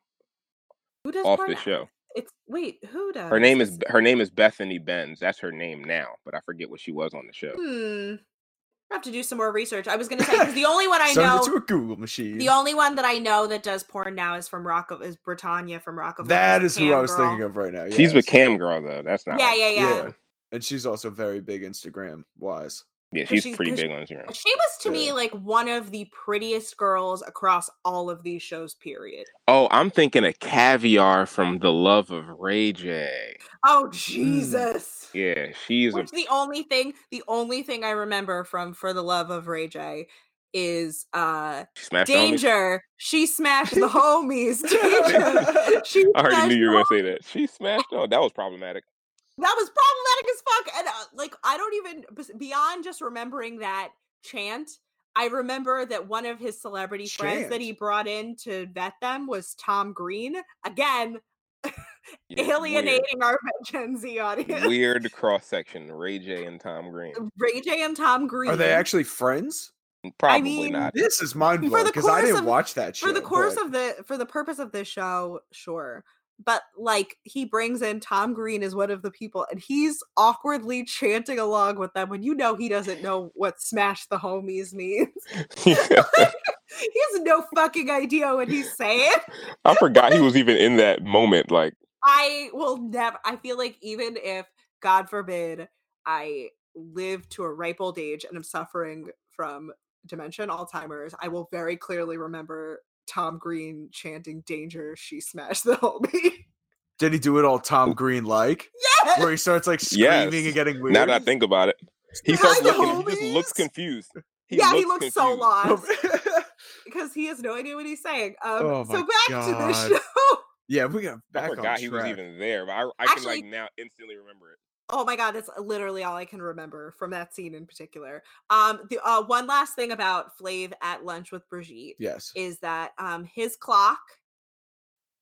Speaker 2: Who does
Speaker 3: off
Speaker 2: porn?
Speaker 3: the show.
Speaker 2: It's wait, who does?
Speaker 3: Her name is her name is Bethany Benz. That's her name now, but I forget what she was on the show.
Speaker 2: Hmm. I have to do some more research. I was gonna say because the only one I
Speaker 1: Send
Speaker 2: know,
Speaker 1: it to a Google machine.
Speaker 2: the only one that I know that does porn now is from Rock is Britannia from Rockefeller.
Speaker 1: that is who I was thinking of right now.
Speaker 3: She's with
Speaker 1: yes.
Speaker 3: Cam Girl though. That's not.
Speaker 2: Yeah,
Speaker 3: her.
Speaker 2: yeah, yeah.
Speaker 1: Yeah. and she's also very big Instagram wise.
Speaker 2: <laughs>
Speaker 1: <laughs>
Speaker 3: Yeah,
Speaker 2: But
Speaker 3: she's
Speaker 2: she's-
Speaker 3: pretty
Speaker 2: but she-
Speaker 3: big on Instagram.
Speaker 2: She was to me
Speaker 1: Yeah.
Speaker 2: like one of the prettiest girls across all of these shows, period.
Speaker 3: Oh, I'm thinking of caviar from The Love of Ray J.
Speaker 2: Oh Jesus.
Speaker 3: Yeah, she's a
Speaker 2: Which the only thing the only thing I remember from For the Love of Ray J is uh
Speaker 3: she smashed on me.
Speaker 2: Danger. She smashed
Speaker 3: <laughs>
Speaker 2: the homies. Danger. She
Speaker 3: I already
Speaker 2: smashed
Speaker 3: knew you
Speaker 2: the
Speaker 3: were gonna say that. She smashed on. That was problematic.
Speaker 2: <laughs> that was problematic as fuck and uh, like i don't even bes- beyond just remembering that chant i remember that one of his celebrity friends that
Speaker 1: Chant.
Speaker 2: he brought in to vet them was tom green again
Speaker 3: Yeah,
Speaker 2: alienating our <laughs> gen z audience
Speaker 3: Weird, weird cross section. Ray J and Tom Green.
Speaker 2: <laughs> ray j and tom green
Speaker 1: Are they actually friends?
Speaker 3: Probably
Speaker 2: mean,
Speaker 3: not.
Speaker 1: This is mind
Speaker 2: For
Speaker 1: blowing
Speaker 2: the
Speaker 1: because I
Speaker 2: course
Speaker 1: didn't
Speaker 2: of-
Speaker 1: watch that show.
Speaker 2: for the course
Speaker 1: but
Speaker 2: of the for the purpose of this show sure but like he brings in tom green as one of the people and he's awkwardly chanting along with them when you know he doesn't know what smash the homies means <laughs>
Speaker 3: <laughs>
Speaker 2: he has no fucking idea what he's saying.
Speaker 3: I forgot he was even in that moment. Like,
Speaker 2: I will never. I feel like even if, God forbid, I live to a ripe old age and I'm suffering from dementia and Alzheimer's, I will very clearly remember Tom Green chanting "Danger, she smashed the homie."
Speaker 1: did he do it all Tom Green like?
Speaker 2: Yes!
Speaker 1: Where he starts like
Speaker 3: Yes.
Speaker 1: screaming and getting weird.
Speaker 3: now that I think about it, he
Speaker 2: Smash
Speaker 3: starts
Speaker 2: the
Speaker 3: looking. He just looks
Speaker 1: homies?
Speaker 3: confused.
Speaker 2: yeah, he looks so
Speaker 3: confused.
Speaker 2: lost <laughs> because he has no idea what he's saying. Um,
Speaker 1: Oh
Speaker 2: so
Speaker 1: my
Speaker 2: back to this
Speaker 1: God.
Speaker 2: show.
Speaker 1: <laughs>
Speaker 2: <laughs>
Speaker 1: yeah, we got
Speaker 3: I
Speaker 1: back on
Speaker 3: forgot
Speaker 1: track.
Speaker 3: he was even there, but I, I can
Speaker 2: Actually-
Speaker 3: like now instantly remember it.
Speaker 2: Oh my god, that's literally all I can remember from that scene in particular. Um, the uh, one last thing about Flav at lunch with Brigitte
Speaker 1: Yes.
Speaker 2: is that um his clock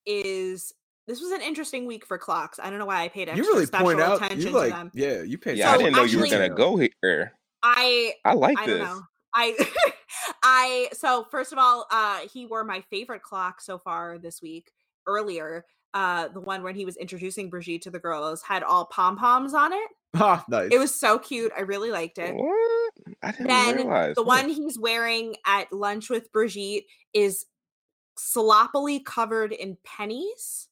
Speaker 2: is this was an interesting week for clocks. I don't know why I paid extra
Speaker 1: you really
Speaker 2: special
Speaker 1: point out.
Speaker 2: attention
Speaker 1: You
Speaker 2: to them.
Speaker 1: like yeah. You paid.
Speaker 3: Yeah, I
Speaker 2: So
Speaker 3: didn't know you were
Speaker 2: actually-
Speaker 3: gonna go here.
Speaker 2: I
Speaker 3: I like
Speaker 2: I
Speaker 3: this.
Speaker 2: don't know. I <laughs> I so first of all, uh he wore my favorite clock so far this week earlier. Uh, the one when he was introducing Brigitte to the girls had all pom poms on it.
Speaker 1: <laughs> Ah, nice.
Speaker 2: It was so cute. I really liked it.
Speaker 1: Oh,
Speaker 3: What? I didn't
Speaker 2: Then
Speaker 3: realize
Speaker 2: The
Speaker 3: Huh.
Speaker 2: one he's wearing at lunch with Brigitte is sloppily covered in pennies.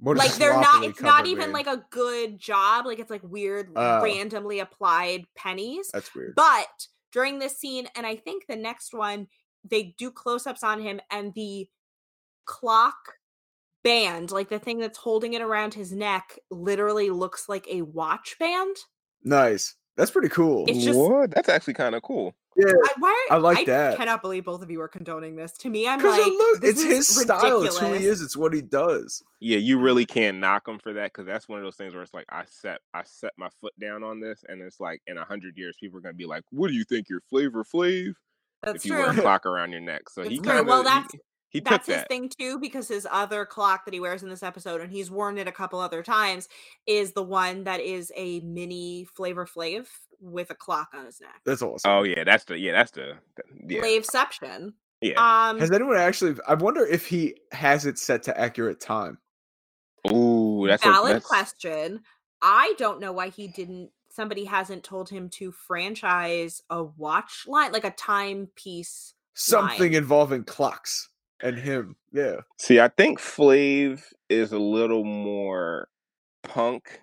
Speaker 1: What does
Speaker 2: like they're not
Speaker 1: sloppily
Speaker 2: it's not
Speaker 1: covered
Speaker 2: even
Speaker 1: mean?
Speaker 2: like a good job, like it's like weird
Speaker 1: Oh.
Speaker 2: randomly applied pennies.
Speaker 1: That's
Speaker 2: <laughs>
Speaker 1: weird.
Speaker 2: But during this scene and I think the next one they do close-ups on him and the clock band, like the thing that's holding it around his neck literally looks like a watch band.
Speaker 1: Nice. That's pretty cool.
Speaker 2: It's just-
Speaker 3: What? That's actually kind of cool.
Speaker 1: yeah.
Speaker 2: I, why,
Speaker 1: I like that.
Speaker 2: cannot believe both of you are condoning this. To me, I'm
Speaker 1: Because
Speaker 2: like,
Speaker 1: it look,
Speaker 2: this
Speaker 1: it's
Speaker 2: is
Speaker 1: his style. It's who he
Speaker 2: ridiculous.
Speaker 1: is. It's what he does.
Speaker 3: Yeah, you really can't knock him for that because that's one of those things where it's like I set I set my foot down on this, and it's like in a hundred years people are gonna be like, "What do you think your flavor flav?"
Speaker 2: That's
Speaker 3: If you
Speaker 2: true.
Speaker 3: wear a clock around your neck, so he
Speaker 2: It's true.
Speaker 3: kind of
Speaker 2: Well, that's-
Speaker 3: he, he took
Speaker 2: That's his
Speaker 3: that.
Speaker 2: thing too, because his other clock that he wears in this episode, and he's worn it a couple other times, is the one that is a mini Flavor Flav with a clock on his neck.
Speaker 1: That's awesome.
Speaker 3: Oh yeah, that's the yeah that's the th- yeah
Speaker 2: Flavception.
Speaker 3: yeah.
Speaker 2: Um,
Speaker 1: Has anyone actually? I wonder if he has it set to accurate time.
Speaker 3: Ooh, that's a,
Speaker 2: valid
Speaker 3: that's,
Speaker 2: question. I don't know why he didn't. Somebody hasn't told him to franchise a watch line, like a timepiece
Speaker 1: Something
Speaker 2: Line.
Speaker 1: involving clocks and him. Yeah.
Speaker 3: See, I think Flav is a little more punk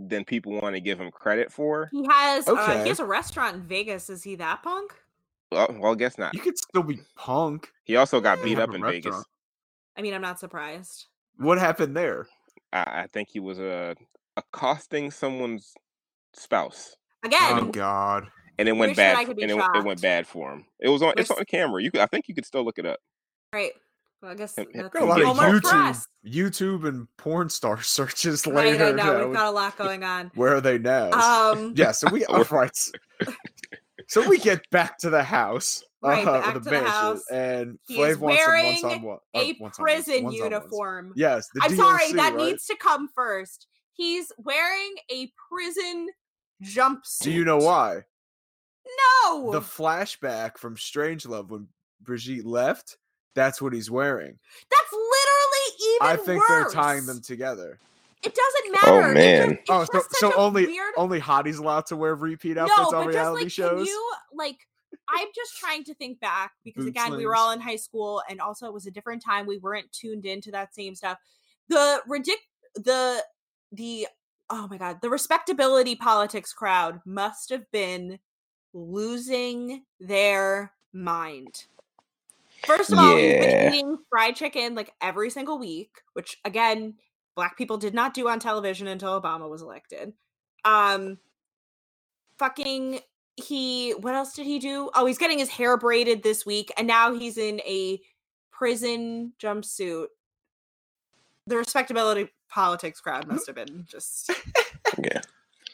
Speaker 3: than people want to give him credit for.
Speaker 2: He has uh, he
Speaker 1: Okay.
Speaker 2: has a restaurant in Vegas. Is he that punk?
Speaker 3: Well, Oh, well, I guess not.
Speaker 1: You could still be punk.
Speaker 3: He also got
Speaker 1: and
Speaker 3: beat
Speaker 1: have
Speaker 3: up
Speaker 1: a
Speaker 3: in Vegas.
Speaker 1: restaurant.
Speaker 2: I mean, I'm not surprised.
Speaker 1: What happened there?
Speaker 3: I, I think he was uh, accosting someone's spouse,
Speaker 2: Again,
Speaker 1: oh God.
Speaker 3: and it went
Speaker 2: Wish that
Speaker 3: bad.
Speaker 2: I
Speaker 3: f-
Speaker 2: could be
Speaker 3: and it, went- it went
Speaker 2: shocked.
Speaker 3: bad for him. It was on. It's
Speaker 2: Wish-
Speaker 3: on camera. You, could, I think you could still look it up.
Speaker 2: right? Well, I guess
Speaker 3: Him-
Speaker 2: that's
Speaker 3: him-
Speaker 1: Got a lot
Speaker 3: Yeah,
Speaker 1: of
Speaker 2: homework for
Speaker 1: YouTube,
Speaker 2: us.
Speaker 1: YouTube and porn star <laughs> searches
Speaker 2: Right,
Speaker 1: later.
Speaker 2: I know Um
Speaker 1: that
Speaker 2: we've
Speaker 1: was-
Speaker 2: got a lot going on.
Speaker 1: <laughs> where are they now?
Speaker 2: Um,
Speaker 1: yeah. So we all right. So we get back to the house.
Speaker 2: <laughs> Right,
Speaker 1: uh,
Speaker 2: back
Speaker 1: the
Speaker 2: to the
Speaker 1: mansion,
Speaker 2: house.
Speaker 1: And
Speaker 2: He
Speaker 1: Flav
Speaker 2: is
Speaker 1: wants some
Speaker 2: wearing
Speaker 1: once on one. or
Speaker 2: a
Speaker 1: once on ones,
Speaker 2: prison
Speaker 1: once on ones.
Speaker 2: uniform.
Speaker 1: Yes. the
Speaker 2: I'm sorry,
Speaker 1: DLC,
Speaker 2: that
Speaker 1: right?
Speaker 2: needs to come first. He's wearing a prison jumpsuit.
Speaker 1: Do you know why?
Speaker 2: No.
Speaker 1: The flashback from Strangelove when Brigitte left, that's what he's wearing.
Speaker 2: That's literally even
Speaker 1: I think
Speaker 2: worse.
Speaker 1: they're tying them together.
Speaker 2: It doesn't matter. It
Speaker 3: man.
Speaker 2: just- it's
Speaker 1: Oh, so,
Speaker 2: just such
Speaker 1: so
Speaker 2: a
Speaker 1: only
Speaker 2: weird...
Speaker 1: only hotties allowed to wear repeat outfits on reality
Speaker 2: Can
Speaker 1: shows.
Speaker 2: you like? I'm just trying to think back because again, we were
Speaker 1: Bootslings.
Speaker 2: all in high school, and also it was a different time. We weren't tuned into that same stuff. The ridic, the the oh my god, the respectability politics crowd must have been losing their mind. First of all, we've
Speaker 3: Yeah.
Speaker 2: been eating fried chicken like every single week, which again, black people did not do on television until Obama was elected. Um, fucking he. What else did he do? Oh, he's getting his hair braided this week, and now he's in a prison jumpsuit. The respectability politics crowd must have been just
Speaker 3: <laughs> Yeah.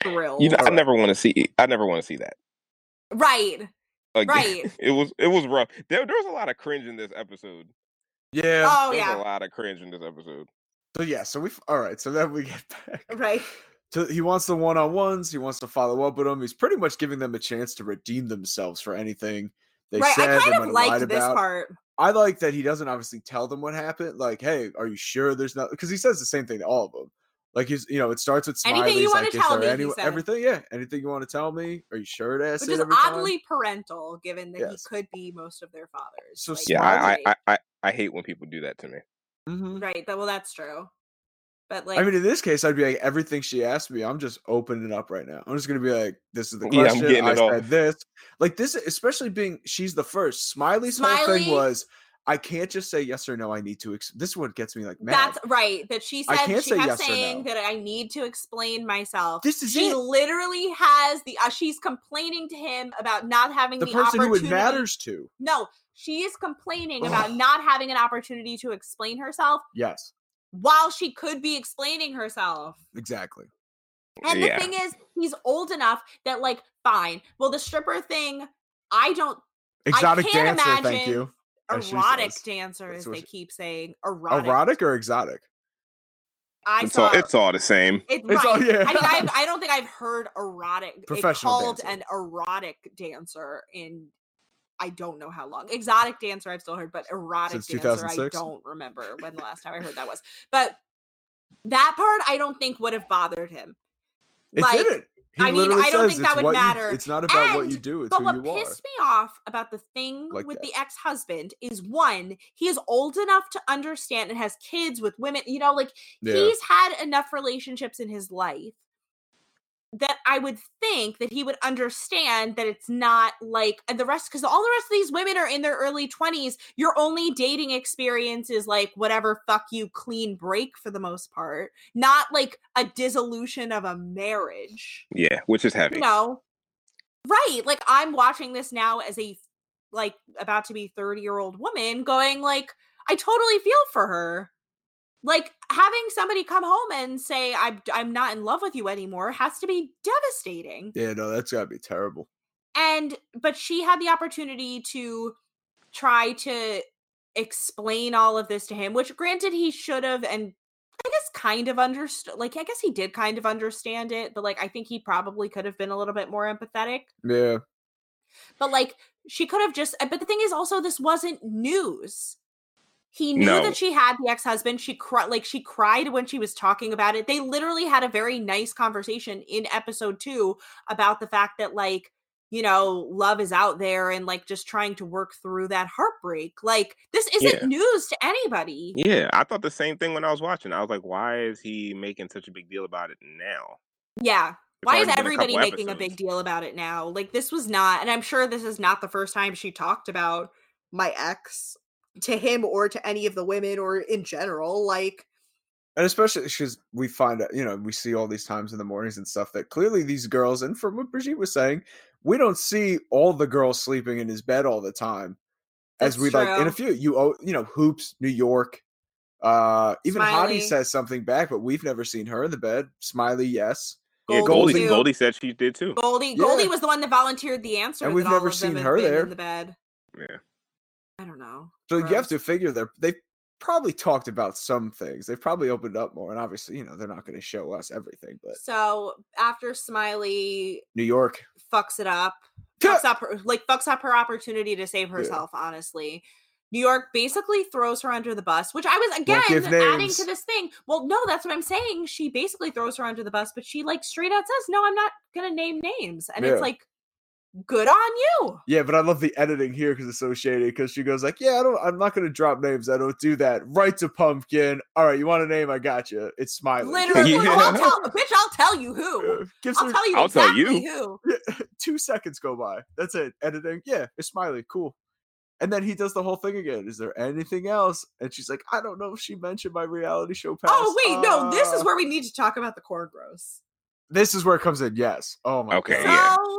Speaker 2: thrilled,
Speaker 3: You know, I
Speaker 1: Alright.
Speaker 3: never want to see. I never want to see that.
Speaker 2: right?
Speaker 3: <laughs> Like,
Speaker 2: Right.
Speaker 3: It was. It was rough. There, there was a lot of cringe in this episode.
Speaker 1: <laughs> yeah.
Speaker 2: Oh
Speaker 3: There was
Speaker 2: yeah,
Speaker 3: a lot of cringe in this episode.
Speaker 1: So Uh, yeah, so we all right. So then we get back.
Speaker 2: right.
Speaker 1: To, he wants the one on ones. He wants to follow up with them. He's pretty much giving them a chance to redeem themselves for anything they
Speaker 2: right.
Speaker 1: said.
Speaker 2: I
Speaker 1: they
Speaker 2: kind
Speaker 1: might
Speaker 2: of
Speaker 1: have
Speaker 2: liked
Speaker 1: lied
Speaker 2: this
Speaker 1: about.
Speaker 2: part.
Speaker 1: I like that he doesn't obviously tell them what happened. Like, hey, are you sure there's not? Because he says the same thing to all of them. Like he's, you know, it starts with
Speaker 2: Anything
Speaker 1: smileys.
Speaker 2: you wanna
Speaker 1: like, is
Speaker 2: tell
Speaker 1: there
Speaker 2: me, he
Speaker 1: any-
Speaker 2: said.
Speaker 1: everything, yeah. Anything you want to tell me? Are you sure to ask
Speaker 2: Which
Speaker 1: it
Speaker 2: is
Speaker 1: every time?
Speaker 2: oddly parental, given that
Speaker 1: Yes.
Speaker 2: he could be most of their fathers.
Speaker 1: So
Speaker 3: Yeah,
Speaker 1: Why
Speaker 3: I,
Speaker 2: right.
Speaker 3: I, I, I, I hate when people do that to me.
Speaker 1: Mhm.
Speaker 2: Right. That, well, that's true. But like,
Speaker 1: I mean, in this case, I'd be like, everything she asked me, I'm just opening up right now. I'm just gonna be like, this is the
Speaker 3: Yeah, I'm
Speaker 1: question.
Speaker 3: getting
Speaker 1: I
Speaker 3: it all.
Speaker 1: said this. Like this, especially being she's the first. Smiley's whole
Speaker 2: Smiley-
Speaker 1: thing was, I can't just say yes or no. I need to. Ex-. This one gets me like mad.
Speaker 2: that's right. That she
Speaker 1: I
Speaker 2: said
Speaker 1: can't
Speaker 2: she
Speaker 1: say
Speaker 2: kept
Speaker 1: yes or
Speaker 2: saying
Speaker 1: no.
Speaker 2: that I need to explain myself.
Speaker 1: This is
Speaker 2: she
Speaker 1: it.
Speaker 2: literally has the. Uh, she's complaining to him about not having
Speaker 1: the
Speaker 2: the,
Speaker 1: person who
Speaker 2: opportunity.
Speaker 1: it matters to.
Speaker 2: No, she is complaining
Speaker 1: Ugh.
Speaker 2: about not having an opportunity to explain herself
Speaker 1: Yes,
Speaker 2: while she could be explaining herself.
Speaker 1: exactly.
Speaker 2: And
Speaker 3: Yeah.
Speaker 2: the thing is, he's old enough that, like, fine. Well, the stripper thing, I don't
Speaker 1: Exotic
Speaker 2: can't
Speaker 1: dancer. Thank
Speaker 2: imagine
Speaker 1: you. as she
Speaker 2: erotic
Speaker 1: says.
Speaker 2: dancer,
Speaker 1: That's
Speaker 2: as
Speaker 1: what
Speaker 2: they
Speaker 1: she-
Speaker 2: keep saying. Erotic.
Speaker 1: Erotic or exotic?
Speaker 2: I
Speaker 3: it's
Speaker 2: saw.
Speaker 3: all. It's all the same.
Speaker 1: It's
Speaker 2: It's right.
Speaker 1: all- yeah.
Speaker 2: I mean, I've,
Speaker 1: <laughs>
Speaker 2: I don't think I've heard erotic
Speaker 1: Professional
Speaker 2: it called
Speaker 1: dancer.
Speaker 2: an erotic dancer in I don't know how long. Exotic dancer I've still heard, but erotic
Speaker 1: Since
Speaker 2: dancer I
Speaker 1: 2006?
Speaker 2: don't remember when the last time I heard that was. But that part I don't think would have bothered him.
Speaker 1: It
Speaker 2: Like,
Speaker 1: didn't. He
Speaker 2: I mean,
Speaker 1: literally
Speaker 2: I don't
Speaker 1: says
Speaker 2: think
Speaker 1: it's
Speaker 2: that would
Speaker 1: what you-
Speaker 2: matter.
Speaker 1: it's not about what you
Speaker 2: And-
Speaker 1: do. It's
Speaker 2: But
Speaker 1: who
Speaker 2: what
Speaker 1: you are.
Speaker 2: pissed me off about the thing
Speaker 1: Like
Speaker 2: with
Speaker 1: that.
Speaker 2: the ex husband is one, he is old enough to understand and has kids with women. You know, like
Speaker 1: Yeah.
Speaker 2: he's had enough relationships in his life that I would think that he would understand that it's not like and the rest because all the rest of these women are in their early 20s. Your only dating experience is like whatever fuck you clean break for the most part, not like a dissolution of a marriage.
Speaker 3: Yeah, which is heavy.
Speaker 2: You know, right? Like I'm watching this now as a like about to be 30 year old woman going like I totally feel for her. Like having somebody come home and say I'm I'm not in love with you anymore has to be devastating.
Speaker 1: Yeah. No, that's gotta be terrible.
Speaker 2: And but she had the opportunity to try to explain all of this to him, which granted he should have and I guess kind of understood like I guess he did kind of understand it, but like I think he probably could have been a little bit more empathetic.
Speaker 1: Yeah.
Speaker 2: But like she could have just but the thing is also this wasn't news. He knew
Speaker 3: No.
Speaker 2: that she had the ex-husband. She cried like she cried when she was talking about it. They literally had a very nice conversation in episode 2 about the fact that like you know, love is out there and like just trying to work through that heartbreak. Like this isn't
Speaker 3: Yeah.
Speaker 2: news to anybody.
Speaker 3: Yeah, I thought the same thing when I was watching. I was like, why is he making such a big deal about it now?
Speaker 2: Yeah.
Speaker 3: It's
Speaker 2: Why is
Speaker 3: already been a
Speaker 2: everybody
Speaker 3: couple
Speaker 2: making a big
Speaker 3: episodes.
Speaker 2: deal about it now? Like this was not, and I'm sure this is not the first time she talked about my ex to him or to any of the women or in general. Like
Speaker 1: and especially because we find out, you know, we see all these times in the mornings and stuff that clearly these girls, and from what Brigitte was saying, we don't see all the girls sleeping in his bed all the time, as
Speaker 2: That's
Speaker 1: we like in
Speaker 2: true.
Speaker 1: a few. You oh, you know, hoops, New York. Uh, even
Speaker 2: Smiley.
Speaker 1: Hottie says something back, but we've never seen her in the bed. Smiley, yes.
Speaker 3: Yeah,
Speaker 2: Goldie
Speaker 3: Goldie.
Speaker 2: too.
Speaker 3: Goldie said she did too.
Speaker 2: Goldie,
Speaker 1: Yeah.
Speaker 2: Goldie was the one that volunteered the answer,
Speaker 1: And we've
Speaker 2: that all
Speaker 1: never
Speaker 2: of them
Speaker 1: seen
Speaker 2: had
Speaker 1: her
Speaker 2: been
Speaker 1: there.
Speaker 2: in the bed.
Speaker 3: Yeah.
Speaker 2: I don't know.
Speaker 1: So you have
Speaker 2: Gross.
Speaker 1: to figure they're they probably talked about some things. They've probably opened up more, and obviously, you know, they're not going to show us everything. But
Speaker 2: So after Smiley
Speaker 1: New York,
Speaker 2: fucks it up, fucks up her, like fucks up her opportunity to save herself. Honestly, New York basically throws her under the bus, which I was again
Speaker 1: give
Speaker 2: adding
Speaker 1: names.
Speaker 2: to this thing. Well, no, that's what I'm saying. She basically throws her under the bus, but she like straight out says, "No, I'm not gonna name names," and
Speaker 1: Yeah.
Speaker 2: it's like, "Good on you."
Speaker 1: yeah, but I love the editing here because it's so shady. Because she goes like, "Yeah, I don't. I'm not going to drop names. I don't do that." Right to pumpkin. All right, you want a name? I got you. It's Smiley.
Speaker 2: Literally,
Speaker 1: <laughs>
Speaker 3: Yeah.
Speaker 2: I'll tell, bitch, I'll tell you who.
Speaker 1: gives
Speaker 2: I'll
Speaker 1: her
Speaker 2: tell you.
Speaker 3: I'll tell
Speaker 2: exactly
Speaker 3: you.
Speaker 2: who.
Speaker 1: <laughs> two seconds go by. That's it. Editing. Yeah, it's Smiley. Cool. And then he does the whole thing again. Is there anything else? And she's like, I don't know if she mentioned my reality show past.
Speaker 2: Oh wait, no, this is
Speaker 1: Uh,
Speaker 2: where we need to talk about the core gross.
Speaker 1: this is where it comes in. Yes. Oh my
Speaker 3: Okay,
Speaker 1: god.
Speaker 2: So
Speaker 1: <laughs>
Speaker 3: yeah.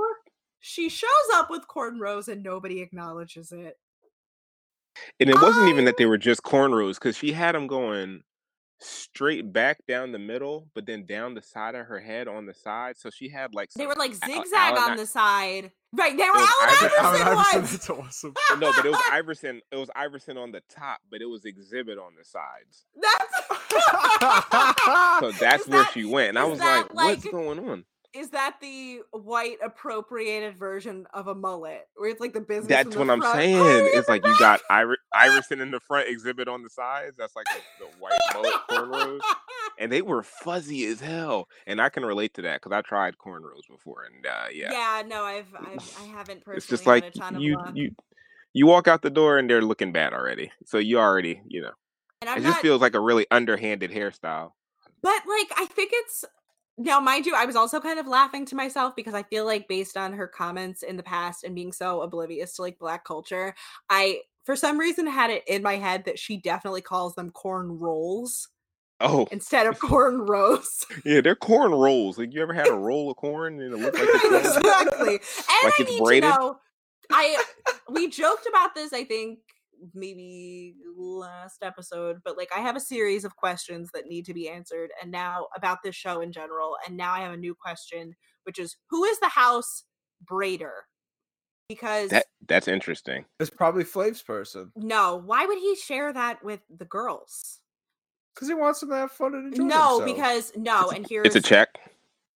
Speaker 2: she shows up with cornrows and nobody acknowledges it.
Speaker 3: And it wasn't even that they were just cornrows because she had them going straight back down the middle, but then down the side of her head on the side. So she had like
Speaker 2: They
Speaker 3: some-
Speaker 2: were like
Speaker 3: Al-
Speaker 2: zigzag
Speaker 3: Allen
Speaker 2: on
Speaker 3: I-
Speaker 2: the side. Right, they were
Speaker 3: was
Speaker 2: Allen
Speaker 3: Iverson.
Speaker 2: Iverson,
Speaker 1: Allen Iverson,
Speaker 2: ones.
Speaker 1: that's awesome.
Speaker 3: no, but it was Iverson. It was Iverson on the top, but it was exhibit on the sides. <laughs>
Speaker 2: That's <laughs>
Speaker 3: So
Speaker 2: Is
Speaker 3: that's where
Speaker 2: that-
Speaker 3: she went, and I
Speaker 2: is
Speaker 3: was
Speaker 2: that
Speaker 3: like, "What's
Speaker 2: like-
Speaker 3: going on?"
Speaker 2: is that the white appropriated version of a mullet, where it's like the business. in
Speaker 3: That's
Speaker 2: the
Speaker 3: what I'm
Speaker 2: front.
Speaker 3: saying.
Speaker 2: Oh, <laughs>
Speaker 3: It's like you got Iri- Iverson in the front, exhibit on the sides. That's like the, the white mullet cornrows, and they were fuzzy as hell. And I can relate to that because I tried cornrows before, and uh, yeah,
Speaker 2: yeah. no, I've, I've I haven't personally.
Speaker 3: it's just
Speaker 2: had
Speaker 3: like
Speaker 2: a ton of
Speaker 3: you
Speaker 2: luck.
Speaker 3: you you walk out the door and they're looking bad already. So you already you know
Speaker 2: and I'm
Speaker 3: it
Speaker 2: not
Speaker 3: just feels like a really underhanded hairstyle.
Speaker 2: But like, I think it's now, mind you, I was also kind of laughing to myself because I feel like based on her comments in the past and being so oblivious to like black culture, I for some reason had it in my head that she definitely calls them corn rolls
Speaker 3: Oh
Speaker 2: instead of corn rows.
Speaker 3: yeah, they're corn rolls. Like you ever had a roll of corn and it looked like a
Speaker 2: Right, <laughs>
Speaker 3: corn?
Speaker 2: exactly. And I
Speaker 3: Like it's
Speaker 2: need
Speaker 3: braided?
Speaker 2: to know. I we joked about this. I think maybe last episode, but like I have a series of questions that need to be answered, and now about this show in general. And now I have a new question, which is who is the house braider? Because
Speaker 3: <laughs> That that's interesting.
Speaker 1: <laughs> It's probably Flave's person
Speaker 2: no, why would he share that with the girls?
Speaker 1: because he wants them to have fun and enjoy
Speaker 2: No,
Speaker 1: themselves.
Speaker 2: because no, and here's
Speaker 3: It's a check.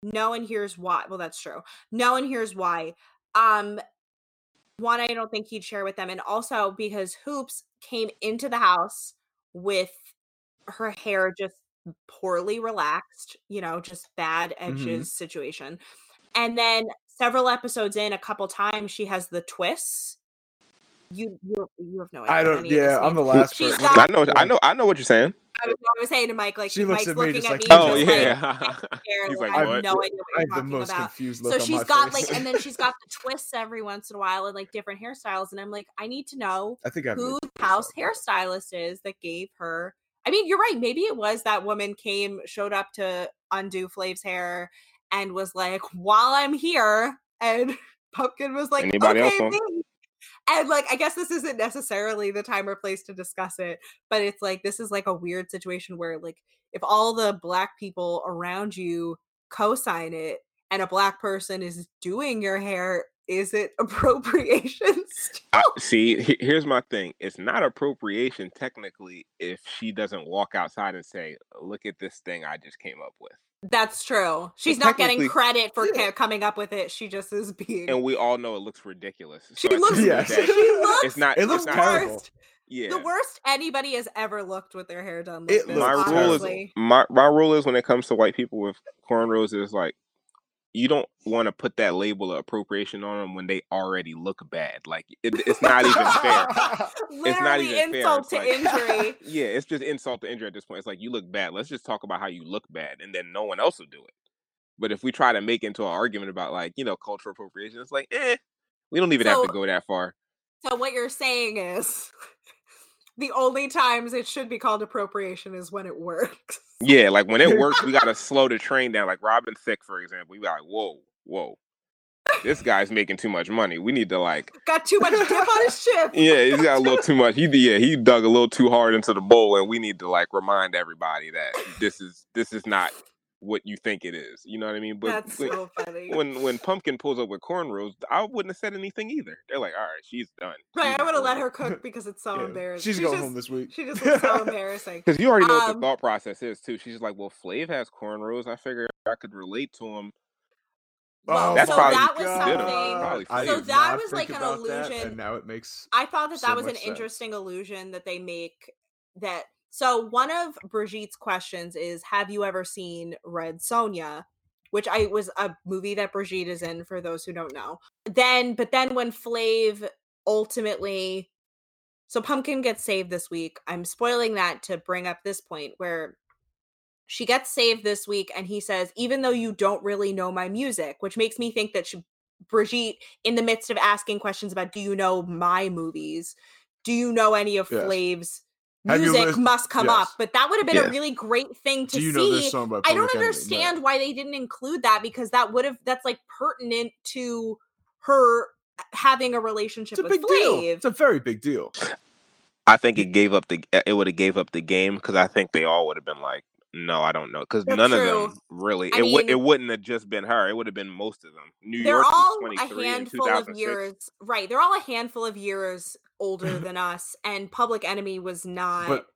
Speaker 2: No, and here's why. Well, that's true. No, and here's why. Um, one, I don't think he'd share with them, and also because Hoops came into the house with her hair just poorly relaxed, you know, just bad
Speaker 1: Mm-hmm.
Speaker 2: edges situation. And then several episodes in, a couple times, she has the twists. You, you, you have no idea.
Speaker 1: I
Speaker 2: what
Speaker 1: don't.
Speaker 2: any of this
Speaker 1: Yeah, I'm
Speaker 2: means.
Speaker 1: the last
Speaker 2: She's
Speaker 1: person.
Speaker 2: got-
Speaker 3: I know I know I know what you're saying.
Speaker 2: I was, I was saying to Mike, like
Speaker 1: She looks
Speaker 2: Mike's
Speaker 1: at me
Speaker 2: looking
Speaker 1: just
Speaker 2: at
Speaker 1: like,
Speaker 2: me.
Speaker 3: Oh
Speaker 2: just like, <laughs>
Speaker 3: yeah.
Speaker 2: scared,
Speaker 3: He's
Speaker 2: like,
Speaker 3: like,
Speaker 2: I
Speaker 1: "What?"
Speaker 2: have no idea what
Speaker 1: I
Speaker 2: you're
Speaker 1: have the
Speaker 2: talking
Speaker 1: most
Speaker 2: about
Speaker 1: confused look.
Speaker 2: so
Speaker 1: on
Speaker 2: she's
Speaker 1: my
Speaker 2: got
Speaker 1: face.
Speaker 2: like and then she's got the twists every once in a while and like different hairstyles and i'm like i need to know
Speaker 1: <laughs> I think I
Speaker 2: who
Speaker 1: moved
Speaker 2: the house hairstylist is that gave her i mean you're right maybe it was that woman came showed up to undo flave's hair and was like while i'm here and <laughs> pumpkin was like
Speaker 3: Anybody else
Speaker 2: okay
Speaker 3: want-
Speaker 2: me." and like i guess this isn't necessarily the time or place to discuss it but it's like this is like a weird situation where like if all the black people around you co-sign it and a black person is doing your hair is it <laughs> appropriation still?
Speaker 3: I- see, he- here's my thing. It's not appropriation technically if she doesn't walk outside and say, "Look at this thing I just came up with."
Speaker 2: That's true. She's not getting
Speaker 3: technically-
Speaker 2: credit for
Speaker 1: Yeah.
Speaker 2: ca- coming up with it. She just is being.
Speaker 3: And we all know it looks ridiculous.
Speaker 2: she
Speaker 3: so at the
Speaker 2: looks.
Speaker 3: end of
Speaker 1: Yes. <laughs>
Speaker 3: the day,
Speaker 2: She looks.
Speaker 3: It's not.
Speaker 1: It looks
Speaker 3: it's
Speaker 2: the
Speaker 3: not,
Speaker 1: terrible.
Speaker 2: worst.
Speaker 3: Yeah.
Speaker 2: The worst anybody has ever looked with their hair done.
Speaker 1: It
Speaker 2: Like this,
Speaker 1: looks
Speaker 3: my
Speaker 1: terrible.
Speaker 3: rule is <laughs>
Speaker 2: honestly.
Speaker 3: my, my rule is when it comes to white people with cornrows is like you don't want to put that label of appropriation on them when they already look bad. Like it, it's not even fair.
Speaker 2: Literally
Speaker 3: even fair.
Speaker 2: insult
Speaker 3: It's
Speaker 2: to
Speaker 3: <laughs>
Speaker 2: injury.
Speaker 3: Yeah, it's just insult to injury at this point. It's like you look bad. Let's just talk about how you look bad, and then no one else will do it. But if we try to make into an argument about like you know cultural appropriation, it's like eh, we don't even have
Speaker 2: So-
Speaker 3: to go that far.
Speaker 2: so what you're saying is, <laughs> the only times it should be called appropriation is when it works.
Speaker 3: Yeah, like when it works, we gotta slow the train down. Like Robin Thicke, for example, we be like, whoa, whoa, this guy's making too much money. We need to like,
Speaker 2: <laughs> Got too much dip on his chip.
Speaker 3: <laughs> yeah, he's got a little too much. He yeah, he dug a little too hard into the bowl, and we need to like remind everybody that this is this is not what you think it is. You know what I mean? But
Speaker 2: That's
Speaker 3: but
Speaker 2: so funny.
Speaker 3: when when Pumpkin pulls up with cornrows, I wouldn't have said anything either. They're like, all right, she's done.
Speaker 2: right, I would have let
Speaker 3: <laughs>
Speaker 2: her cook because
Speaker 1: <laughs>
Speaker 2: it's so embarrassing.
Speaker 1: She's
Speaker 2: She
Speaker 1: going
Speaker 2: just-
Speaker 1: home this week. <laughs>
Speaker 2: She just looks so embarrassing.
Speaker 3: Because you already know what
Speaker 2: Um,
Speaker 3: the thought process is too. She's like, well, Flav has cornrows. I figure I could relate to him.
Speaker 2: Well,
Speaker 3: That's
Speaker 2: so
Speaker 3: probably
Speaker 2: that was
Speaker 3: good.
Speaker 2: something.
Speaker 3: Probably
Speaker 1: Oh I
Speaker 3: so
Speaker 1: did
Speaker 2: that
Speaker 1: not
Speaker 2: was
Speaker 1: think
Speaker 2: like an
Speaker 1: about that,
Speaker 2: illusion.
Speaker 1: and now it makes
Speaker 2: I thought that
Speaker 1: so
Speaker 2: that was
Speaker 1: much
Speaker 2: an
Speaker 1: sense.
Speaker 2: interesting illusion that they make. That so one of Brigitte's questions is, "Have you ever seen Red Sonja?" Which I was a movie that Brigitte is in. For those who don't know, then but then when Flav ultimately, so Pumpkin gets saved this week. I'm spoiling that to bring up this point where she gets saved this week, and he says, "Even though you don't really know my music," which makes me think that she, Brigitte in the midst of asking questions about do you know my movies? Do you know any of
Speaker 1: Yes.
Speaker 2: Flav's
Speaker 1: Have you
Speaker 2: music
Speaker 1: lis-
Speaker 2: must come up?
Speaker 1: Yes.
Speaker 2: But that would have been a
Speaker 3: Yes.
Speaker 2: really great thing to
Speaker 1: Do you
Speaker 2: see.
Speaker 1: know this song by
Speaker 2: I don't
Speaker 1: Public Enemy? No.
Speaker 2: understand why they didn't include that because that would have that's like pertinent to her uh, having a relationship
Speaker 1: It's a
Speaker 2: with
Speaker 1: big deal.
Speaker 2: Flav.
Speaker 1: It's a very big deal.
Speaker 3: I think it gave up the it would have gave up the game because I think they all would have been like, no, I don't know, because
Speaker 2: That's
Speaker 3: none
Speaker 2: true.
Speaker 3: of them really.
Speaker 2: I
Speaker 3: it would
Speaker 2: mean-
Speaker 3: it wouldn't have just been her. It would have been most of them. New
Speaker 2: they're
Speaker 3: York was
Speaker 2: all a
Speaker 3: 23 in
Speaker 2: handful of
Speaker 3: 2006.
Speaker 2: years right they're all a handful of years
Speaker 1: <laughs>
Speaker 2: older than us and public enemy was not
Speaker 1: But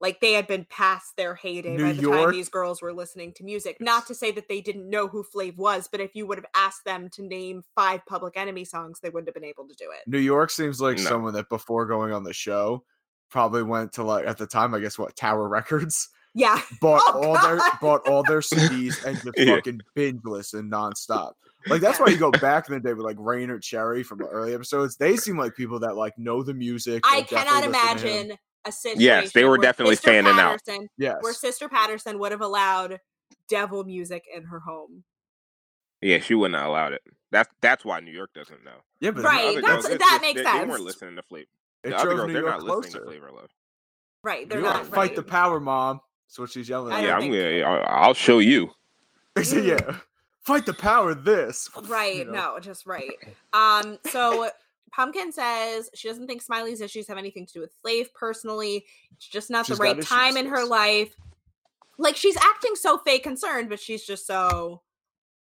Speaker 2: like they had been past their heyday
Speaker 1: New
Speaker 2: by the time
Speaker 1: York-
Speaker 2: these girls were listening to music. Not to say that they didn't know who Flav was, but if you would have asked them to name five Public Enemy songs, they wouldn't have been able to do it.
Speaker 1: New York seems like
Speaker 3: No.
Speaker 1: someone that before going on the show probably went to like at the time, I guess what Tower Records <laughs>
Speaker 2: Yeah,
Speaker 1: bought
Speaker 2: Oh,
Speaker 1: all their
Speaker 2: God.
Speaker 1: bought all
Speaker 2: <laughs>
Speaker 1: their CDs and just
Speaker 3: Yeah.
Speaker 1: fucking binge listen nonstop. Like that's why you go back in the day with like Rain or Cherry from the early episodes. They seem like people that like know the music.
Speaker 2: I
Speaker 1: they'll
Speaker 2: cannot
Speaker 1: definitely listen to him.
Speaker 2: imagine a situation.
Speaker 3: Yes, they were
Speaker 2: where
Speaker 3: definitely
Speaker 2: Sister
Speaker 3: standing out.
Speaker 2: Patterson-
Speaker 1: Yes,
Speaker 2: Where Sister Patterson would have allowed devil music in her home.
Speaker 3: Yeah, she wouldn't have allowed it. That's that's why New York doesn't know.
Speaker 1: yeah, but
Speaker 3: The
Speaker 2: Right,
Speaker 3: other
Speaker 2: that's-
Speaker 3: girls, it's
Speaker 2: that
Speaker 3: just-
Speaker 2: makes
Speaker 3: they, They
Speaker 2: sense.
Speaker 3: weren't listening to Flavor.
Speaker 1: it
Speaker 3: The other
Speaker 1: drove
Speaker 3: girls,
Speaker 1: New
Speaker 3: they're
Speaker 1: York
Speaker 3: not listening
Speaker 1: closer.
Speaker 3: to Flavor Love.
Speaker 2: Right, they're
Speaker 1: You
Speaker 2: not
Speaker 1: gotta fight the
Speaker 2: right.
Speaker 1: power, mom. That's what she's yelling.
Speaker 2: I
Speaker 1: at.
Speaker 2: don't
Speaker 1: <laughs>
Speaker 3: Yeah, I'm
Speaker 2: think
Speaker 3: gonna.
Speaker 2: so.
Speaker 3: I'll, I'll show you.
Speaker 1: They say, yeah, fight the power. This
Speaker 2: right
Speaker 1: You know?
Speaker 2: no just
Speaker 1: <laughs>
Speaker 2: right um so pumpkin says she doesn't think smiley's issues have anything to do with Flav personally it's just not
Speaker 1: She's
Speaker 2: the
Speaker 1: got
Speaker 2: right time
Speaker 1: issues,
Speaker 2: in her
Speaker 1: yes.
Speaker 2: life like she's acting so fake concerned but she's just so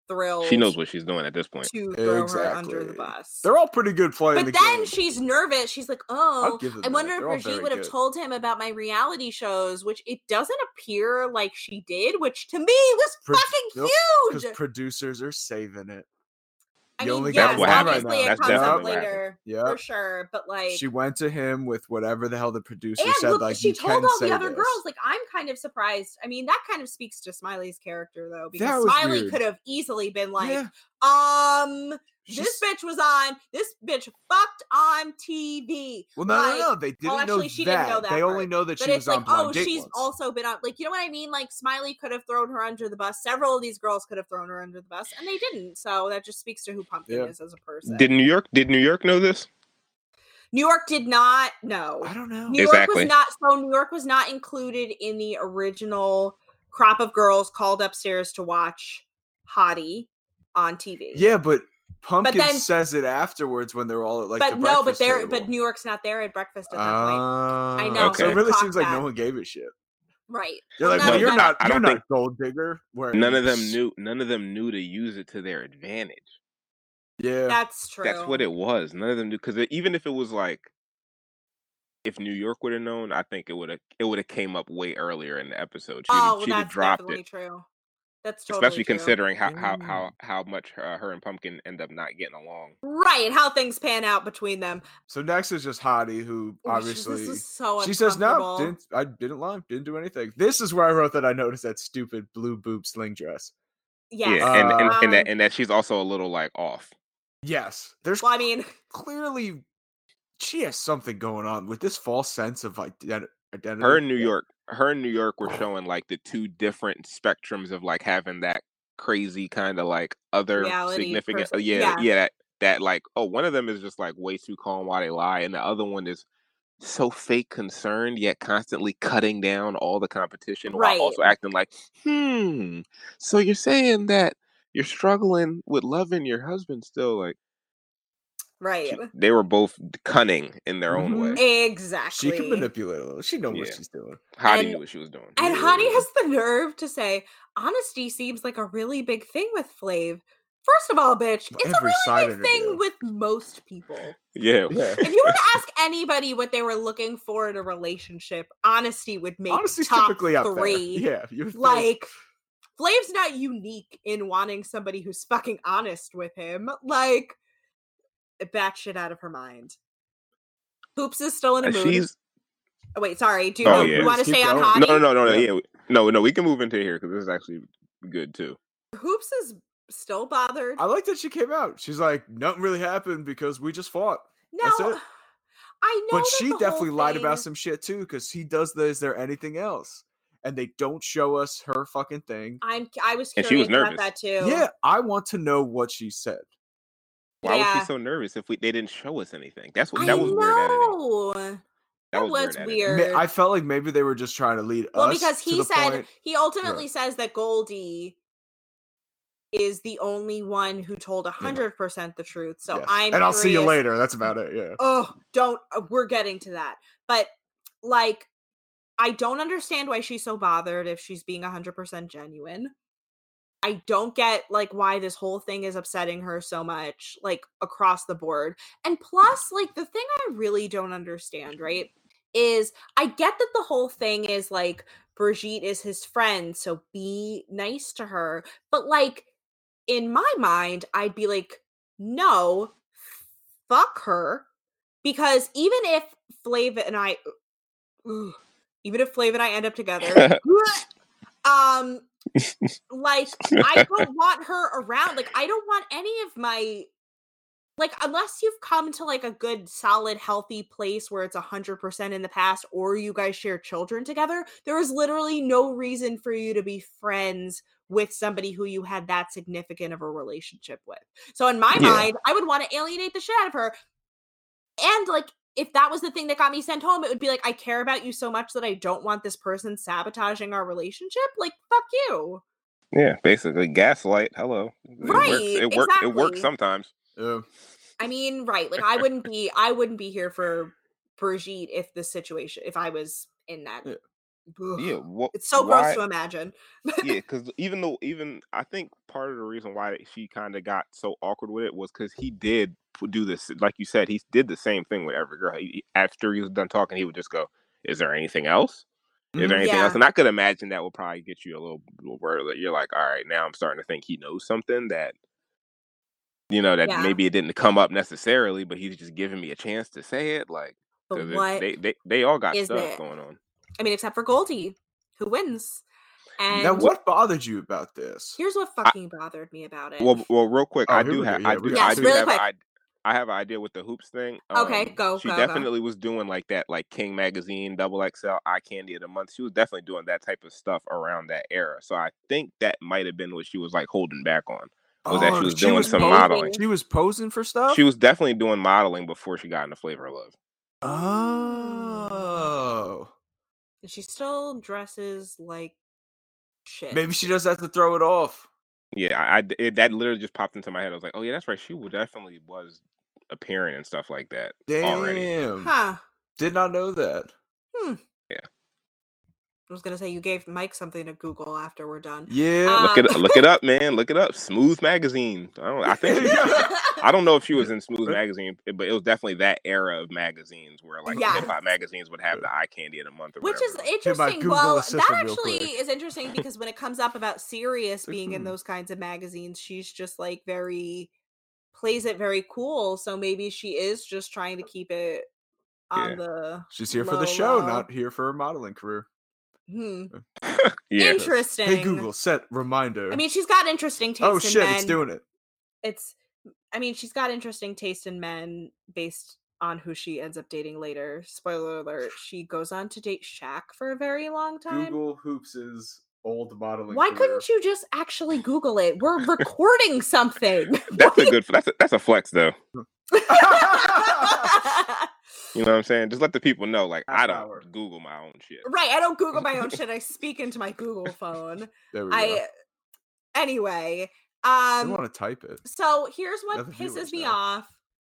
Speaker 2: thrilled
Speaker 3: She knows what she's doing at this point.
Speaker 2: to throw her under the
Speaker 1: Exactly.
Speaker 2: bus
Speaker 1: They're all pretty good playing
Speaker 2: but
Speaker 1: the
Speaker 2: then
Speaker 1: game.
Speaker 2: she's nervous she's like oh
Speaker 1: give them
Speaker 2: i
Speaker 1: that.
Speaker 2: wonder if
Speaker 1: They're all
Speaker 2: brigitte
Speaker 1: very
Speaker 2: would have
Speaker 1: good."
Speaker 2: told him about my reality shows which it doesn't appear like she did which to me was
Speaker 1: Brid-
Speaker 2: fucking
Speaker 1: nope, because
Speaker 2: huge
Speaker 1: producers are saving it.
Speaker 2: i
Speaker 1: you
Speaker 2: mean
Speaker 1: only
Speaker 3: got
Speaker 2: yes
Speaker 3: one right
Speaker 2: obviously
Speaker 1: now.
Speaker 2: it
Speaker 3: That's
Speaker 2: comes up
Speaker 3: definitely what happened.
Speaker 2: later
Speaker 1: Yeah,
Speaker 2: for sure. But like,
Speaker 1: Uh, she went to him with whatever the hell the producer
Speaker 2: and
Speaker 1: said.
Speaker 2: look,
Speaker 1: like
Speaker 2: she
Speaker 1: "You
Speaker 2: told
Speaker 1: can
Speaker 2: all
Speaker 1: say
Speaker 2: the other
Speaker 1: this."
Speaker 2: girls. Like, I'm kind of surprised. I mean, that kind of speaks to Smiley's character though,
Speaker 1: That
Speaker 2: because
Speaker 1: was
Speaker 2: Smiley
Speaker 1: weird.
Speaker 2: could have easily been like,
Speaker 1: yeah,
Speaker 2: um, this
Speaker 1: she's-
Speaker 2: bitch was on. This bitch fucked on TV.
Speaker 1: well, no, no,
Speaker 2: like-
Speaker 1: no. They didn't know
Speaker 2: actually,
Speaker 1: that.
Speaker 2: she didn't know that
Speaker 1: They only
Speaker 2: part.
Speaker 1: know that
Speaker 2: But
Speaker 1: she
Speaker 2: it's
Speaker 1: was
Speaker 2: like,
Speaker 1: on Blind
Speaker 2: oh,
Speaker 1: Date
Speaker 2: she's
Speaker 1: once.
Speaker 2: also been on. Like, you know what I mean? Like, Smiley could have thrown her under the bus. Several of these girls could have thrown her under the bus, and they didn't. So that just speaks to who Pumpkin
Speaker 1: Yeah.
Speaker 2: is as a person.
Speaker 3: Did New York? Did New York know this?
Speaker 2: New York did not know.
Speaker 1: I don't know.
Speaker 2: New York
Speaker 3: Exactly.
Speaker 2: was not so New York was not included in the original crop of girls called upstairs to watch Hottie on TV.
Speaker 1: yeah, but Pumpkin
Speaker 2: then-
Speaker 1: says it afterwards when they're all at like.
Speaker 2: but
Speaker 1: the
Speaker 2: no, but
Speaker 1: breakfast
Speaker 2: they're
Speaker 1: table.
Speaker 2: but New York's not there at breakfast at that point.
Speaker 3: Ah,
Speaker 1: I
Speaker 2: know,
Speaker 1: So
Speaker 3: Okay.
Speaker 1: it really
Speaker 2: clock
Speaker 1: seems like
Speaker 2: that.
Speaker 1: no one gave a shit.
Speaker 2: Right.
Speaker 1: You're
Speaker 2: Well,
Speaker 1: like,
Speaker 2: no,
Speaker 1: well, you're
Speaker 2: no,
Speaker 1: not.
Speaker 3: I
Speaker 1: You're
Speaker 3: don't
Speaker 1: not
Speaker 3: think-
Speaker 1: gold digger. Where
Speaker 3: None of them
Speaker 1: it's-
Speaker 3: knew. None of them knew to use it to their advantage.
Speaker 1: Yeah,
Speaker 2: That's true.
Speaker 3: That's what it was. None of them knew because even if it was like, if New York would have known, I think it would have. It would have came up way earlier in the episode. She
Speaker 2: Oh, well,
Speaker 3: she'd have
Speaker 2: that's
Speaker 3: dropped
Speaker 2: definitely
Speaker 3: it,
Speaker 2: true. That's totally
Speaker 3: especially
Speaker 2: true.
Speaker 3: considering how how
Speaker 1: Mm.
Speaker 3: how how much uh, her and Pumpkin end up not getting along.
Speaker 2: Right, how things pan out between them.
Speaker 1: So next is just Hottie, who
Speaker 2: Ooh, she- Oh, this
Speaker 1: obviously
Speaker 2: is so
Speaker 1: she says no,
Speaker 2: uncomfortable."
Speaker 1: didn't I didn't lie, didn't do anything. This is where I wrote that I noticed that stupid blue boob sling dress.
Speaker 2: Yes.
Speaker 3: Yeah, and and, and, that,
Speaker 2: Um,
Speaker 3: and that she's also a little like off.
Speaker 1: Yes, there's
Speaker 2: well, I mean, <laughs>
Speaker 1: clearly she has something going on with this false sense of identi- identity.
Speaker 2: Mm-hmm.
Speaker 3: her in New York, her in New York were showing like the two different spectrums of like having that crazy kind of like other
Speaker 2: Reality
Speaker 3: significant, uh,
Speaker 2: person-
Speaker 3: yeah,
Speaker 2: yeah.
Speaker 3: yeah, that that like oh one of them is just like way too calm while they lie, and the other one is so fake concerned yet constantly cutting down all the competition
Speaker 2: Right.
Speaker 3: while also acting like hmm. So you're saying that you're struggling with loving your husband still, like
Speaker 2: Right.
Speaker 3: They were both cunning in their
Speaker 2: Mm-hmm.
Speaker 3: own
Speaker 1: Mhm.
Speaker 3: way.
Speaker 2: Exactly.
Speaker 1: She can manipulate a little. She knows what
Speaker 3: Yeah.
Speaker 1: she's doing.
Speaker 3: Hottie
Speaker 2: And-
Speaker 3: knew what she was doing.
Speaker 2: And
Speaker 3: Yeah.
Speaker 2: Hottie has the nerve to say, honesty seems like a really big thing with Flav. First of all, bitch, it's
Speaker 1: Every
Speaker 2: a
Speaker 1: side
Speaker 2: really big thing
Speaker 1: interview.
Speaker 2: with most people.
Speaker 3: <laughs>
Speaker 1: <laughs>
Speaker 2: <laughs>
Speaker 3: yeah.
Speaker 1: Yeah.
Speaker 2: If you were to ask anybody what they were looking for in a relationship, honesty would make
Speaker 1: Honesty's
Speaker 2: top
Speaker 1: typically up
Speaker 2: three.
Speaker 1: there. <laughs> Yeah. you would think.
Speaker 2: Like, Flav's not unique in wanting somebody who's fucking honest with him. Like, batshit out of her mind. Hoops is still in a
Speaker 3: And
Speaker 2: mood.
Speaker 3: she's
Speaker 2: Oh, wait, sorry. Do you,
Speaker 3: Oh, yeah.
Speaker 2: you want
Speaker 1: Let's
Speaker 2: to
Speaker 1: keep
Speaker 2: stay on
Speaker 1: going.
Speaker 2: Hottie?
Speaker 3: no, no, no, no,
Speaker 1: Yeah.
Speaker 3: yeah. we- no, no. We can move into here because this is actually good too.
Speaker 2: Hoops is still bothered.
Speaker 1: I like that she came out. She's like, nothing really happened because we just fought.
Speaker 2: No,
Speaker 1: That's it.
Speaker 2: I know.
Speaker 1: But
Speaker 2: that
Speaker 1: she
Speaker 2: the whole
Speaker 1: definitely lied about
Speaker 2: thing-
Speaker 1: some shit too, because he does the is there anything else? And they don't show us her fucking thing.
Speaker 2: I'm. I was
Speaker 3: And
Speaker 2: curious
Speaker 3: she was
Speaker 2: about
Speaker 3: nervous.
Speaker 2: that too.
Speaker 1: Yeah, I want to know what she said.
Speaker 3: Why was
Speaker 2: Yeah.
Speaker 3: she so nervous if we they didn't show us anything? That's what
Speaker 2: I
Speaker 3: that was weird editing.
Speaker 2: know.
Speaker 3: That was,
Speaker 2: weird.
Speaker 3: weird. editing.
Speaker 1: Ma- I felt like maybe they were just trying to lead
Speaker 2: well,
Speaker 1: us.
Speaker 2: because
Speaker 1: to
Speaker 2: he
Speaker 1: the
Speaker 2: said
Speaker 1: point-
Speaker 2: he ultimately says that Goldie is the only one who told hundred percent the truth. So
Speaker 1: Yes.
Speaker 2: I'm.
Speaker 1: and I'll see you
Speaker 2: curious-
Speaker 1: later. That's about it. Yeah.
Speaker 2: Oh, don't. uh, We're getting to that, but like. I don't understand why she's so bothered if she's being 100% genuine. I don't get like why this whole thing is upsetting her so much, like across the board. And plus, like the thing I really don't understand, right, is I get that the whole thing is like Brigitte is his friend, so be nice to her. But like in my mind, I'd be like, no, fuck her. Because even if Flav and I, Ugh. even if Flav and I end up together, um, like I don't want her around. Like I don't want any of my like unless you've come to like a good solid healthy place where it's 100% in the past or you guys share children together there is literally no reason for you to be friends with somebody who you had that significant of a relationship with so in my
Speaker 3: Yeah.
Speaker 2: mind i would want to alienate the shit out of her and like if that was the thing that got me sent home it would be like i care about you so much that i don't want this person sabotaging our relationship like fuck you
Speaker 3: Yeah, basically gaslight. Hello. It works-
Speaker 2: Right,
Speaker 3: It works. It
Speaker 2: exactly.
Speaker 3: works sometimes.
Speaker 1: Yeah.
Speaker 2: I mean, right. Like I
Speaker 3: <laughs>
Speaker 2: wouldn't be I wouldn't be here for Brigitte if the situation if I was in that.
Speaker 1: Yeah.
Speaker 2: Ugh.
Speaker 3: Yeah. wha-
Speaker 2: It's so
Speaker 3: why-
Speaker 2: gross to imagine. <laughs>
Speaker 3: yeah, because even though even I think part of the reason why she kind of got so awkward with it was because he did p- do this, like you said, he did the same thing with every girl. He, he- after he was done talking, he would just go, "Is there anything else? Is there
Speaker 1: Mhm.
Speaker 3: anything
Speaker 2: Mm-hmm. Yeah.
Speaker 3: else?" And I could imagine that would probably get you a little, little worried. That you're like, "All right, now I'm starting to think he knows something that." You know that
Speaker 2: Yeah.
Speaker 3: maybe it didn't come up necessarily, but he's just giving me a chance to say it. Like,
Speaker 2: But
Speaker 3: 'cause it-
Speaker 2: what
Speaker 3: they, they they all got
Speaker 2: is
Speaker 3: stuff
Speaker 2: it?
Speaker 3: going on.
Speaker 2: I mean, except for Goldie, who wins. And
Speaker 1: Now, what bothered you about this?
Speaker 2: here's what fucking bothered me about it.
Speaker 3: Well, well, real quick,
Speaker 1: Oh,
Speaker 3: I
Speaker 1: here
Speaker 3: do
Speaker 1: we go.
Speaker 3: have,
Speaker 1: Yeah,
Speaker 3: I
Speaker 1: we
Speaker 3: do,
Speaker 1: got
Speaker 3: I
Speaker 1: it.
Speaker 3: do
Speaker 2: Really
Speaker 3: have,
Speaker 2: quick.
Speaker 3: I, I have an idea with the hoops thing. um,
Speaker 2: Okay, go,
Speaker 3: She
Speaker 2: go, go.
Speaker 3: definitely was doing like that, like King Magazine, Double XL, Eye Candy of the Month. She was definitely doing that type of stuff around that era. So I think that might have been what she was like holding back on. Was that she was doing some
Speaker 1: Oh, posing-
Speaker 3: modeling.
Speaker 1: She was posing for stuff.
Speaker 3: She was definitely doing modeling before she got into Flavor of Love.
Speaker 1: Oh.
Speaker 2: And she still dresses like shit.
Speaker 1: Maybe she just has to throw it off.
Speaker 3: Yeah, I, I- it, that literally just popped into my head. I was like, oh yeah, that's right. She wa- definitely was appearing and stuff like that.
Speaker 1: Damn.
Speaker 3: Already.
Speaker 2: Huh.
Speaker 1: Did not know that.
Speaker 2: I was gonna say you gave Mike something to Google after we're done.
Speaker 3: <laughs>
Speaker 1: Yeah.
Speaker 3: Look
Speaker 2: Um,
Speaker 3: it, look it up, man. Look it up. Smooth Magazine. I don't. I think. she-
Speaker 2: <laughs>
Speaker 3: I don't know if she was in Smooth
Speaker 1: Yeah.
Speaker 3: Magazine, eh, but it was definitely that era of magazines where like
Speaker 2: Yes.
Speaker 3: hip hop magazines would have the eye candy in a month or
Speaker 2: Which is
Speaker 3: whatever.
Speaker 2: interesting.
Speaker 1: Google
Speaker 2: Well, that
Speaker 1: Assistant real
Speaker 2: actually
Speaker 1: quick.
Speaker 2: is interesting because when it comes up
Speaker 1: <laughs>
Speaker 2: about Sirius
Speaker 1: Like,
Speaker 2: being in
Speaker 1: hmm.
Speaker 2: those kinds of magazines, she's just like very plays it very cool. So maybe she is just trying to keep it on
Speaker 3: Yeah.
Speaker 2: the
Speaker 1: She's here for the
Speaker 2: low,
Speaker 1: show,
Speaker 2: low.
Speaker 1: not here for her modeling career.
Speaker 2: hmm.
Speaker 3: yeah.
Speaker 2: interesting.
Speaker 1: Hey Google, set reminder.
Speaker 2: I mean, she's got interesting taste.
Speaker 1: oh
Speaker 2: in
Speaker 1: shit,
Speaker 2: men.
Speaker 1: it's doing it.
Speaker 2: it's i mean she's got interesting taste in men based on who she ends up dating later spoiler alert she goes on to date Shaq for a very long time
Speaker 1: Google Hoops' old modeling.
Speaker 2: why couldn't you just actually google it
Speaker 1: <laughs>
Speaker 2: we're recording something <laughs>
Speaker 3: That's a good. That's a, that's a flex though.
Speaker 2: right
Speaker 3: You know what I'm saying? Just let the people know. Like I
Speaker 1: Half
Speaker 3: don't
Speaker 1: hour.
Speaker 3: Google my own shit.
Speaker 2: i don't google my own shit i speak into my google phone
Speaker 1: <laughs> there we go.
Speaker 2: i um, anyway
Speaker 1: you
Speaker 2: um
Speaker 1: want to type it.
Speaker 2: so here's what
Speaker 1: Nothing viewers
Speaker 2: pisses me
Speaker 1: now.
Speaker 2: off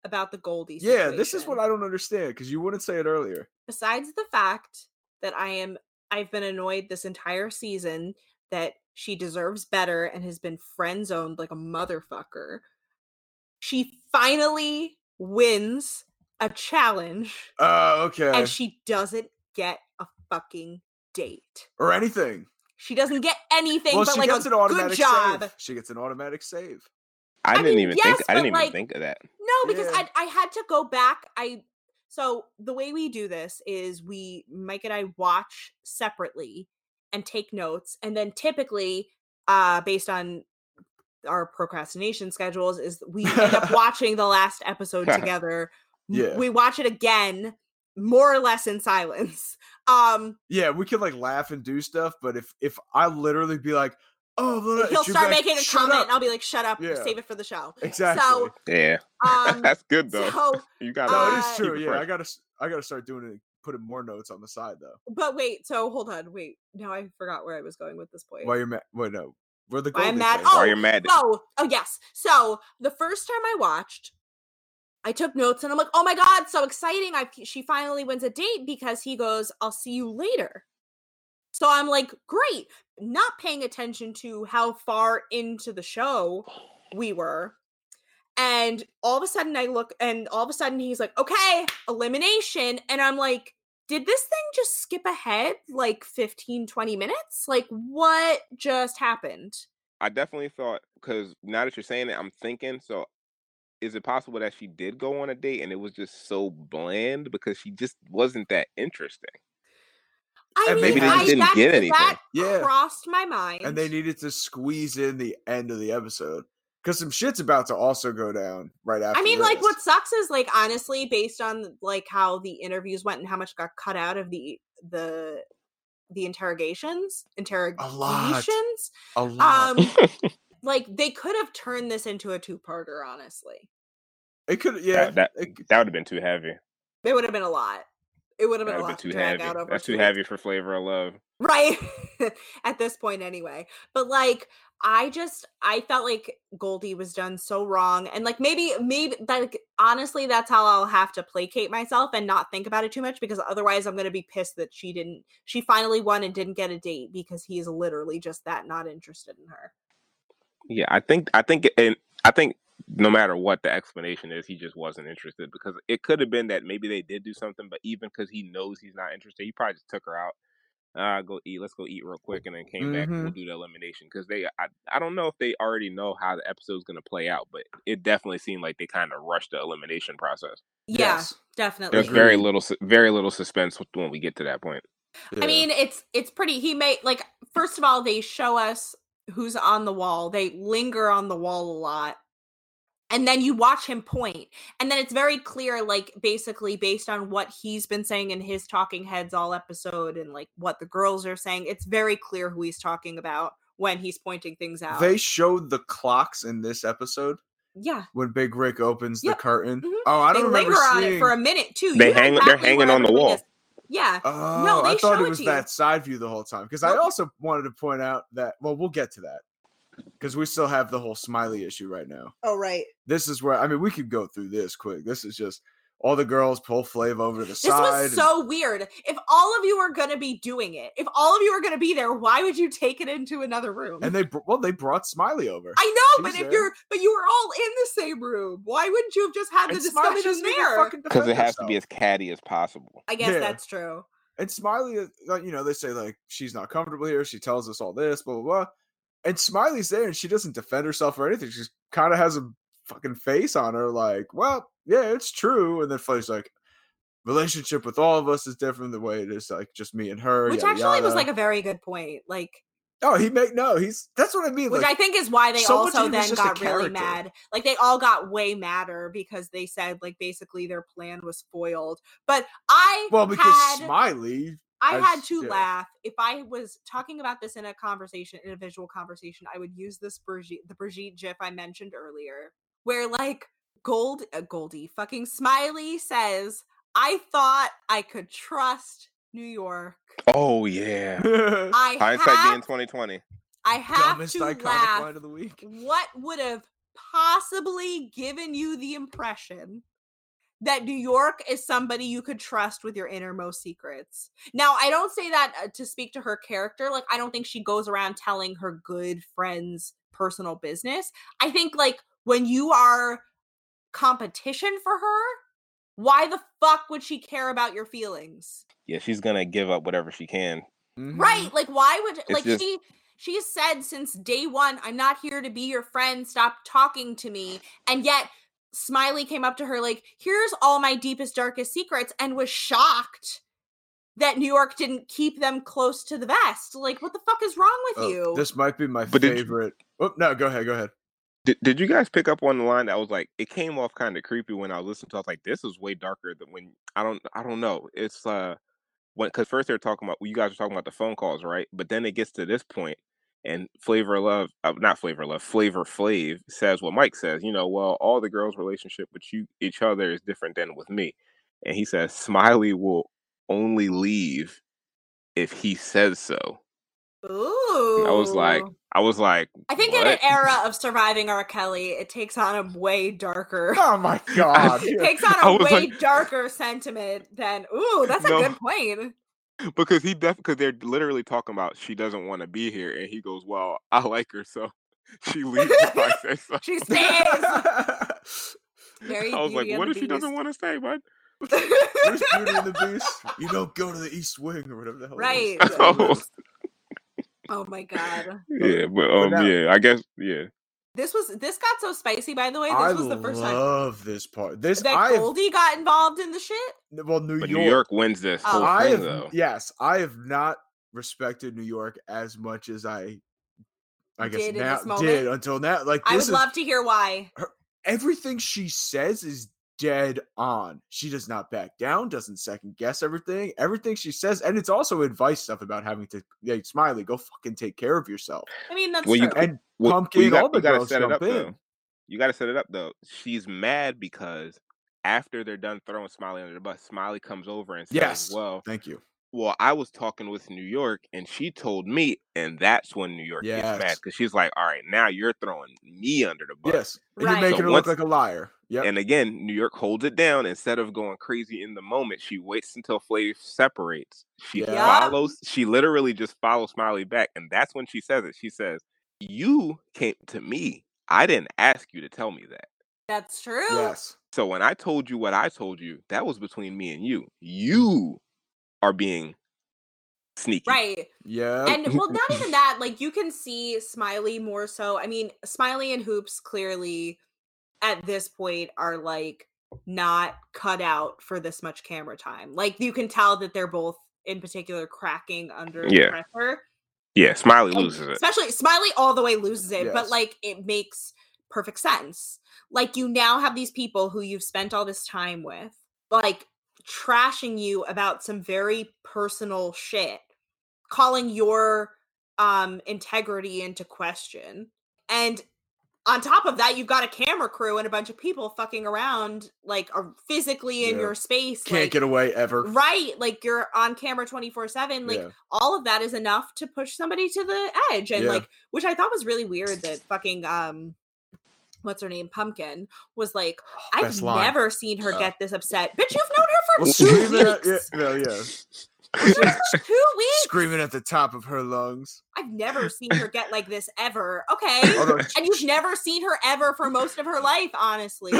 Speaker 2: about the Goldie.
Speaker 1: Yeah, this is
Speaker 2: situation.
Speaker 1: what I don't understand because you wouldn't say it earlier.
Speaker 2: besides the fact that I am I've been annoyed this entire season that she deserves better and has been friend zoned like a motherfucker. She finally wins a challenge
Speaker 1: Oh, okay.
Speaker 2: and she doesn't get a fucking date.
Speaker 1: or anything.
Speaker 2: She doesn't get anything
Speaker 1: well,
Speaker 2: but
Speaker 1: she
Speaker 2: like
Speaker 1: gets
Speaker 2: a
Speaker 1: an automatic
Speaker 2: good job.
Speaker 1: save. She gets an automatic save.
Speaker 3: I,
Speaker 2: I
Speaker 3: didn't
Speaker 2: mean,
Speaker 3: even
Speaker 2: yes,
Speaker 3: think. I didn't
Speaker 2: but,
Speaker 3: even
Speaker 2: like-
Speaker 3: think of that.
Speaker 2: No, because
Speaker 1: Yeah.
Speaker 2: I I had to go back. I so the way we do this is we Mike and I watch separately and take notes, and then typically, uh, based on our procrastination schedules, is we
Speaker 1: <laughs>
Speaker 2: end up watching the last episode together. M-
Speaker 1: Yeah.
Speaker 2: we watch it again, more or less in silence. Um,
Speaker 1: Yeah, we can like laugh and do stuff, but if if I literally be like, oh, blah, blah,"
Speaker 2: he'll
Speaker 1: she'd be
Speaker 2: start
Speaker 1: like,
Speaker 2: making a
Speaker 1: "Shut
Speaker 2: comment,
Speaker 1: up."
Speaker 2: and I'll be like, "Shut up,
Speaker 1: Yeah.
Speaker 2: save it for
Speaker 1: <laughs>
Speaker 2: the show."
Speaker 1: exactly.
Speaker 2: So,
Speaker 3: Yeah, <laughs>
Speaker 2: Um,
Speaker 3: that's good though.
Speaker 2: so
Speaker 3: you got.
Speaker 1: no, it is
Speaker 2: uh,
Speaker 1: true. Yeah, I gotta s- I gotta start doing it. Putting more notes on the side though.
Speaker 2: But wait, so hold on, wait. Now I forgot where I was going with this point.
Speaker 1: While you're mad, wait no, we're the
Speaker 2: Why I'm
Speaker 1: Goldie
Speaker 2: mad-
Speaker 1: thing.
Speaker 2: Oh,
Speaker 3: Why you're mad?
Speaker 2: oh, oh yes. So the first time I watched, I took notes and I'm like, oh my god, so exciting! I she finally wins a date because he goes, I'll see you later. So I'm like, great. Not paying attention to how far into the show we were. And all of a sudden I look and all of a sudden he's like, okay, elimination. And I'm like, did this thing just skip ahead like 15, 20 minutes? Like, what just happened?
Speaker 3: I definitely thought because now that you're saying it, I'm thinking. So, is it possible that she did go on a date and it was just so bland because she just wasn't that interesting?
Speaker 2: I
Speaker 1: And
Speaker 2: mean,
Speaker 1: maybe they
Speaker 2: I,
Speaker 1: just
Speaker 3: didn't
Speaker 2: that,
Speaker 3: get anything.
Speaker 2: That
Speaker 1: Yeah.
Speaker 2: crossed my mind.
Speaker 1: and they needed to squeeze in the end of the episode because some shit's about to also go down right after.
Speaker 2: I mean,
Speaker 1: this.
Speaker 2: like, what sucks is like honestly, based on like how the interviews went and how much got cut out of the the the interrogations, interrogations.
Speaker 1: a lot.
Speaker 2: Um, like they could have turned this into a two parter. Honestly,
Speaker 1: it could, yeah,
Speaker 3: That that,
Speaker 1: it c-
Speaker 3: that would have been too heavy.
Speaker 2: it would have been a lot. It would have
Speaker 3: That
Speaker 2: been a
Speaker 3: would
Speaker 2: lot
Speaker 3: have
Speaker 2: to
Speaker 3: been too
Speaker 2: drag
Speaker 3: heavy.
Speaker 2: out over
Speaker 3: That's
Speaker 2: two
Speaker 3: too
Speaker 2: weeks.
Speaker 3: heavy for flavor of love.
Speaker 2: right <laughs> at this point anyway but like i just i felt like goldie was done so wrong and like maybe maybe like honestly that's how i'll have to placate myself and not think about it too much because otherwise i'm going to be pissed that she didn't she finally won and didn't get a date because he's literally just that not interested in her
Speaker 3: Yeah, I think I think and I think no matter what the explanation is, he just wasn't interested because it could have been that maybe they did do something, but even because he knows he's not interested, he probably just took her out. Uh, go eat. Let's go eat real quick, and then came back. and We'll
Speaker 1: Mhm.
Speaker 3: do the elimination because they. I, I don't know if they already know how the episode's gonna play out, but it definitely seemed like they kind of rushed the elimination process.
Speaker 2: yeah
Speaker 1: yes,
Speaker 2: definitely
Speaker 3: There's very little, su- very little suspense when we get to that point.
Speaker 1: yeah.
Speaker 2: I mean, it's it's pretty. He made like first of all, they show us who's on the wall. They linger on the wall a lot, and then you watch him point, and then it's very clear, like basically based on what he's been saying in his talking heads all episode, and like what the girls are saying. It's very clear who he's talking about when he's pointing things out.
Speaker 1: they showed the clocks in this episode
Speaker 2: yeah,
Speaker 1: when Big Rick opens
Speaker 2: Yep.
Speaker 1: the curtain.
Speaker 2: Mhm.
Speaker 1: Oh, I
Speaker 2: they
Speaker 1: don't remember
Speaker 2: linger on
Speaker 1: seeing.
Speaker 2: it for a minute too.
Speaker 3: They
Speaker 2: You know
Speaker 3: hang- they're
Speaker 2: exactly where
Speaker 3: hanging on the
Speaker 2: everything
Speaker 3: wall.
Speaker 2: is. Yeah,
Speaker 1: Oh,
Speaker 2: they
Speaker 1: I thought
Speaker 2: show
Speaker 1: it
Speaker 2: it
Speaker 1: was
Speaker 2: to you.
Speaker 1: that side view the whole time because I
Speaker 2: Nope.
Speaker 1: also wanted to point out that. Well, we'll get to that because we still have the whole smiley issue right now.
Speaker 2: Oh right.
Speaker 1: This is where I mean we could go through this quick. This is just all the girls pull Flav over to the
Speaker 2: This
Speaker 1: side.
Speaker 2: was
Speaker 1: and-
Speaker 2: so weird. If all of you were going to be doing it, if all of you were going to be there, why would you take it into another room?
Speaker 1: And they br- well, they brought Smiley over.
Speaker 2: I know, but
Speaker 1: She's
Speaker 2: if
Speaker 1: there.
Speaker 2: you're but you were all in the same room, why wouldn't you have just had the
Speaker 1: And Smiley
Speaker 2: discussion
Speaker 1: doesn't even
Speaker 2: there?
Speaker 1: fucking
Speaker 3: Because it
Speaker 1: defend
Speaker 3: has to be
Speaker 1: herself.
Speaker 3: as catty as possible.
Speaker 2: I guess
Speaker 1: Yeah.
Speaker 2: that's true.
Speaker 1: And Smiley, is- like, you know, they say like she's not comfortable here. She tells us all this, blah blah blah. And Smiley's there, and she doesn't defend herself or anything. She kind of has a fucking face on her, like, well, yeah, it's true. And then Flair's like, relationship with all of us is different the way it is, like just me and her.
Speaker 2: Which
Speaker 1: yada,
Speaker 2: actually was
Speaker 1: yada."
Speaker 2: like a very good point. Like
Speaker 1: oh, he make no, he's that's what I mean.
Speaker 2: which
Speaker 1: like,
Speaker 2: I think is why they
Speaker 1: so much
Speaker 2: also
Speaker 1: of it was
Speaker 2: then
Speaker 1: just a
Speaker 2: got really
Speaker 1: character.
Speaker 2: mad. Like they all got way madder because they said like basically their plan was foiled. But I
Speaker 1: well, because
Speaker 2: had
Speaker 1: Smiley, <laughs>
Speaker 2: I
Speaker 1: I've
Speaker 2: had
Speaker 1: s-
Speaker 2: to
Speaker 1: yeah.
Speaker 2: laugh. If I was talking about this in a conversation, in a visual conversation, I would use this Brigitte, the Brigitte GIF I mentioned earlier, where like Gold, uh, Goldie, fucking Smiley says, "I thought I could trust New York.
Speaker 3: Oh yeah.
Speaker 2: I
Speaker 3: Hindsight being
Speaker 2: have,
Speaker 3: twenty twenty.
Speaker 2: I have
Speaker 1: dumbest
Speaker 2: to
Speaker 1: iconic
Speaker 2: laugh.
Speaker 1: line of the week.
Speaker 2: What would have possibly given you the impression that New York is somebody you could trust with your innermost secrets. Now, I don't say that uh, to speak to her character. Like, I don't think she goes around telling her good friends personal business. I think, like, when you are competition for her, why the fuck would she care about your feelings?
Speaker 3: Yeah, she's gonna give up whatever she can.
Speaker 1: Mm-hmm.
Speaker 2: Right. Like, why would, like,
Speaker 3: Mm-hmm. just-
Speaker 2: she. She said since day one, I'm not here to be your friend. Stop talking to me. And yet, Smiley came up to her, like, here's all my deepest, darkest secrets, and was shocked that New York didn't keep them close to the vest. Like, what the fuck is wrong with
Speaker 1: Oh,
Speaker 2: you?
Speaker 1: This might be my
Speaker 3: But did you-
Speaker 1: favorite. Oh, no, go ahead. Go
Speaker 2: <laughs>
Speaker 1: ahead.
Speaker 3: Did, did you guys pick up on the line that was like it came off kind of creepy when I was listening to? it. I was like, this is way darker than when I don't I don't know. It's uh when because first they're talking about you guys are talking about the phone calls, right? But then it gets to this point, and Flavor of Love, uh, not Flavor of Love, Flavor Flav says what Mike says. You know, well, all the girls' relationship with you each other is different than with me, and he says Smiley will only leave if he says so.
Speaker 2: Ooh.
Speaker 3: I was like- I was like,
Speaker 2: I think in an
Speaker 3: what?
Speaker 2: era of surviving R. Kelly, it takes on a way
Speaker 3: <laughs>
Speaker 2: darker. <laughs>
Speaker 1: Oh my god.
Speaker 2: It
Speaker 1: yeah.
Speaker 2: takes on
Speaker 3: I
Speaker 2: a
Speaker 3: was
Speaker 2: way
Speaker 3: like-
Speaker 2: darker sentiment than ooh, that's a
Speaker 3: No.
Speaker 2: good point.
Speaker 3: because he def because they're literally talking about she doesn't want to be here, and he goes, "Well, I like her, so <laughs> she leaves if I
Speaker 1: <laughs>
Speaker 3: say so."
Speaker 2: She
Speaker 3: <laughs>
Speaker 2: stays. Very
Speaker 3: I was like,
Speaker 2: Beauty and
Speaker 3: "What
Speaker 2: the
Speaker 3: if she doesn't
Speaker 2: Beast.
Speaker 3: want to stay, bud?"
Speaker 1: Where's
Speaker 3: <laughs>
Speaker 1: Beauty and the Beast? You don't go to the East Wing or whatever the hell.
Speaker 2: <laughs> right. <laughs>
Speaker 1: It is.
Speaker 3: <laughs> Oh.
Speaker 2: oh my god.
Speaker 3: Yeah, but
Speaker 1: But
Speaker 3: um,
Speaker 1: now-
Speaker 3: yeah, I guess yeah.
Speaker 2: This was this got so spicy by the way. This
Speaker 1: I
Speaker 2: was the first time
Speaker 1: love this part. This
Speaker 2: that
Speaker 1: I have,
Speaker 2: Goldie got involved in the shit.
Speaker 1: well New
Speaker 3: But
Speaker 1: York.
Speaker 3: New York wins this
Speaker 2: Oh.
Speaker 3: whole
Speaker 1: I
Speaker 3: thing,
Speaker 1: have
Speaker 3: though.
Speaker 1: yes, I have not respected New York as much as I. I guess
Speaker 2: Did in
Speaker 1: now
Speaker 2: this moment.
Speaker 1: did until now. Like
Speaker 2: I
Speaker 1: this
Speaker 2: would
Speaker 1: is
Speaker 2: love to hear why.
Speaker 1: everything she says is dead on. She does not back down, doesn't second guess everything. Everything she says, and it's also advice stuff about having to like, smiley, go fucking take care of yourself.
Speaker 2: I mean, that's
Speaker 3: Well, you
Speaker 2: true.
Speaker 1: And
Speaker 3: Well, well,
Speaker 1: Pumpkin,
Speaker 3: you got-
Speaker 1: all the
Speaker 3: you gotta
Speaker 1: girls
Speaker 3: set it up
Speaker 1: jump in.
Speaker 3: though. You got to set it up though. She's mad because after they're done throwing Smiley under the bus, Smiley comes over and says,
Speaker 1: Yes.
Speaker 3: "Well,
Speaker 1: thank you.
Speaker 3: well, I was talking with New York, and she told me, and that's when New York gets mad
Speaker 1: Yes.
Speaker 3: because she's like, all right, now you're throwing me under the bus.
Speaker 1: Yes, and
Speaker 2: Right.
Speaker 1: you're
Speaker 3: So
Speaker 1: making her
Speaker 3: once-
Speaker 1: look like a liar. Yep.
Speaker 3: And again, New York holds it down instead of going crazy in the moment. She waits until Flav separates. She
Speaker 1: Yeah.
Speaker 2: Yup.
Speaker 3: follows. She literally just follows Smiley back, and that's when she says it. She says, "You came to me. I didn't ask you to tell me that.
Speaker 2: That's true.
Speaker 1: yes,
Speaker 3: So when I told you what I told you, that was between me and you. You are being sneaky."
Speaker 2: Right.
Speaker 1: yeah.
Speaker 2: And well, not even that. Like you can see Smiley more so. I mean, Smiley and Hoops clearly at this point are like not cut out for this much camera time. Like you can tell that they're both in particular cracking under
Speaker 3: Yeah.
Speaker 2: pressure.
Speaker 3: Yeah, Smiley
Speaker 2: And
Speaker 3: loses it.
Speaker 2: Especially Smiley all the way loses it, but
Speaker 1: Yes.
Speaker 2: like it makes perfect sense. Like you now have these people who you've spent all this time with, like trashing you about some very personal shit, calling your um integrity into question. And on top of that, you've got a camera crew and a bunch of people fucking around like are physically in
Speaker 1: Yeah.
Speaker 2: your space.
Speaker 1: Can't
Speaker 2: like,
Speaker 1: get away ever.
Speaker 2: right. Like you're on camera 24-7. Like
Speaker 1: yeah.
Speaker 2: all of that is enough to push somebody to the edge and
Speaker 1: Yeah.
Speaker 2: like which i thought was really weird that fucking um what's her name pumpkin was like i've
Speaker 1: Oh, Best line.
Speaker 2: never seen her
Speaker 3: Yeah.
Speaker 2: get this upset bitch you've known her for <laughs>
Speaker 1: Well,
Speaker 2: two
Speaker 1: screaming at, yeah,
Speaker 2: weeks
Speaker 1: yeah, yeah.
Speaker 2: two
Speaker 1: <laughs>
Speaker 2: weeks
Speaker 1: screaming at the top of her lungs.
Speaker 2: i've never seen her get like this ever okay
Speaker 1: Although
Speaker 2: and you've never seen her ever for most of her life honestly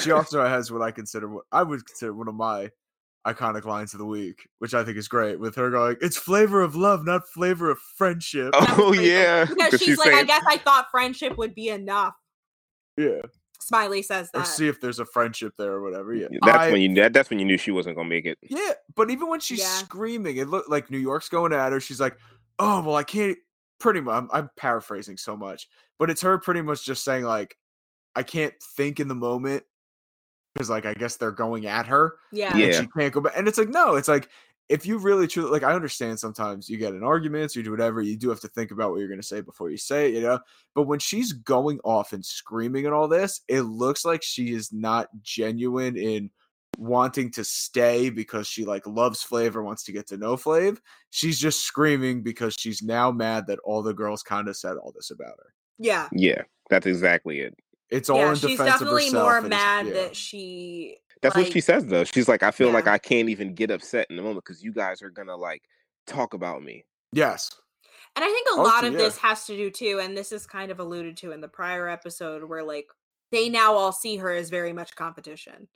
Speaker 1: she also has what I consider what I would consider one of my iconic lines of the week, which I think is great. With her going, "It's flavor of love, not flavor of friendship."
Speaker 3: <laughs> Oh
Speaker 2: pretty-
Speaker 3: yeah,
Speaker 2: because she's, like i guess i thought friendship would be enough
Speaker 1: Yeah,
Speaker 2: smiley says
Speaker 1: or
Speaker 2: that
Speaker 1: see if there's a friendship there or whatever. Yeah,
Speaker 3: Yeah, That's
Speaker 1: I-
Speaker 3: when you that, that's when you knew she wasn't gonna make it.
Speaker 1: Yeah, but even when she's
Speaker 2: Yeah.
Speaker 1: screaming, it looked like New York's going at her. She's like, "Oh well, I can't." Pretty much, I'm, I'm paraphrasing so much, but it's her pretty much just saying like, "I can't think in the moment," because like I guess they're going at her.
Speaker 2: yeah
Speaker 3: Yeah.
Speaker 1: and she can't go back. And it's like, no, it's like if you really truly like, I understand sometimes you get in arguments, you do whatever, you do have to think about what you're gonna say before you say it, you know. But when she's going off and screaming and all this, it looks like she is not genuine in wanting to stay because she like loves flavor wants to get to know flav she's just screaming because she's now mad that all the girls kind of said all this about her
Speaker 2: yeah
Speaker 3: Yeah, that's exactly it.
Speaker 1: It's all
Speaker 2: yeah,
Speaker 1: in
Speaker 2: she's
Speaker 1: defense of
Speaker 2: definitely
Speaker 1: herself.
Speaker 2: more
Speaker 1: and it's-
Speaker 2: mad
Speaker 1: yeah.
Speaker 2: that she.
Speaker 3: That's what
Speaker 2: like-
Speaker 3: she says though. She's like, I feel
Speaker 2: Yeah.
Speaker 3: like I can't even get upset in the moment because you guys are gonna like talk about me.
Speaker 1: Yes.
Speaker 2: And I think a
Speaker 1: Also,
Speaker 2: lot of
Speaker 1: Oh, yeah.
Speaker 2: this has to do too, and this is kind of alluded to in the prior episode where like they now all see her as very much competition.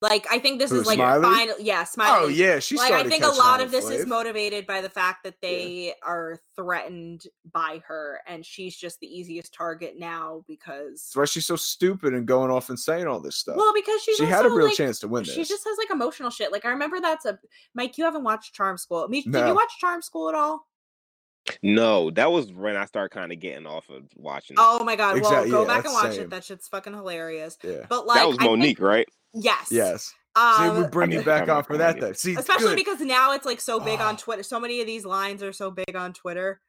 Speaker 2: Like I think this
Speaker 1: Who,
Speaker 2: is like
Speaker 1: Smiley?
Speaker 2: final yeah, Smiley.
Speaker 1: Oh yeah, she
Speaker 2: like
Speaker 1: started
Speaker 2: I think a
Speaker 1: catching
Speaker 2: lot
Speaker 1: on
Speaker 2: of this is
Speaker 1: Flav.
Speaker 2: motivated by the fact that they are threatened by her and she's just the easiest target now because
Speaker 1: That's why she's so stupid and going off and saying all this stuff.
Speaker 2: well because she's
Speaker 1: she had a
Speaker 2: also,
Speaker 1: real
Speaker 2: like,
Speaker 1: chance to win this.
Speaker 2: she just has like emotional shit. Like I remember that's a Mike. You haven't watched Charm School. Me, Did
Speaker 1: No.
Speaker 2: you watch Charm School at all?
Speaker 3: No, that was when I started kind of getting off of watching. it.
Speaker 2: Oh my god!
Speaker 1: Mm. Exact-
Speaker 2: well, go
Speaker 1: yeah,
Speaker 2: back and
Speaker 1: that's
Speaker 2: watch
Speaker 1: same.
Speaker 2: it. That shit's fucking hilarious.
Speaker 1: yeah.
Speaker 2: But like
Speaker 3: that was
Speaker 2: I think-
Speaker 3: Monique, right? <laughs>
Speaker 2: yes.
Speaker 1: Yes. See,
Speaker 2: Um,
Speaker 1: we bring
Speaker 3: I
Speaker 1: you
Speaker 3: mean,
Speaker 1: back
Speaker 3: I'm not
Speaker 1: on for
Speaker 3: gonna
Speaker 1: that
Speaker 3: argue.
Speaker 1: though. See,
Speaker 2: especially
Speaker 1: good.
Speaker 2: because now it's like so big on
Speaker 1: Oh.
Speaker 2: Twitter. So many of these lines are so big on Twitter,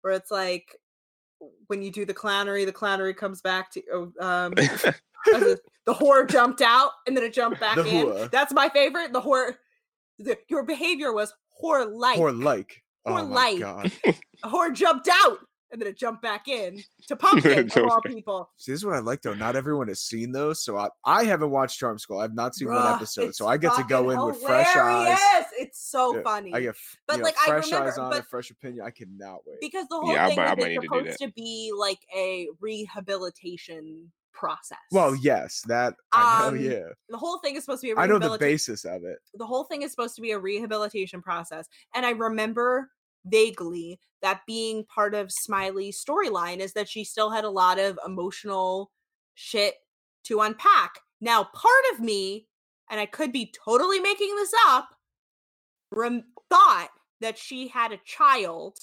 Speaker 2: where it's like when you do the clownery, the clownery comes back to oh, um as a- the whore jumped out and then it jumped back
Speaker 1: <laughs> The
Speaker 2: in.
Speaker 1: whore.
Speaker 2: That's my favorite. The whore. The, your behavior was whore like.
Speaker 1: or like.
Speaker 2: Or
Speaker 1: oh my
Speaker 2: like. <laughs>
Speaker 1: God.
Speaker 2: A whore jumped out and then it jumped back
Speaker 3: <laughs>
Speaker 2: in to pumpkin of all
Speaker 3: Joseph.
Speaker 2: people.
Speaker 1: See, this is what I like though. Not everyone has seen those, so I, I haven't watched Charm School. I've not seen one
Speaker 2: Bruh,
Speaker 1: episode, so
Speaker 2: it's
Speaker 1: I get to go in
Speaker 2: fucking
Speaker 1: with fresh eyes.
Speaker 2: hilarious! It's so
Speaker 1: Yeah,
Speaker 2: funny.
Speaker 1: I get, f-
Speaker 2: But,
Speaker 1: you know,
Speaker 2: like, I
Speaker 1: fresh eyes
Speaker 2: remember-
Speaker 1: on
Speaker 2: but-
Speaker 1: it, fresh opinion. I cannot wait.
Speaker 2: because the whole
Speaker 3: Yeah, I
Speaker 2: thing
Speaker 3: might- I
Speaker 2: is
Speaker 3: might
Speaker 2: it's
Speaker 3: need to do
Speaker 2: supposed to, be like a rehabilitation process.
Speaker 1: well, yes, that I know. <laughs>
Speaker 2: Um,
Speaker 1: Yeah,
Speaker 2: the whole thing is supposed to be a
Speaker 1: I know
Speaker 2: rehabilitation.
Speaker 1: the basis of it.
Speaker 2: the whole thing is supposed to be a rehabilitation process, and I remember vaguely that being part of Smiley's storyline is that she still had a lot of emotional shit to unpack. Now, part of me, and I could be totally making this up, rem- thought that she had a child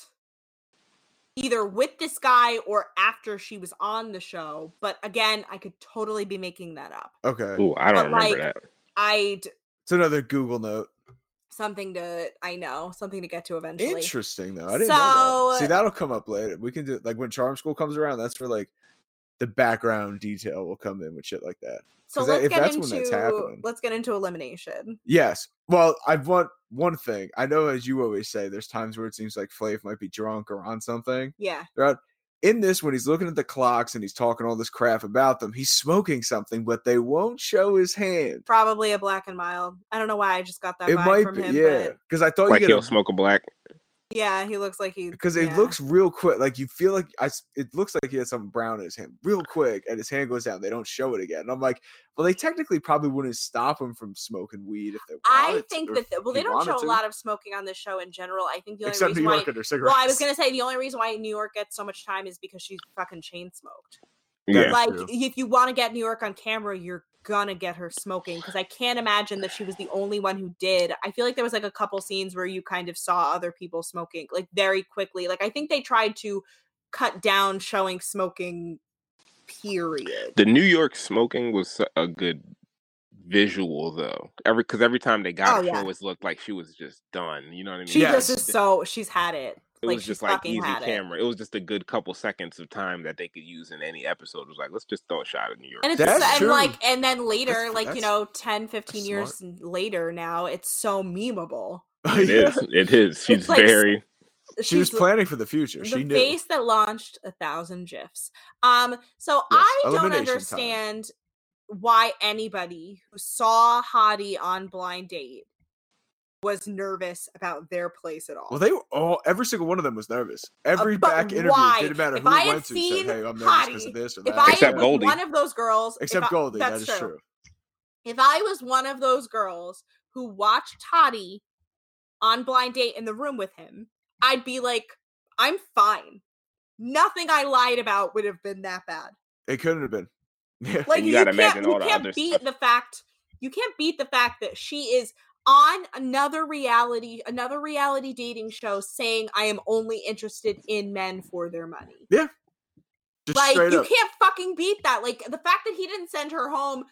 Speaker 2: either with this guy or after she was on the show. But again, I could totally be making that up.
Speaker 1: Okay,
Speaker 3: Ooh, I don't
Speaker 2: But,
Speaker 3: remember
Speaker 2: like,
Speaker 3: that.
Speaker 2: I'd
Speaker 1: it's another Google note.
Speaker 2: something to I know, something to get to eventually.
Speaker 1: Interesting though. I didn't know. That. See,
Speaker 2: So-
Speaker 1: that'll come up later. We can do like when Charm School comes around. That's where like the background detail will come in with shit like that.
Speaker 2: so
Speaker 1: 'cause that-
Speaker 2: let's
Speaker 1: if
Speaker 2: get
Speaker 1: that's when that's
Speaker 2: into
Speaker 1: happening-
Speaker 2: let's get into elimination.
Speaker 1: Yes. Well, I want one thing. I know, as you always say, there's times where it seems like Flav might be drunk or on something.
Speaker 2: Yeah.
Speaker 1: in this when he's looking at the clocks and he's talking all this crap about them he's smoking something but they won't show his hand
Speaker 2: Probably a black and mild. I don't know why I just got that
Speaker 1: it
Speaker 2: vibe
Speaker 1: might
Speaker 2: from
Speaker 1: be
Speaker 2: him,
Speaker 1: yeah
Speaker 2: but
Speaker 1: because i thought Oh,
Speaker 3: Like
Speaker 1: you get
Speaker 3: he'll
Speaker 1: a,
Speaker 3: smoke a black.
Speaker 2: yeah, he looks like he
Speaker 1: because it
Speaker 2: yeah.
Speaker 1: looks real quick like you feel like i s- it looks like he had something brown in his hand real quick and his hand goes down they don't show it again and i'm like well they technically probably wouldn't stop him from smoking weed if they
Speaker 2: I
Speaker 1: wanted to,
Speaker 2: think
Speaker 1: or
Speaker 2: that
Speaker 1: if
Speaker 2: the, well
Speaker 1: he
Speaker 2: they don't
Speaker 1: wanted
Speaker 2: show
Speaker 1: to,
Speaker 2: a lot of smoking on this show in general. I think the only
Speaker 1: except new
Speaker 2: reason why
Speaker 1: york under cigarettes
Speaker 2: well, I was
Speaker 1: <laughs>
Speaker 2: gonna say the only reason why New York gets so much time is because she's fucking chain smoked.
Speaker 1: Yeah.
Speaker 3: Yeah,
Speaker 2: like
Speaker 1: true.
Speaker 2: if you want to get New York on camera, you're gonna get her smoking because I can't imagine that she was the only one who did. I feel like there was like a couple scenes where you kind of saw other people smoking like very quickly. Like I think they tried to cut down showing smoking. Period.
Speaker 3: the New York smoking was su- a good visual though. Every because every time they got
Speaker 2: Oh,
Speaker 3: her,
Speaker 2: yeah.
Speaker 3: she always looked like she was just done. You know what I mean?
Speaker 2: She just
Speaker 1: Yes.
Speaker 2: is so she's had it.
Speaker 3: it
Speaker 2: like
Speaker 3: was
Speaker 2: she's
Speaker 3: just like
Speaker 2: fucking
Speaker 3: easy
Speaker 2: had it.
Speaker 3: camera. It. was just a good couple seconds of time that they could use in any episode. It was like, let's just throw a shot at New York.
Speaker 2: And it's
Speaker 1: That's
Speaker 2: and
Speaker 1: true.
Speaker 2: like and then later,
Speaker 1: That's-
Speaker 2: like you
Speaker 1: that's-
Speaker 2: know, 10, 15
Speaker 1: that's
Speaker 2: years later now, it's so memeable.
Speaker 1: <laughs>
Speaker 3: It
Speaker 1: Yeah.
Speaker 3: is.
Speaker 2: <laughs>
Speaker 3: It is. She's
Speaker 2: like-
Speaker 3: very.
Speaker 1: she was
Speaker 2: She's-
Speaker 1: planning for the future she
Speaker 2: the
Speaker 1: knew
Speaker 2: face that launched a thousand gifs. Um, so
Speaker 1: Yes,
Speaker 2: I don't
Speaker 1: elimination time.
Speaker 2: understand why anybody who saw Hottie on Blind Date was nervous about their place at all.
Speaker 1: Well, they were all every single one of them was nervous. Every
Speaker 2: Uh, but
Speaker 1: back interview
Speaker 2: why?
Speaker 1: didn't matter
Speaker 2: If
Speaker 1: who
Speaker 2: I
Speaker 1: it
Speaker 2: had
Speaker 1: went to.
Speaker 2: seen
Speaker 1: Said, hey, I'm nervous because
Speaker 2: Hottie,
Speaker 1: of this or
Speaker 2: if
Speaker 1: that.
Speaker 2: I
Speaker 3: Except
Speaker 2: was
Speaker 3: Goldie.
Speaker 2: one of those girls, if
Speaker 1: Except
Speaker 2: I-
Speaker 1: Goldie, that
Speaker 2: that's
Speaker 1: is
Speaker 2: true.
Speaker 1: true.
Speaker 2: If I was one of those girls who watched Hottie on Blind Date in the room with him, I'd be like, I'm fine. Nothing I lied about would have been that bad.
Speaker 1: It couldn't have been. <laughs> Yeah.
Speaker 2: like
Speaker 3: And
Speaker 2: you,
Speaker 3: you gotta
Speaker 2: can't,
Speaker 3: imagine
Speaker 2: you
Speaker 3: all the
Speaker 2: can't
Speaker 3: other
Speaker 2: beat
Speaker 3: stuff.
Speaker 2: the fact you can't beat the fact that she is on another reality another reality dating show saying i am only interested in men for their money
Speaker 1: Just
Speaker 2: like
Speaker 1: straight
Speaker 2: you
Speaker 1: up.
Speaker 2: can't fucking beat that like the fact that he didn't send her home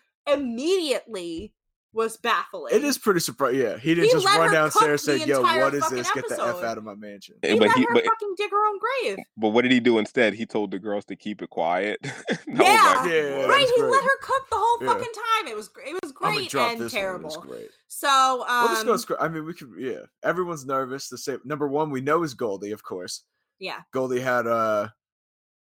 Speaker 2: immediately was baffling
Speaker 1: It is pretty surprising. Yeah, he didn't
Speaker 2: He
Speaker 1: just
Speaker 2: let
Speaker 1: run
Speaker 2: her
Speaker 1: downstairs
Speaker 2: cook the
Speaker 1: saying, "Yo,
Speaker 2: entire
Speaker 1: what is
Speaker 2: fucking
Speaker 1: this? Get the f
Speaker 2: episode."
Speaker 1: out of my mansion."
Speaker 2: he
Speaker 3: but
Speaker 2: let
Speaker 3: he.
Speaker 2: her
Speaker 3: But,
Speaker 2: fucking dig her own grave
Speaker 3: but what did he do instead? He told the girls to keep it quiet. <laughs> That was
Speaker 2: Yeah.
Speaker 1: Yeah,
Speaker 3: what?
Speaker 1: that
Speaker 2: right
Speaker 1: was
Speaker 2: he
Speaker 1: great.
Speaker 2: let her cook the whole
Speaker 1: Yeah.
Speaker 2: fucking time it was gr- it
Speaker 1: I'm
Speaker 2: was
Speaker 1: gonna
Speaker 2: great
Speaker 1: drop
Speaker 2: and
Speaker 1: this
Speaker 2: terrible
Speaker 1: One. It's great.
Speaker 2: so um
Speaker 1: Well, this goes. cra- I mean, we could. Yeah, everyone's nervous. The same. Number one, we know is Goldie, of course.
Speaker 2: yeah
Speaker 1: Goldie had uh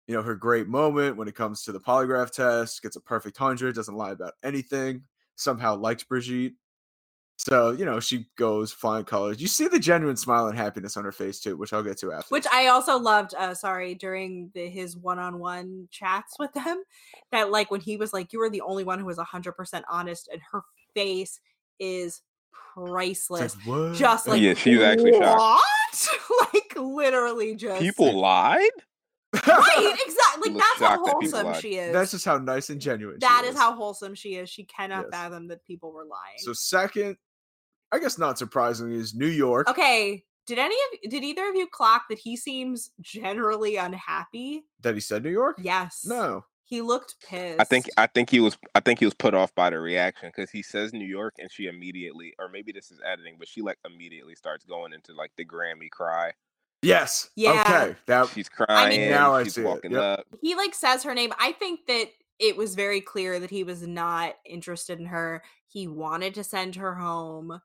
Speaker 1: you know, her great moment when it comes to the polygraph test, gets a perfect 100, doesn't lie about anything, somehow likes Brigitte. So, you know, she goes flying colors. You see the genuine smile and happiness on her face, too, which I'll get to after.
Speaker 2: which I also loved. Uh, sorry, during the, his one-on-one chats with them, that like when he was like, "You were the only one who was hundred percent honest," and her face is priceless.
Speaker 1: It's like, what?
Speaker 2: Just
Speaker 1: <laughs>
Speaker 2: like
Speaker 3: Yeah, she's actually shocked.
Speaker 2: What? <laughs> like literally just
Speaker 3: People lied.
Speaker 2: <laughs> right? Exactly. Like
Speaker 3: People
Speaker 2: that's how
Speaker 3: shocked that people
Speaker 2: wholesome
Speaker 3: lied.
Speaker 2: she is.
Speaker 1: That's just how nice and genuine. she
Speaker 2: That is how wholesome she is. She cannot
Speaker 1: Yes.
Speaker 2: fathom that people were lying.
Speaker 1: So second, I guess not surprisingly, is New York.
Speaker 2: okay. Did any of did either of you clock that he seems generally unhappy?
Speaker 1: That he said New York.
Speaker 2: Yes.
Speaker 1: No.
Speaker 2: He looked pissed.
Speaker 3: I think I think he was I think he was put off by the reaction because he says New York and she immediately or maybe this is editing but she like immediately starts going into like the Grammy cry.
Speaker 1: Yes.
Speaker 2: Yeah.
Speaker 1: Okay. That.
Speaker 3: She's crying.
Speaker 1: Now I
Speaker 3: she's
Speaker 1: see it,
Speaker 3: walking
Speaker 1: yep.
Speaker 3: up.
Speaker 2: he like says her name. I think that it was very clear that he was not interested in her. He wanted to send her home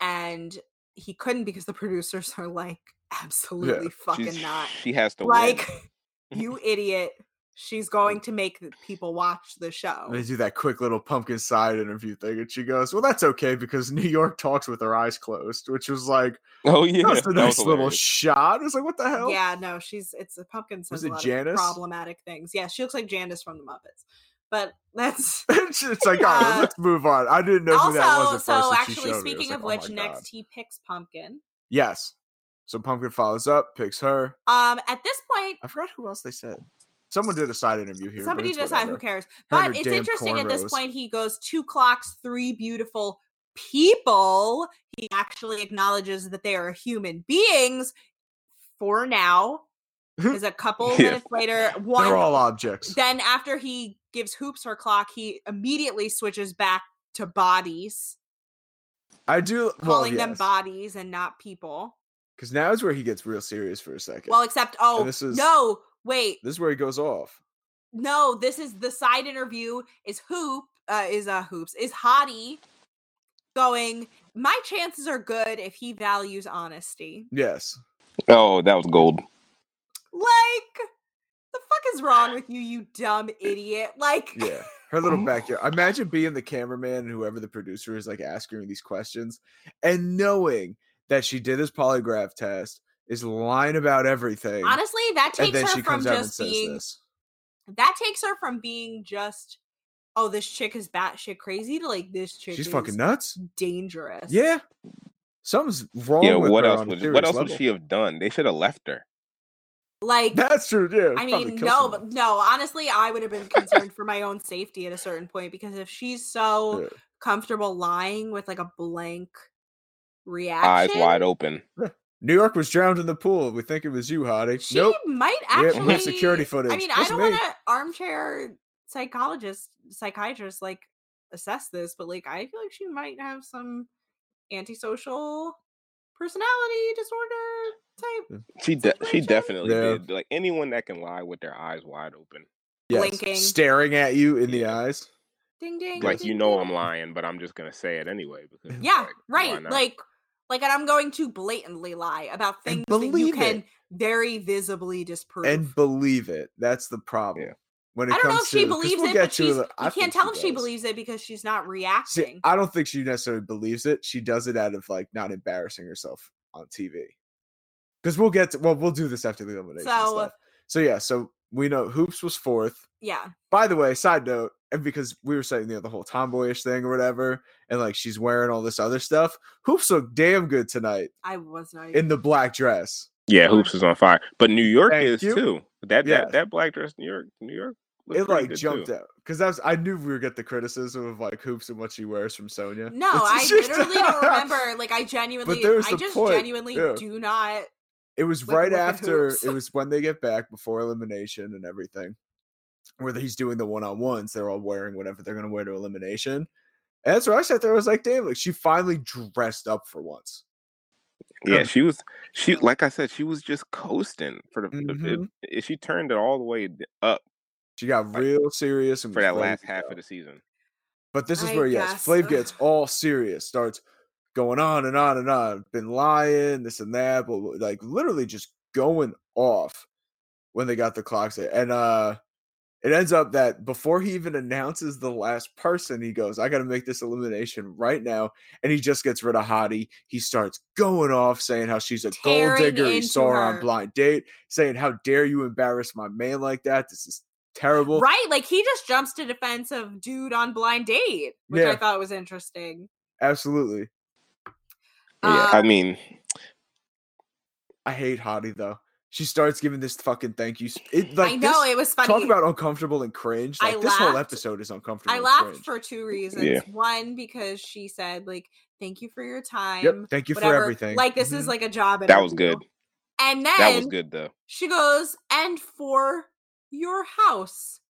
Speaker 2: and he couldn't because the producers are like absolutely fucking
Speaker 3: She's,
Speaker 2: not.
Speaker 3: She has to
Speaker 1: <laughs>
Speaker 2: Like <laughs>
Speaker 3: win.
Speaker 2: you idiot. She's going to make the people watch the show.
Speaker 1: They do that quick little pumpkin side interview thing, and she goes, "Well, that's okay because New York talks with her eyes closed," which was like
Speaker 3: <laughs> Oh yeah,
Speaker 1: that was a
Speaker 3: that
Speaker 1: nice little
Speaker 3: hilarious.
Speaker 1: shot. It was like, "What the hell?" <laughs>
Speaker 2: Yeah, no, she's it's a pumpkin. Says
Speaker 1: it
Speaker 2: a lot
Speaker 1: Janice?
Speaker 2: Of problematic things. Yeah, she looks like Janice from the Muppets. But <laughs> that's
Speaker 1: it's, it's like, all right,
Speaker 2: <laughs> Yeah.
Speaker 1: let's move on. I didn't know who that was at
Speaker 2: also
Speaker 1: first.
Speaker 2: so
Speaker 1: and she
Speaker 2: actually
Speaker 1: showed me. I was
Speaker 2: speaking
Speaker 1: like,
Speaker 2: of
Speaker 1: "Oh my
Speaker 2: which,
Speaker 1: God."
Speaker 2: next he picks pumpkin.
Speaker 1: yes. So Pumpkin follows up, picks her.
Speaker 2: Um, at this point,
Speaker 1: I forgot who else they said. Someone did a side interview here. but
Speaker 2: somebody
Speaker 1: it's
Speaker 2: decide who
Speaker 1: whatever.
Speaker 2: cares.
Speaker 1: Her and
Speaker 2: But
Speaker 1: her
Speaker 2: it's
Speaker 1: damn
Speaker 2: interesting at this
Speaker 1: cornrows.
Speaker 2: point he goes two clocks, three beautiful people. He actually acknowledges that they are human beings for now. Is
Speaker 1: <laughs>
Speaker 2: a couple
Speaker 3: Yeah.
Speaker 2: minutes later, one
Speaker 1: They're all objects.
Speaker 2: then after he gives hoops her clock he immediately switches back to bodies
Speaker 1: I do
Speaker 2: calling
Speaker 1: well,
Speaker 2: them
Speaker 1: yes.
Speaker 2: bodies and not people
Speaker 1: Because now is where he gets real serious for a second.
Speaker 2: well except oh
Speaker 1: this is-
Speaker 2: no wait
Speaker 1: this is where he goes off.
Speaker 2: no this is the side interview is hoop uh, is uh hoops is hottie going my chances are good if he values honesty
Speaker 1: Yes.
Speaker 3: Oh, that was gold.
Speaker 2: like the fuck is wrong with you you dumb idiot like
Speaker 1: Yeah. Her little
Speaker 2: <laughs>
Speaker 3: Oh.
Speaker 1: backyard. Imagine being the cameraman and whoever the producer is like asking her these questions and knowing that she did this polygraph test, is lying about everything.
Speaker 2: honestly that
Speaker 1: and
Speaker 2: takes
Speaker 1: then
Speaker 2: her
Speaker 1: she
Speaker 2: from
Speaker 1: comes out and
Speaker 2: just
Speaker 1: says
Speaker 2: being
Speaker 1: this.
Speaker 2: that takes her from being just oh this chick is batshit crazy to like this chick
Speaker 1: She's
Speaker 2: is
Speaker 1: fucking nuts.
Speaker 2: dangerous.
Speaker 1: Yeah. Something's wrong
Speaker 3: Yeah,
Speaker 1: with
Speaker 3: what
Speaker 1: her
Speaker 3: else
Speaker 1: on a
Speaker 3: would
Speaker 1: serious
Speaker 3: what else would
Speaker 1: level.
Speaker 3: she have done? They should have left her.
Speaker 2: like
Speaker 1: That's true, yeah.
Speaker 2: I
Speaker 1: probably
Speaker 2: mean
Speaker 1: kill
Speaker 2: no,
Speaker 1: someone.
Speaker 2: but no. Honestly, I would have been concerned for my own safety at a certain point because if she's so
Speaker 1: Yeah.
Speaker 2: comfortable lying with like a blank
Speaker 3: Eyes
Speaker 2: reaction,
Speaker 3: wide open.
Speaker 1: New York was drowned in the pool. We think it was you, Hottie.
Speaker 2: she
Speaker 1: nope.
Speaker 2: might
Speaker 1: we
Speaker 2: actually
Speaker 1: have- we have security footage.
Speaker 2: I mean,
Speaker 1: That's
Speaker 2: I don't
Speaker 1: me.
Speaker 2: want to armchair psychologist, psychiatrist like assess this, but like I feel like she might have some antisocial personality disorder type
Speaker 3: She de- she
Speaker 2: Situation?
Speaker 3: definitely
Speaker 1: Yeah.
Speaker 3: did. Like anyone that can lie with their eyes wide open.
Speaker 2: blinking.
Speaker 1: staring at you in the eyes.
Speaker 2: ding ding.
Speaker 3: Like
Speaker 2: ding,
Speaker 3: you know
Speaker 2: ding.
Speaker 3: I'm lying, but I'm just gonna say it anyway because
Speaker 2: Yeah,
Speaker 3: like, why
Speaker 2: right.
Speaker 3: not?
Speaker 2: Like like and I'm going to blatantly lie about
Speaker 1: And
Speaker 2: things that you
Speaker 1: believe it.
Speaker 2: can very visibly disprove.
Speaker 1: and believe it. That's the problem.
Speaker 3: Yeah.
Speaker 1: When it
Speaker 2: I don't know
Speaker 1: comes
Speaker 2: if she
Speaker 1: to, 'cause
Speaker 2: believes
Speaker 1: we'll
Speaker 2: it,
Speaker 1: get
Speaker 2: but
Speaker 1: to
Speaker 2: she's
Speaker 1: the-
Speaker 2: you
Speaker 1: I
Speaker 2: can't
Speaker 1: think
Speaker 2: tell
Speaker 1: she
Speaker 2: if she
Speaker 1: does.
Speaker 2: believes it because she's not
Speaker 1: See,
Speaker 2: reacting.
Speaker 1: I don't think she necessarily believes it. She does it out of like not embarrassing herself on TV. Because we'll get to, well, we'll do this after the elimination.
Speaker 2: So- uh
Speaker 1: stuff. so yeah, so we know Hoops was fourth.
Speaker 2: yeah.
Speaker 1: By the way, side note, and because we were saying you know, the whole tomboyish thing or whatever, and like she's wearing all this other stuff, Hoops looked damn good tonight
Speaker 2: I was not e-,
Speaker 1: in the black dress.
Speaker 3: Yeah,
Speaker 2: uh
Speaker 3: hoops is on fire, but New York
Speaker 1: Thank
Speaker 3: is
Speaker 1: you.
Speaker 3: too. That
Speaker 1: Yes.
Speaker 3: that that black dress, New York, New York. looked
Speaker 1: it
Speaker 3: pretty
Speaker 1: like
Speaker 3: good,
Speaker 1: jumped
Speaker 3: too.
Speaker 1: out because that's I knew we would get the criticism of like hoops and what she wears from Sonya.
Speaker 2: No, I
Speaker 1: It's just- <laughs>
Speaker 2: literally don't remember. Like I genuinely
Speaker 1: there's
Speaker 2: I
Speaker 1: the
Speaker 2: just
Speaker 1: point,
Speaker 2: genuinely
Speaker 1: yeah.
Speaker 2: do not
Speaker 1: It was
Speaker 2: with-
Speaker 1: right
Speaker 2: with the
Speaker 1: after
Speaker 2: hoops.
Speaker 1: it was when they get back before elimination and everything, where he's doing the one on ones. They're all wearing whatever they're gonna wear to elimination. And that's where I sat there. I was like, damn, like she finally dressed up for once.
Speaker 3: Yeah,
Speaker 1: Um,
Speaker 3: she was. She like I said, she was just coasting for the.
Speaker 1: Mhm.
Speaker 3: It, it- she turned it all the way d- up
Speaker 1: She got
Speaker 3: Right.
Speaker 1: real serious and
Speaker 3: for
Speaker 1: was
Speaker 3: that
Speaker 1: ready
Speaker 3: last
Speaker 1: to
Speaker 3: half
Speaker 1: go.
Speaker 3: of the season.
Speaker 1: But this is
Speaker 2: I
Speaker 1: where yes,
Speaker 2: guess,
Speaker 1: Flav
Speaker 2: ugh.
Speaker 1: gets all serious, starts going on and on and on. Been lying, this and that, but like literally just going off. when they got the clock set. And uh it ends up that before he even announces the last person, he goes, I gotta make this elimination right now. And he just gets rid of Hottie. He starts going off saying how she's a gold
Speaker 2: Tearing
Speaker 1: digger he
Speaker 2: into
Speaker 1: saw her on
Speaker 2: her.
Speaker 1: blind date, saying, How dare you embarrass my man like that? This is terrible.
Speaker 2: right? Like he just jumps to defense of dude on blind date, which I
Speaker 1: Yeah.
Speaker 2: thought was interesting.
Speaker 1: Absolutely.
Speaker 3: yeah,
Speaker 2: Uh,
Speaker 3: I mean,
Speaker 1: I hate Hottie though. She starts giving this fucking thank you. sp- It, like,
Speaker 2: I know
Speaker 1: this-
Speaker 2: it was funny.
Speaker 1: Talk about uncomfortable and cringe.
Speaker 2: I
Speaker 1: Like this whole
Speaker 2: laughed-
Speaker 1: episode is uncomfortable.
Speaker 2: I
Speaker 1: and
Speaker 2: laughed
Speaker 1: cringe.
Speaker 2: for two reasons.
Speaker 3: Yeah.
Speaker 2: One, because she said, like, thank you for your time.
Speaker 1: Yep. Thank you for
Speaker 2: whatever.
Speaker 1: everything.
Speaker 2: Like this is
Speaker 1: Mhm.
Speaker 2: like a job.
Speaker 3: that was
Speaker 2: interview.
Speaker 3: good.
Speaker 2: And
Speaker 3: That was
Speaker 2: then
Speaker 3: good though.
Speaker 2: she goes, and for your house.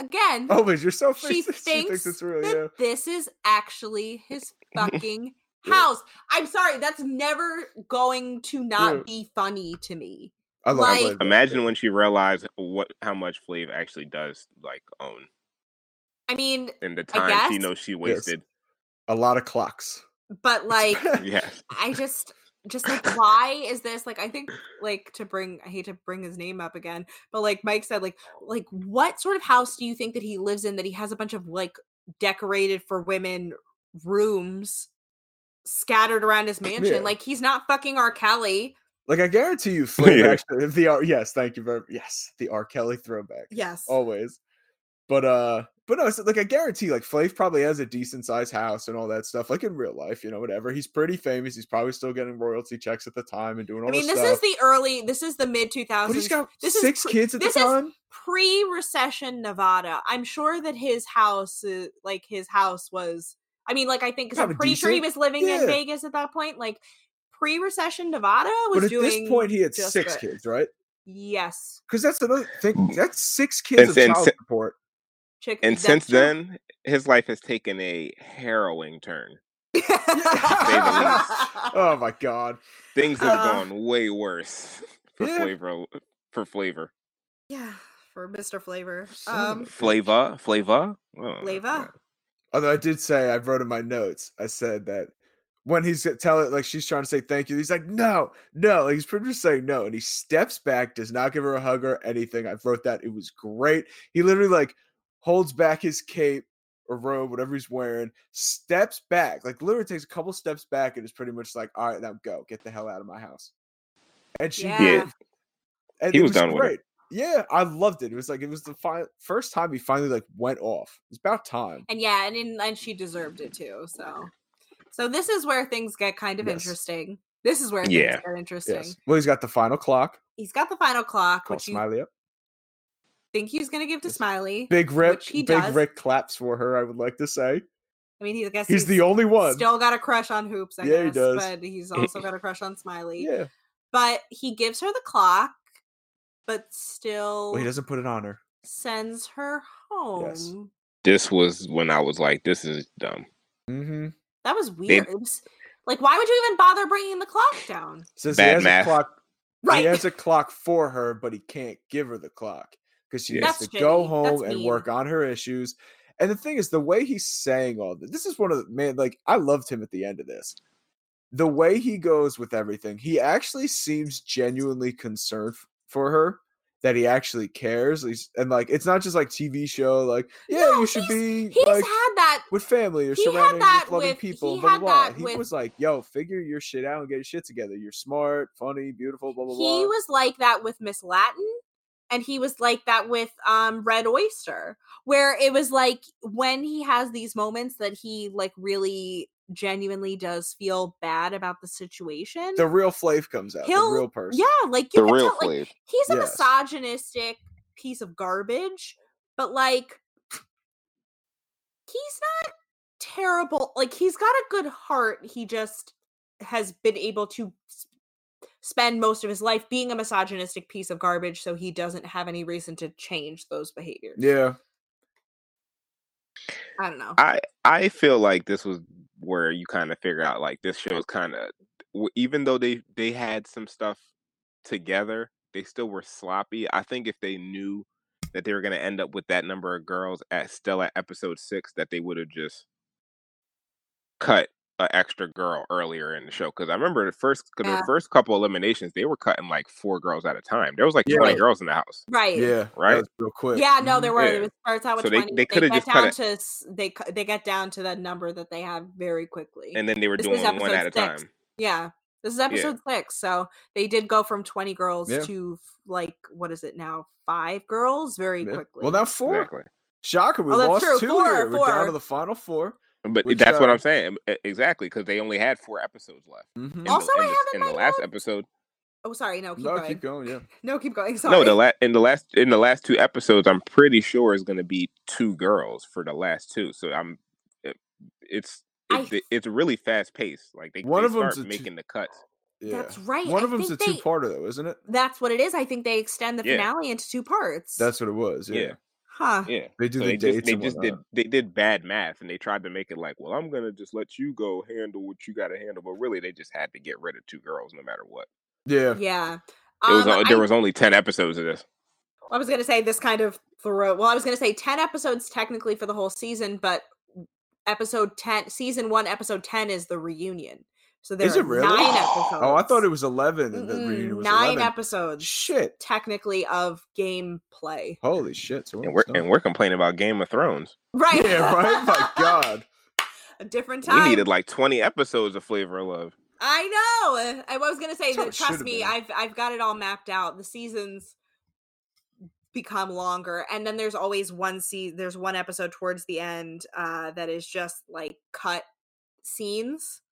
Speaker 2: Again,
Speaker 1: Oh, <laughs> but you're so
Speaker 2: she
Speaker 1: racist.
Speaker 2: thinks,
Speaker 1: it's real.
Speaker 2: that
Speaker 1: Yeah.
Speaker 2: this is actually
Speaker 3: <laughs>
Speaker 2: his fucking
Speaker 1: Yeah.
Speaker 2: house. I'm sorry, that's never going to not
Speaker 1: Yeah.
Speaker 2: be funny to me.
Speaker 1: I love. I
Speaker 2: like-
Speaker 1: love that.
Speaker 3: Imagine when she realized what how much Flav actually does like own
Speaker 2: I mean,
Speaker 3: and the
Speaker 2: I
Speaker 3: time she
Speaker 2: guess.
Speaker 3: knows she wasted.
Speaker 1: a lot of clocks.
Speaker 2: but like
Speaker 3: Yeah,
Speaker 2: I just just like why is this like I think like to bring I hate to bring his name up again, but like Mike said, like like what sort of house do you think that he lives in that he has a bunch of like decorated for women rooms scattered around his mansion?
Speaker 1: Yeah.
Speaker 2: Like he's not fucking R. Kelly.
Speaker 1: Like I guarantee
Speaker 3: <laughs>
Speaker 1: you, Flav
Speaker 3: Yeah.
Speaker 1: actually the R. Yes, thank you very. Yes, the R. Kelly throwback.
Speaker 2: Yes.
Speaker 1: always. But uh, but no, it's like I guarantee, like Flav probably has a decent sized house and all that stuff. Like in real life, you know, whatever. He's pretty famous. He's probably still getting royalty checks at the time and doing all
Speaker 2: I mean,
Speaker 1: this
Speaker 2: this
Speaker 1: stuff.
Speaker 2: is the early this is the mid two
Speaker 1: but he's
Speaker 2: thousands
Speaker 1: got
Speaker 2: this is
Speaker 1: six
Speaker 2: pre-
Speaker 1: kids at the
Speaker 2: this is-
Speaker 1: time.
Speaker 2: pre recession Nevada. I'm sure that his house is like his house was I mean, like I think 'cause I'm
Speaker 1: Probably
Speaker 2: pretty sure he
Speaker 1: decent.
Speaker 2: was living
Speaker 1: Yeah.
Speaker 2: in Vegas at that point. Like pre recession Nevada was
Speaker 1: But at
Speaker 2: doing
Speaker 1: this point, he had
Speaker 2: just
Speaker 1: six
Speaker 2: good.
Speaker 1: kids, right?
Speaker 2: Yes.
Speaker 1: Because that's another thing.
Speaker 3: Mm.
Speaker 1: That's six kids of
Speaker 3: and
Speaker 1: child
Speaker 3: si-
Speaker 1: support.
Speaker 2: Chick-
Speaker 3: and
Speaker 2: that's
Speaker 3: since
Speaker 2: true.
Speaker 3: then, his life has taken a harrowing turn.
Speaker 2: <laughs>
Speaker 1: Oh my god!
Speaker 3: Things have
Speaker 2: Uh,
Speaker 3: gone way worse <laughs> for
Speaker 1: yeah.
Speaker 3: flavor. For flavor,
Speaker 2: Yeah, for Mr. Flavor.
Speaker 1: Son of a
Speaker 2: Um
Speaker 3: flavor, flavor, Oh,
Speaker 2: Flava.
Speaker 1: Although I did say I wrote in my notes, I said that when he's telling like she's trying to say thank you, he's like no, no. Like he's pretty much saying no, and he steps back, does not give her a hug or anything. I wrote that it was great. He literally like holds back his cape or robe, whatever he's wearing, steps back, like literally takes a couple steps back, and is pretty much like, all right, now go, get the hell out of my house. And she
Speaker 2: yeah.
Speaker 3: Yeah.
Speaker 1: and
Speaker 3: He
Speaker 1: it
Speaker 3: was done with it.
Speaker 1: Yeah, I loved it. It was like it was the fi- first time he finally like went off. It's about time.
Speaker 2: And yeah, and in, and she deserved it too. So so this is where things get kind of
Speaker 1: Yes.
Speaker 2: interesting. This is where things
Speaker 3: Yeah.
Speaker 2: get interesting.
Speaker 1: Yes. Well, he's got the final clock.
Speaker 2: He's got the final clock,
Speaker 1: Call
Speaker 2: which you
Speaker 1: Smiley up.
Speaker 2: think he's gonna give to
Speaker 1: Yes.
Speaker 2: Smiley.
Speaker 1: Big Rick.
Speaker 2: he
Speaker 1: Big
Speaker 2: does.
Speaker 1: Rick claps for her. I would like to say
Speaker 2: I mean, he, I guess
Speaker 1: he's, the only one.
Speaker 2: still got a crush on Hoops. I
Speaker 1: Yeah, he
Speaker 2: guess,
Speaker 1: does. <laughs>
Speaker 2: but he's also got a crush on Smiley.
Speaker 1: yeah.
Speaker 2: But he gives her the clock, but still
Speaker 1: Well, he doesn't put it on her.
Speaker 2: sends her home.
Speaker 3: This was when I was like, "This is dumb."
Speaker 1: Mm-hmm.
Speaker 2: That was weird. It was- like, why would you even bother bringing the clock down?
Speaker 1: Says he
Speaker 3: Bad
Speaker 1: has
Speaker 3: math.
Speaker 1: a clock.
Speaker 2: Right.
Speaker 1: He has a clock for her, but he can't give her the clock because she
Speaker 3: Yeah.
Speaker 1: has
Speaker 2: That's
Speaker 1: to go
Speaker 2: shitty.
Speaker 1: home
Speaker 2: That's
Speaker 1: and work on her issues. And the thing is, the way he's saying all this, this is one of the man. Like I loved him at the end of this. The way he goes with everything, he actually seems genuinely concerned f- for her. That he actually cares, He's- and like it's not just like TV show, like yeah,
Speaker 2: No,
Speaker 1: you should be
Speaker 2: He's
Speaker 1: like
Speaker 2: had that.
Speaker 1: with family or
Speaker 2: He had
Speaker 1: surrounding
Speaker 2: that
Speaker 1: with loving
Speaker 2: with-
Speaker 1: people.
Speaker 2: he
Speaker 1: Blah blah.
Speaker 2: had
Speaker 1: blah.
Speaker 2: that
Speaker 1: He
Speaker 2: with-
Speaker 1: was like, "Yo, figure your shit out and get your shit together. You're smart, funny, beautiful. Blah blah blah."
Speaker 2: He was like that with Miss Latin, and he was like that with um Red Oyster, where it was like when he has these moments that he like really genuinely does feel bad about the situation.
Speaker 1: the real Flav comes out.
Speaker 2: He'll-
Speaker 1: the real person.
Speaker 2: yeah, like you
Speaker 3: The
Speaker 2: can
Speaker 3: real
Speaker 2: tell, like
Speaker 3: Flav.
Speaker 2: he's a
Speaker 1: Yes.
Speaker 2: misogynistic piece of garbage, but like he's not terrible. Like he's got a good heart. He just has been able to s- spend most of his life being a misogynistic piece of garbage, so he doesn't have any reason to change those behaviors.
Speaker 1: Yeah.
Speaker 2: I don't know.
Speaker 3: I I feel like this was where you kind of figure out like this show is kind of even though they they had some stuff together, they still were sloppy. I think if they knew that they were going to end up with that number of girls at still at episode 6 that they would have just cut an extra girl earlier in the show because I remember the first cause
Speaker 2: Yeah.
Speaker 3: the first couple eliminations they were cutting like four girls at a time. There was like
Speaker 1: Yeah.
Speaker 3: twenty girls in the house.
Speaker 2: Right.
Speaker 1: Yeah, that
Speaker 3: Right.
Speaker 1: was real quick. Mm-hmm.
Speaker 2: Yeah, no, there were.
Speaker 3: Yeah.
Speaker 2: It was starts out with
Speaker 3: So they-
Speaker 2: twenty.
Speaker 3: they coulda
Speaker 2: got
Speaker 3: just cut
Speaker 2: down
Speaker 3: it.
Speaker 2: to s- they cu- they got down to that number that they have very quickly.
Speaker 3: And then they were
Speaker 2: This was
Speaker 3: doing one
Speaker 2: episode
Speaker 3: at a
Speaker 2: six.
Speaker 3: time.
Speaker 2: yeah, this is episode six, so they did go from twenty girls
Speaker 1: Yeah.
Speaker 2: to like what is it now five girls very
Speaker 1: Yeah.
Speaker 2: quickly.
Speaker 1: Well, now four.
Speaker 3: Exactly.
Speaker 1: Shocker, we
Speaker 2: Oh, that's
Speaker 1: lost
Speaker 2: true.
Speaker 1: two
Speaker 2: Four,
Speaker 1: here. We're down
Speaker 2: four.
Speaker 1: to the final four.
Speaker 3: But
Speaker 1: Which,
Speaker 3: that's what
Speaker 1: uh,
Speaker 3: I'm saying. E- Exactly, because they only had four episodes left.
Speaker 1: Mhm.
Speaker 3: In
Speaker 2: Also,
Speaker 3: the,
Speaker 2: I
Speaker 3: in the-
Speaker 2: have in
Speaker 3: in the
Speaker 2: my
Speaker 3: last
Speaker 2: notes-
Speaker 3: episode.
Speaker 2: oh, sorry, no, Oh, keep
Speaker 1: no,
Speaker 2: going.
Speaker 1: keep going. Yeah.
Speaker 2: No, keep going. <laughs> Sorry.
Speaker 3: No, the la- in the last in the last two episodes, I'm pretty sure is going to be two girls for the last two. So I'm, it- it's
Speaker 2: I-
Speaker 3: it's it's really fast paced. Like they
Speaker 1: One
Speaker 3: they
Speaker 1: of 'em's
Speaker 3: start
Speaker 1: a two-
Speaker 3: making the cuts.
Speaker 1: <sighs> Yeah.
Speaker 2: That's right.
Speaker 1: One
Speaker 2: I
Speaker 1: of them's a
Speaker 2: think they-
Speaker 1: two-parter though, isn't it?
Speaker 2: That's what it is. I think they extend the
Speaker 3: Yeah.
Speaker 2: finale into two parts.
Speaker 1: That's what it was. Yeah.
Speaker 3: Yeah.
Speaker 2: huh.
Speaker 3: Yeah,
Speaker 1: They do
Speaker 3: so
Speaker 1: the
Speaker 3: they
Speaker 1: dates
Speaker 3: just they
Speaker 1: and
Speaker 3: just did
Speaker 1: whatnot.
Speaker 3: they did bad math and they tried to make it like, well, I'm gonna just let you go handle what you got to handle, but really they just had to get rid of two girls no matter what.
Speaker 1: Yeah.
Speaker 2: Yeah.
Speaker 3: It was
Speaker 2: Um,
Speaker 3: o-
Speaker 2: I
Speaker 3: there was only ten episodes of this.
Speaker 2: I was going to say this kind of throw. Well, I was going to say 10 episodes technically for the whole season, but episode 10, season one, episode 10 is the reunion. So there's
Speaker 1: Is it really?
Speaker 2: nine episodes.
Speaker 1: Oh, I thought it was eleven, and the
Speaker 2: Mm-mm,
Speaker 1: reunion was
Speaker 2: nine
Speaker 1: 11.
Speaker 2: episodes
Speaker 1: Shit.
Speaker 2: technically of gameplay. <laughs>
Speaker 1: Holy shit. So
Speaker 3: And
Speaker 1: we're
Speaker 3: we're
Speaker 1: almost
Speaker 3: and
Speaker 1: done.
Speaker 3: we're complaining about Game of Thrones.
Speaker 2: Right. <laughs>
Speaker 1: yeah, right. Oh My God.
Speaker 2: A different time.
Speaker 3: We needed like twenty episodes of Flavor of Love.
Speaker 2: I know. I was gonna say
Speaker 1: That's how
Speaker 2: that.
Speaker 1: it
Speaker 2: Trust
Speaker 1: should've
Speaker 2: me,
Speaker 1: been.
Speaker 2: I've I've got it all mapped out. The seasons become longer, and then there's always one se- There's one episode towards the end uh, that is just like cut scenes.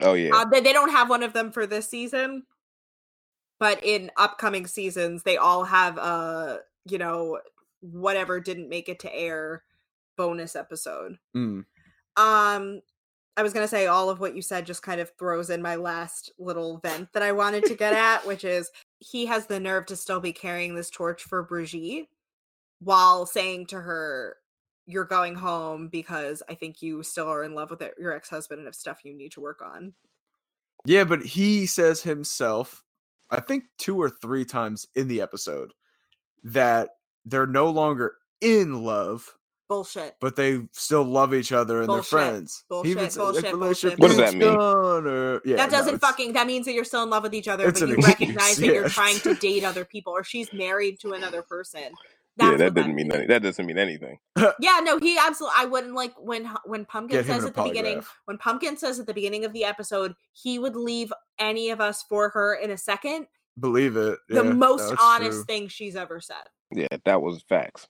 Speaker 3: Oh yeah,
Speaker 2: Uh, they, they don't have one of them for this season, but in upcoming seasons, they all have a you know whatever didn't make it to air bonus episode.
Speaker 1: Mm.
Speaker 2: Um, I was gonna say all of what you said just kind of throws in my last little vent that I wanted to get at, which is he has the nerve to still be carrying this torch for Brigitte while saying to her, "You're going home because I think you still are in love with your ex-husband and have stuff you need to work on."
Speaker 1: Yeah, but he says himself, I think two or three times in the episode, that they're no longer in love,
Speaker 2: Bullshit.
Speaker 1: but they still love each other and
Speaker 2: Bullshit,
Speaker 1: they're friends.
Speaker 2: bullshit,
Speaker 1: even said, like,
Speaker 2: bullshit,
Speaker 1: relationship
Speaker 2: bullshit, What
Speaker 3: does that
Speaker 1: is
Speaker 3: mean?
Speaker 1: done, or- yeah,
Speaker 2: that
Speaker 1: no,
Speaker 2: doesn't
Speaker 1: it's-
Speaker 2: fucking. That means that you're still in love with each other,
Speaker 1: it's
Speaker 2: but you
Speaker 1: an
Speaker 2: recognize
Speaker 1: excuse,
Speaker 2: that
Speaker 1: <laughs>
Speaker 2: you're
Speaker 1: yeah.
Speaker 2: trying to date other people, or she's married to another person.
Speaker 3: yeah.
Speaker 2: That's
Speaker 3: That
Speaker 2: what
Speaker 3: didn't mean
Speaker 2: means.
Speaker 3: any, that doesn't mean anything.
Speaker 2: Yeah, no, he absolutely. I wouldn't like when Hu- when Pumpkin
Speaker 1: Get him
Speaker 2: says
Speaker 1: in a
Speaker 2: at the beginning.
Speaker 1: polygraph.
Speaker 2: When Pumpkin says at the beginning of the episode, he would leave any of us for her in a second.
Speaker 1: Believe it. yeah,
Speaker 2: the most
Speaker 1: that's
Speaker 2: honest
Speaker 1: true.
Speaker 2: thing she's ever said.
Speaker 3: Yeah, that was facts.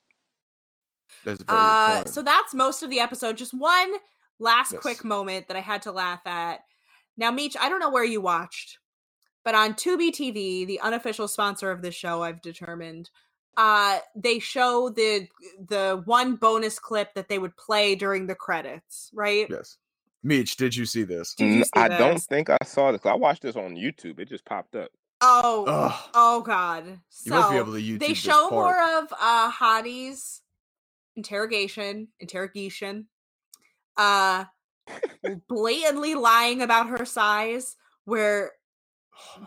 Speaker 1: That's a very good
Speaker 2: Uh,
Speaker 1: point.
Speaker 2: so that's most of the episode. Just one last
Speaker 1: Yes.
Speaker 2: quick moment that I had to laugh at. Now, Meech, I don't know where you watched, but on Tubi TV, the unofficial sponsor of the show, I've determined, uh, they show the the one bonus clip that they would play during the credits, right?
Speaker 1: yes, Meech, did you see this?
Speaker 2: Did you
Speaker 3: N-
Speaker 2: see
Speaker 3: I don't
Speaker 2: this?
Speaker 3: think I saw this. I watched this on YouTube. It just popped up.
Speaker 2: Oh,
Speaker 1: Ugh,
Speaker 2: oh
Speaker 1: Uh,
Speaker 2: God!
Speaker 1: you
Speaker 2: So
Speaker 1: must be able to YouTube
Speaker 2: they
Speaker 1: this
Speaker 2: show
Speaker 1: part.
Speaker 2: more of uh Hottie's interrogation, interrogation,
Speaker 1: <laughs>
Speaker 2: uh blatantly lying about her size, where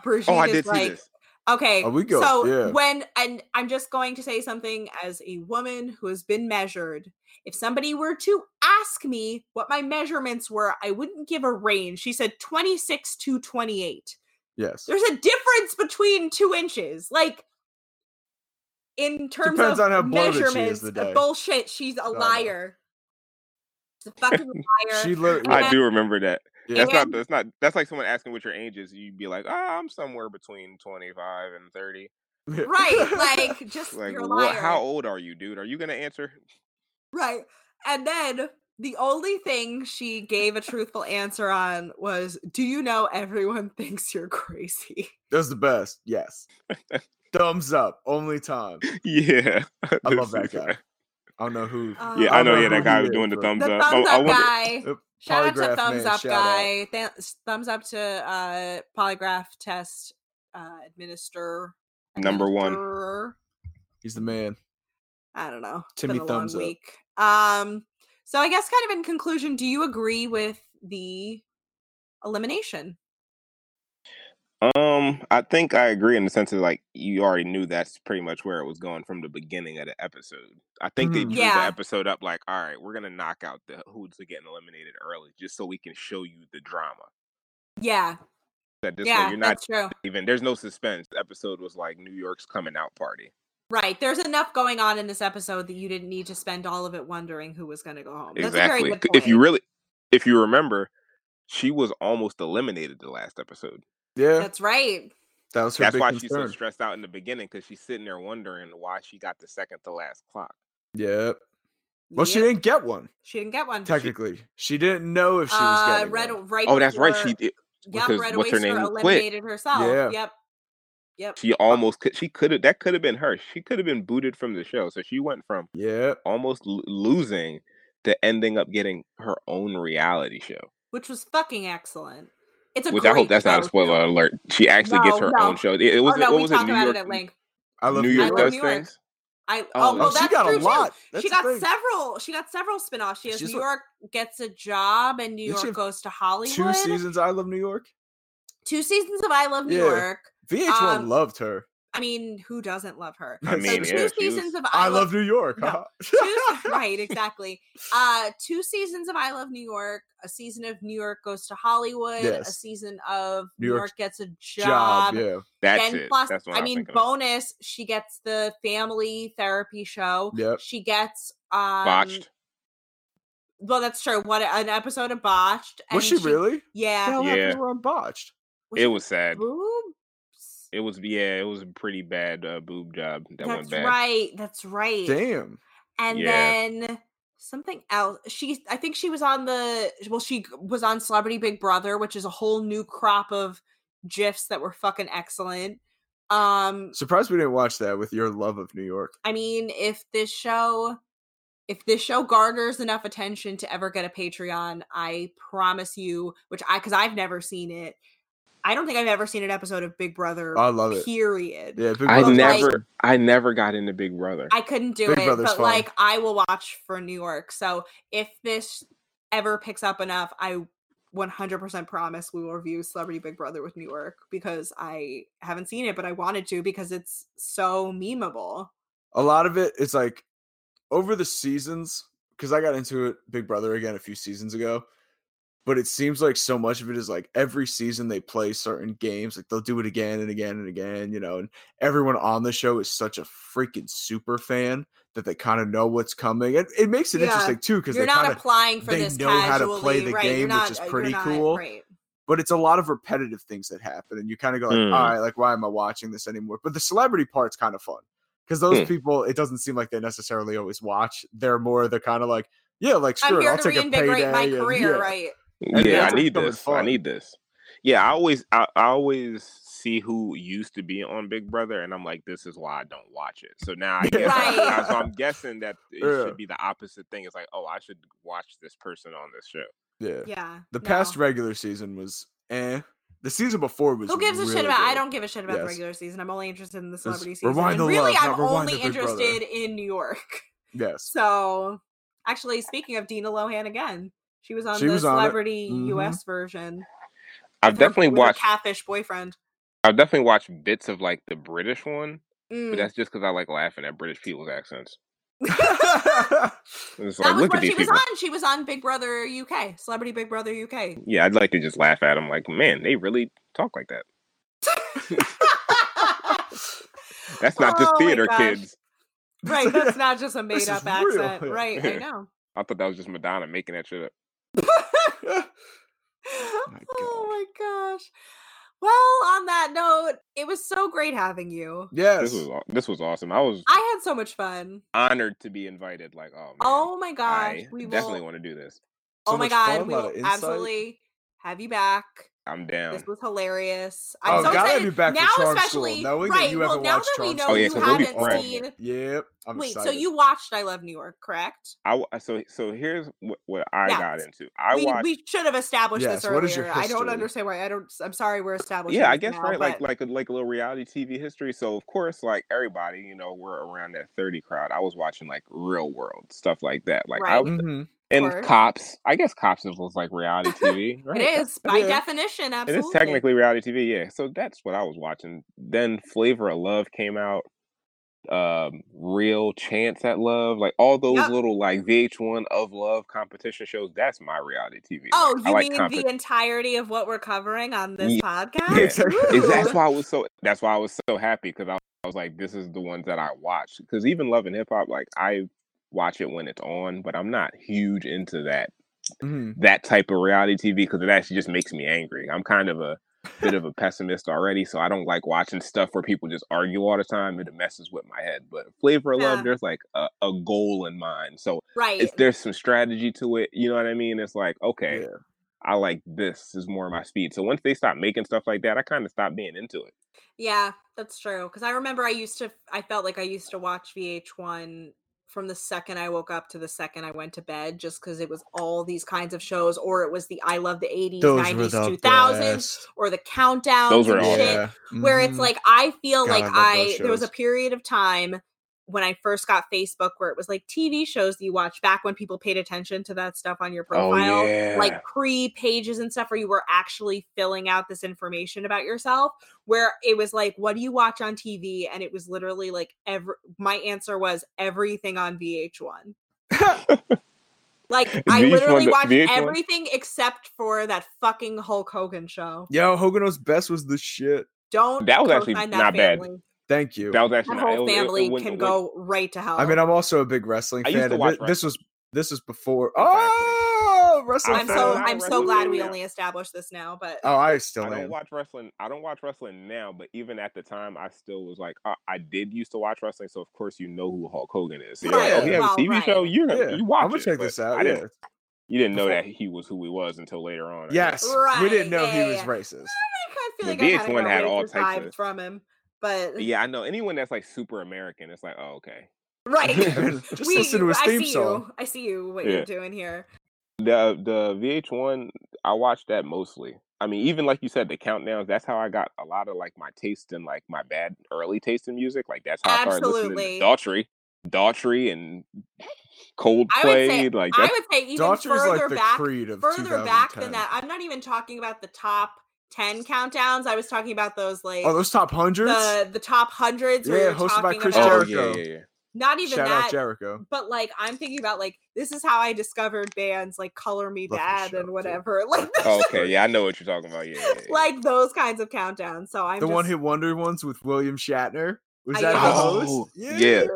Speaker 2: Brigitte
Speaker 3: Oh, I
Speaker 2: is
Speaker 3: did see
Speaker 2: like,
Speaker 3: this.
Speaker 2: Okay.
Speaker 1: Oh, we go-
Speaker 2: So
Speaker 1: yeah.
Speaker 2: when and I'm just going to say something as a woman who has been measured. If somebody were to ask me what my measurements were, I wouldn't give a range. She said 26 to 28.
Speaker 1: Yes,
Speaker 2: There's a difference between two inches. Like in terms
Speaker 1: Depends
Speaker 2: of
Speaker 1: on how bloated she is
Speaker 2: measurements,
Speaker 1: the
Speaker 2: uh,
Speaker 1: day.
Speaker 2: bullshit. She's a
Speaker 1: no.
Speaker 2: liar. She's a fucking liar.
Speaker 3: <laughs>
Speaker 1: she literally.
Speaker 3: I do remember that.
Speaker 1: yeah,
Speaker 3: That's not.
Speaker 2: And-
Speaker 3: That's not. That's like someone asking what your age is. You'd be like, ah, I'm somewhere between 25 and 30.
Speaker 1: yeah.
Speaker 2: right. Like just
Speaker 3: Like,
Speaker 2: you're a
Speaker 3: what?
Speaker 2: liar.
Speaker 3: How old are you, dude? Are you gonna answer? <laughs>
Speaker 2: Right. And then the only thing she gave a truthful answer on was, Do you know everyone <laughs> thinks you're crazy?
Speaker 1: That's the best.
Speaker 3: <laughs>
Speaker 1: Yes. Thumbs up. Only time.
Speaker 3: Yeah.
Speaker 1: I
Speaker 3: <laughs>
Speaker 1: love that guy. I don't know who.
Speaker 2: Uh,
Speaker 3: Yeah, I know.
Speaker 2: who
Speaker 3: Yeah, that guy
Speaker 1: he
Speaker 3: was
Speaker 1: is,
Speaker 3: doing the
Speaker 1: but-
Speaker 3: thumbs
Speaker 2: The
Speaker 3: up. Oh,
Speaker 2: thumbs
Speaker 3: I, I
Speaker 2: up
Speaker 3: wonder-
Speaker 2: guy.
Speaker 1: Uh,
Speaker 2: Shout out to
Speaker 1: Polygraph
Speaker 2: thumbs
Speaker 1: man,
Speaker 2: up
Speaker 1: shout out.
Speaker 2: guy. Th- thumbs up to uh, polygraph test uh, administer.
Speaker 3: Number one.
Speaker 2: administerer.
Speaker 1: He's the man.
Speaker 2: I don't know. It's
Speaker 1: Timmy
Speaker 2: been a
Speaker 1: thumbs up.
Speaker 2: long week. Um, so I guess kind of in conclusion, do you agree with the elimination?
Speaker 3: Um, I think I agree in the sense of like you already knew that's pretty much where it was going from the beginning of the episode. I think they
Speaker 1: Mhm.
Speaker 3: drew
Speaker 2: Yeah.
Speaker 3: the episode up like, all right, we're gonna knock out the who's getting eliminated early, just so we can show you the drama.
Speaker 2: Yeah,
Speaker 3: That this way
Speaker 2: yeah,
Speaker 3: you're not
Speaker 2: that's true.
Speaker 3: even there's no suspense. The episode was like New York's coming out party.
Speaker 2: Right. There's enough going on in this episode that you didn't need to spend all of it wondering who was going to go home. That's a very
Speaker 3: exactly.
Speaker 2: good point.
Speaker 3: If you really, if you remember, she was almost eliminated the last episode.
Speaker 1: Yeah,
Speaker 2: That's right.
Speaker 1: that was her
Speaker 3: That's
Speaker 1: big
Speaker 3: why she's so
Speaker 1: concern.
Speaker 3: stressed out in the beginning because she's sitting there wondering why she got the second to last clock.
Speaker 1: yeah. Well, she
Speaker 2: Yep.
Speaker 1: didn't get one.
Speaker 2: She didn't get one.
Speaker 1: Technically, she, didn't know if she was
Speaker 2: uh,
Speaker 1: getting
Speaker 2: Red,
Speaker 1: one.
Speaker 2: right.
Speaker 3: oh, that's right.
Speaker 2: before-
Speaker 3: She did.
Speaker 2: Yep,
Speaker 3: because
Speaker 2: Red
Speaker 3: what's her
Speaker 2: Oyster
Speaker 3: name who quit.
Speaker 2: eliminated herself.
Speaker 1: Yeah.
Speaker 2: Yep. Yep.
Speaker 3: She almost could, she could have that could have been her. She could have been booted from the show. So she went from
Speaker 1: Yeah,
Speaker 3: almost l- losing to ending up getting her own reality show.
Speaker 2: Which was fucking excellent. It's a
Speaker 3: Which
Speaker 2: great
Speaker 3: I hope that's not a
Speaker 2: show,
Speaker 3: spoiler
Speaker 2: too.
Speaker 3: alert. She actually gets
Speaker 2: No,
Speaker 3: her
Speaker 2: no.
Speaker 3: own show. It, it was
Speaker 2: oh, no,
Speaker 3: what
Speaker 2: we
Speaker 3: was
Speaker 2: talk
Speaker 3: it? New
Speaker 2: about
Speaker 3: York,
Speaker 2: it at length.
Speaker 1: I love
Speaker 3: New
Speaker 1: New
Speaker 3: York
Speaker 2: love
Speaker 3: does
Speaker 2: New York.
Speaker 3: things.
Speaker 2: I
Speaker 3: Oh,
Speaker 2: oh, well
Speaker 3: she
Speaker 2: that's
Speaker 1: got a
Speaker 2: true
Speaker 1: lot.
Speaker 2: too.
Speaker 1: That's
Speaker 2: she
Speaker 1: the
Speaker 2: got
Speaker 1: thing.
Speaker 2: several. She got several spin-offs. She has
Speaker 1: She's
Speaker 2: New
Speaker 1: like-
Speaker 2: York gets a job, and New
Speaker 1: Didn't she
Speaker 2: York
Speaker 1: have
Speaker 2: goes to Hollywood.
Speaker 1: Two seasons. I love New York.
Speaker 2: Two seasons of I Love New
Speaker 1: Yeah.
Speaker 2: York.
Speaker 1: VH1
Speaker 2: Um,
Speaker 1: loved her.
Speaker 2: I mean, who doesn't love her?
Speaker 3: I
Speaker 1: So
Speaker 3: mean,
Speaker 2: so two
Speaker 3: yeah, she was-
Speaker 2: seasons of
Speaker 1: I, love New York.
Speaker 2: No.
Speaker 1: <laughs> huh?
Speaker 2: two, right, exactly. Uh, two seasons of I Love New York, a season of New York Goes to Hollywood, a
Speaker 1: Yes.
Speaker 2: season of
Speaker 1: New
Speaker 2: New York,
Speaker 1: York's
Speaker 2: Gets a
Speaker 1: Job.
Speaker 2: Job.
Speaker 1: Yeah.
Speaker 3: That's
Speaker 2: Then
Speaker 3: it.
Speaker 2: plus,
Speaker 3: That's what
Speaker 2: I
Speaker 3: I'm
Speaker 2: mean,
Speaker 3: thinking of.
Speaker 2: bonus, she gets the family therapy show.
Speaker 1: Yep.
Speaker 2: She gets um,
Speaker 3: botched.
Speaker 2: Well, that's true. What an episode of Botched.
Speaker 1: Was she
Speaker 2: and
Speaker 1: really?
Speaker 2: Yeah.
Speaker 1: What the hell happened
Speaker 3: Yeah.
Speaker 1: to her on botched?
Speaker 2: was
Speaker 3: It
Speaker 2: she
Speaker 3: was sad.
Speaker 2: boobs?
Speaker 3: It was yeah. It was a pretty bad uh, boob job that went
Speaker 2: That's
Speaker 3: bad.
Speaker 2: right. That's right.
Speaker 1: Damn.
Speaker 2: and
Speaker 3: Yeah.
Speaker 2: then something else she i think she was on the well she was on celebrity big brother which is a whole new crop of gifs that were fucking excellent um
Speaker 1: Surprised we didn't watch that with your love of New York.
Speaker 2: i mean if this show if this show garners enough attention to ever get a patreon i promise you which i because i've never seen it i don't think i've ever seen an episode of big brother
Speaker 1: I love it.
Speaker 2: period
Speaker 1: Yeah, Big
Speaker 3: I
Speaker 1: Brother's
Speaker 3: never,
Speaker 1: awesome.
Speaker 3: I never got into Big Brother.
Speaker 2: I couldn't do
Speaker 1: Big
Speaker 2: it,
Speaker 1: Brother's
Speaker 2: but
Speaker 1: fine.
Speaker 2: like I will watch for New York. So if this ever picks up enough, I 100% promise we will review Celebrity Big Brother with New York because I haven't seen it, but I wanted to because it's so memeable.
Speaker 1: A lot of it is like over the seasons, because I got into it Big Brother again a few seasons ago. But it seems like so much of it is like every season they play certain games, like they'll do it again and again and again, you know. And everyone on the show is such a freaking super fan that they kind of know what's coming. And it makes it
Speaker 2: Yeah.
Speaker 1: interesting too, because
Speaker 2: You're
Speaker 1: they
Speaker 2: not
Speaker 1: kind of
Speaker 2: applying for
Speaker 1: they
Speaker 2: this
Speaker 1: know how to
Speaker 2: casually,
Speaker 1: play the
Speaker 2: right? You're
Speaker 1: game, which
Speaker 2: not- uh,
Speaker 1: is
Speaker 2: you're
Speaker 1: pretty
Speaker 2: not-
Speaker 1: cool.
Speaker 2: right.
Speaker 1: but it's a lot of repetitive things that happen and you kind of go like
Speaker 3: Hmm.
Speaker 1: all right like why am i watching this anymore but the celebrity part's kind of fun because those
Speaker 3: Hmm.
Speaker 1: people it doesn't seem like they necessarily always watch they're more the kind of like yeah like
Speaker 2: I'm
Speaker 1: screw it
Speaker 2: here
Speaker 1: i'll
Speaker 2: to
Speaker 1: take a
Speaker 2: reinvigorate
Speaker 1: payday
Speaker 2: my
Speaker 1: and-
Speaker 2: career,
Speaker 1: yeah.
Speaker 2: right?
Speaker 1: And
Speaker 3: yeah,
Speaker 1: that's
Speaker 3: I need
Speaker 1: becoming
Speaker 3: this. I
Speaker 1: fun.
Speaker 3: need this. Yeah, I always, I, I always see who used to be on Big Brother, and I'm like, this is why I don't watch it. So <laughs> now I guess, I,
Speaker 2: Right.
Speaker 3: so I'm guessing that it
Speaker 1: Yeah.
Speaker 3: should be the opposite thing. It's like, oh, I should watch this person on this show.
Speaker 1: yeah
Speaker 2: Yeah.
Speaker 1: the
Speaker 2: no.
Speaker 1: past regular season was eh the season before was
Speaker 2: Who gives a
Speaker 1: really
Speaker 2: shit about? I
Speaker 1: good.
Speaker 2: don't give a shit about the
Speaker 1: Yes.
Speaker 2: regular season. I'm only interested in the
Speaker 1: Let's
Speaker 2: celebrity season.
Speaker 1: rewind
Speaker 2: and
Speaker 1: the
Speaker 2: really,
Speaker 1: love, not
Speaker 2: I'm
Speaker 1: rewind
Speaker 2: only
Speaker 1: the Big Brother.
Speaker 2: interested in New York. <laughs>
Speaker 1: yes <laughs>
Speaker 2: So, actually, speaking of Dina Lohan again, she was on
Speaker 1: She
Speaker 2: the
Speaker 1: was on it.
Speaker 2: Celebrity
Speaker 1: Mhm.
Speaker 2: U.S. version.
Speaker 3: I've
Speaker 2: with her-
Speaker 3: definitely
Speaker 2: with her
Speaker 3: watched,
Speaker 2: catfish boyfriend.
Speaker 3: I've definitely watched bits of like the British one,
Speaker 2: Mm.
Speaker 3: but that's just because I like laughing at British people's accents. It's
Speaker 2: that
Speaker 3: like,
Speaker 2: was
Speaker 3: look at
Speaker 2: what
Speaker 3: these
Speaker 2: she was
Speaker 3: people.
Speaker 2: on. She was on Big Brother UK, Celebrity Big Brother
Speaker 1: <laughs>
Speaker 2: UK.
Speaker 3: Yeah, I'd like to just laugh at them. Like, man, they really talk like that. That's not just
Speaker 2: Oh my
Speaker 3: theater,
Speaker 2: gosh.
Speaker 3: kids.
Speaker 2: <laughs> right, that's not just a made
Speaker 1: This
Speaker 2: up
Speaker 1: is real.
Speaker 2: accent.
Speaker 1: Yeah. <laughs>
Speaker 2: Right, I know.
Speaker 3: I thought that was just Madonna making that shit up.
Speaker 1: my
Speaker 2: <laughs> oh my gosh. Well, on that note, it was so great having you.
Speaker 1: yes
Speaker 3: <laughs> This was aw- this was awesome. I was
Speaker 2: I had so much fun.
Speaker 3: honored to be invited. Like, oh, man,
Speaker 2: Oh my gosh.
Speaker 3: I
Speaker 2: we
Speaker 3: definitely
Speaker 2: will,
Speaker 3: want to do this.
Speaker 1: So
Speaker 2: oh my
Speaker 1: much
Speaker 2: god,
Speaker 1: fun,
Speaker 2: we
Speaker 1: lot
Speaker 2: will
Speaker 1: of insight.
Speaker 2: absolutely have you back.
Speaker 3: I'm down.
Speaker 2: This was hilarious.
Speaker 1: Oh,
Speaker 2: I'm so
Speaker 1: gotta
Speaker 2: excited.
Speaker 1: be back for
Speaker 2: now,
Speaker 1: Charmed School,
Speaker 2: especially
Speaker 1: knowing that
Speaker 2: right.
Speaker 1: you
Speaker 2: well,
Speaker 1: haven't
Speaker 2: now
Speaker 1: watched
Speaker 2: that we
Speaker 1: Charmed
Speaker 2: know
Speaker 1: School.
Speaker 3: Oh, yeah,
Speaker 2: you
Speaker 3: 'cause we'll be
Speaker 2: haven't
Speaker 3: friends.
Speaker 2: seen.
Speaker 1: yep i'm
Speaker 2: Wait,
Speaker 1: excited
Speaker 2: so you watched I Love New York, correct?
Speaker 3: I wa- so so here's what, what I
Speaker 2: Yeah.
Speaker 3: got into. I
Speaker 2: we,
Speaker 3: watched.
Speaker 2: we should have established
Speaker 1: Yes,
Speaker 2: this earlier.
Speaker 1: what is your
Speaker 2: I don't
Speaker 1: history?
Speaker 2: understand why. I don't. I'm sorry, we're establishing.
Speaker 3: yeah, I
Speaker 2: this
Speaker 3: guess
Speaker 2: now,
Speaker 3: right, like
Speaker 2: but-
Speaker 3: like a, like a little reality TV history. So of course, like everybody, you know, we're around that thirty crowd. I was watching like Real World stuff like that. Like I
Speaker 2: Right.
Speaker 3: was
Speaker 1: Mhm.
Speaker 3: And
Speaker 2: course.
Speaker 3: cops. I guess cops was like reality TV,
Speaker 2: <laughs>
Speaker 3: right?
Speaker 2: It is by
Speaker 3: Yeah.
Speaker 2: definition,
Speaker 3: It
Speaker 2: absolutely.
Speaker 3: is technically reality TV, yeah. So that's what I was watching. Then Flavor of Love came out. Um, Real Chance at Love, like all those
Speaker 2: Yep.
Speaker 3: little like VH1 of Love competition shows. That's my reality TV.
Speaker 2: Oh,
Speaker 3: Like,
Speaker 2: you
Speaker 3: like
Speaker 2: mean
Speaker 3: compet-
Speaker 2: the entirety of what we're covering on this
Speaker 3: Ye-
Speaker 2: podcast?
Speaker 3: Yeah.
Speaker 1: Exactly.
Speaker 3: Is-
Speaker 2: Woo! <laughs>
Speaker 3: that's why I was so. That's why I was so happy because I, I was like, this is the ones that I watch. Because even Love and Hip Hop, like I watch it when it's on, but I'm not huge into that
Speaker 1: Mhm.
Speaker 3: that type of reality TV because it actually just makes me angry. I'm kind of a bit of a pessimist already, so I don't like watching stuff where people just argue all the time. It messes with my head. But Flavor of
Speaker 2: Yeah.
Speaker 3: Love, there's like a, a goal in mind, so
Speaker 2: Right.
Speaker 3: it's, there's some strategy to it. You know what I mean? It's like okay.
Speaker 1: Yeah.
Speaker 3: I like this is more my speed. So once they stop making stuff like that, I kind of stopped being into it.
Speaker 2: Yeah, that's true. Because I remember I used to, I felt like I used to watch VH1 from the second I woke up to the second I went to bed, just because it was all these kinds of shows, or it was the I love the 80s,
Speaker 1: Those were
Speaker 2: 90s,
Speaker 1: the
Speaker 2: 2000s,
Speaker 1: best.
Speaker 2: or the countdown.
Speaker 3: Those were all
Speaker 2: shit, Where it's
Speaker 1: Mhm.
Speaker 3: Mm-hmm.
Speaker 2: like, I feel
Speaker 1: God,
Speaker 2: like
Speaker 1: I love
Speaker 2: I,
Speaker 1: those
Speaker 2: there was a
Speaker 1: shows.
Speaker 2: period of time when I first got Facebook where it was like TV shows that you watch back when people paid attention to that stuff on your profile
Speaker 3: Oh, yeah.
Speaker 2: like pre pages and stuff where you were actually filling out this information about yourself where it was like what do you watch on tv and it was literally like every my answer was everything on vh1
Speaker 3: <laughs>
Speaker 2: like i
Speaker 3: VH1
Speaker 2: literally
Speaker 3: the-
Speaker 2: watched
Speaker 3: VH1?
Speaker 2: everything except for that fucking hulk hogan show
Speaker 1: Yo, Hogano's best was the shit.
Speaker 2: don't
Speaker 3: That was actually
Speaker 2: co-sign
Speaker 3: not bad.
Speaker 2: family.
Speaker 1: Thank you.
Speaker 3: That was actually
Speaker 2: that
Speaker 3: not- it
Speaker 2: whole
Speaker 3: was- it- it
Speaker 2: family
Speaker 3: wouldn't-
Speaker 2: can
Speaker 3: it wouldn't-
Speaker 2: go right to hell
Speaker 1: I mean, I'm also a big wrestling
Speaker 3: I used
Speaker 1: fan.
Speaker 3: to
Speaker 1: and
Speaker 3: watch
Speaker 1: thi- this was this was before.
Speaker 3: Exactly.
Speaker 1: Oh, wrestling.
Speaker 2: I'm so
Speaker 1: fan.
Speaker 3: not
Speaker 2: i'm so
Speaker 3: wrestling
Speaker 2: glad we
Speaker 3: now.
Speaker 2: only established this now but
Speaker 3: <laughs>
Speaker 1: Oh, I still
Speaker 3: I don't
Speaker 1: am.
Speaker 3: watch wrestling. I don't watch wrestling now, but even at the time, I still was like, uh, I did used to watch wrestling, so of course you know who Hulk Hogan is. So you're like, oh, he
Speaker 1: Right.
Speaker 3: has
Speaker 2: Well,
Speaker 3: a TV
Speaker 2: right.
Speaker 3: show. You're gonna
Speaker 1: Yeah,
Speaker 3: you watch.
Speaker 1: I'm gonna
Speaker 3: it,
Speaker 1: check
Speaker 3: but
Speaker 1: this out.
Speaker 3: I
Speaker 1: Yeah.
Speaker 3: didn't, you didn't know
Speaker 1: Before-
Speaker 3: that he was who he was until later on. I guess.
Speaker 1: Yes, we didn't know
Speaker 2: Right,
Speaker 1: he was
Speaker 2: yeah,
Speaker 1: racist.
Speaker 2: i feel
Speaker 3: The
Speaker 2: like i kind
Speaker 3: VH1
Speaker 2: of
Speaker 3: had
Speaker 2: had all
Speaker 3: all types
Speaker 2: vibes
Speaker 3: of-
Speaker 2: from him but
Speaker 3: Yeah, I know. Anyone that's like super American, it's like, oh, okay.
Speaker 2: <laughs> right
Speaker 1: <laughs> Just listen to his
Speaker 2: I
Speaker 1: theme
Speaker 2: see
Speaker 1: song.
Speaker 2: You. I see you. What
Speaker 3: Yeah.
Speaker 2: you're doing here.
Speaker 3: the the VH1 I watched that mostly. I mean, even like you said, the countdowns. That's how I got a lot of like my taste in like my bad early taste in music. Like that's how I started
Speaker 2: Absolutely.
Speaker 3: listening to Daughtry, Daughtry, and
Speaker 2: I would say-
Speaker 3: Coldplay. Like
Speaker 2: I
Speaker 3: that's
Speaker 2: would say even
Speaker 1: Daughtry's
Speaker 2: further
Speaker 1: like the
Speaker 2: back,
Speaker 1: creed of
Speaker 2: further back than
Speaker 1: 2010.
Speaker 2: that. I'm not even talking about the top ten countdowns. I was talking about those like
Speaker 1: Oh, those top hundreds.
Speaker 2: the the top hundreds. where
Speaker 1: Yeah,
Speaker 2: you're
Speaker 1: hosted by
Speaker 2: talking
Speaker 1: Chris
Speaker 2: about,
Speaker 3: oh
Speaker 1: Jericho.
Speaker 3: yeah, yeah, yeah.
Speaker 2: Not even
Speaker 1: Shout
Speaker 2: that.
Speaker 1: out Jericho.
Speaker 2: but like I'm thinking about like this is how I discovered bands like Color Me
Speaker 1: Love the
Speaker 2: Bad
Speaker 1: show,
Speaker 2: and
Speaker 1: too.
Speaker 2: whatever. <laughs> Like
Speaker 3: Oh, okay, yeah, I know what you're talking about. Yeah, yeah, yeah.
Speaker 2: like those kinds of countdowns. So I'm
Speaker 1: the
Speaker 2: just,
Speaker 1: one hit wonder ones with William Shatner. Was
Speaker 2: I
Speaker 1: that the
Speaker 2: know.
Speaker 1: host?
Speaker 3: Oh, yeah.
Speaker 2: and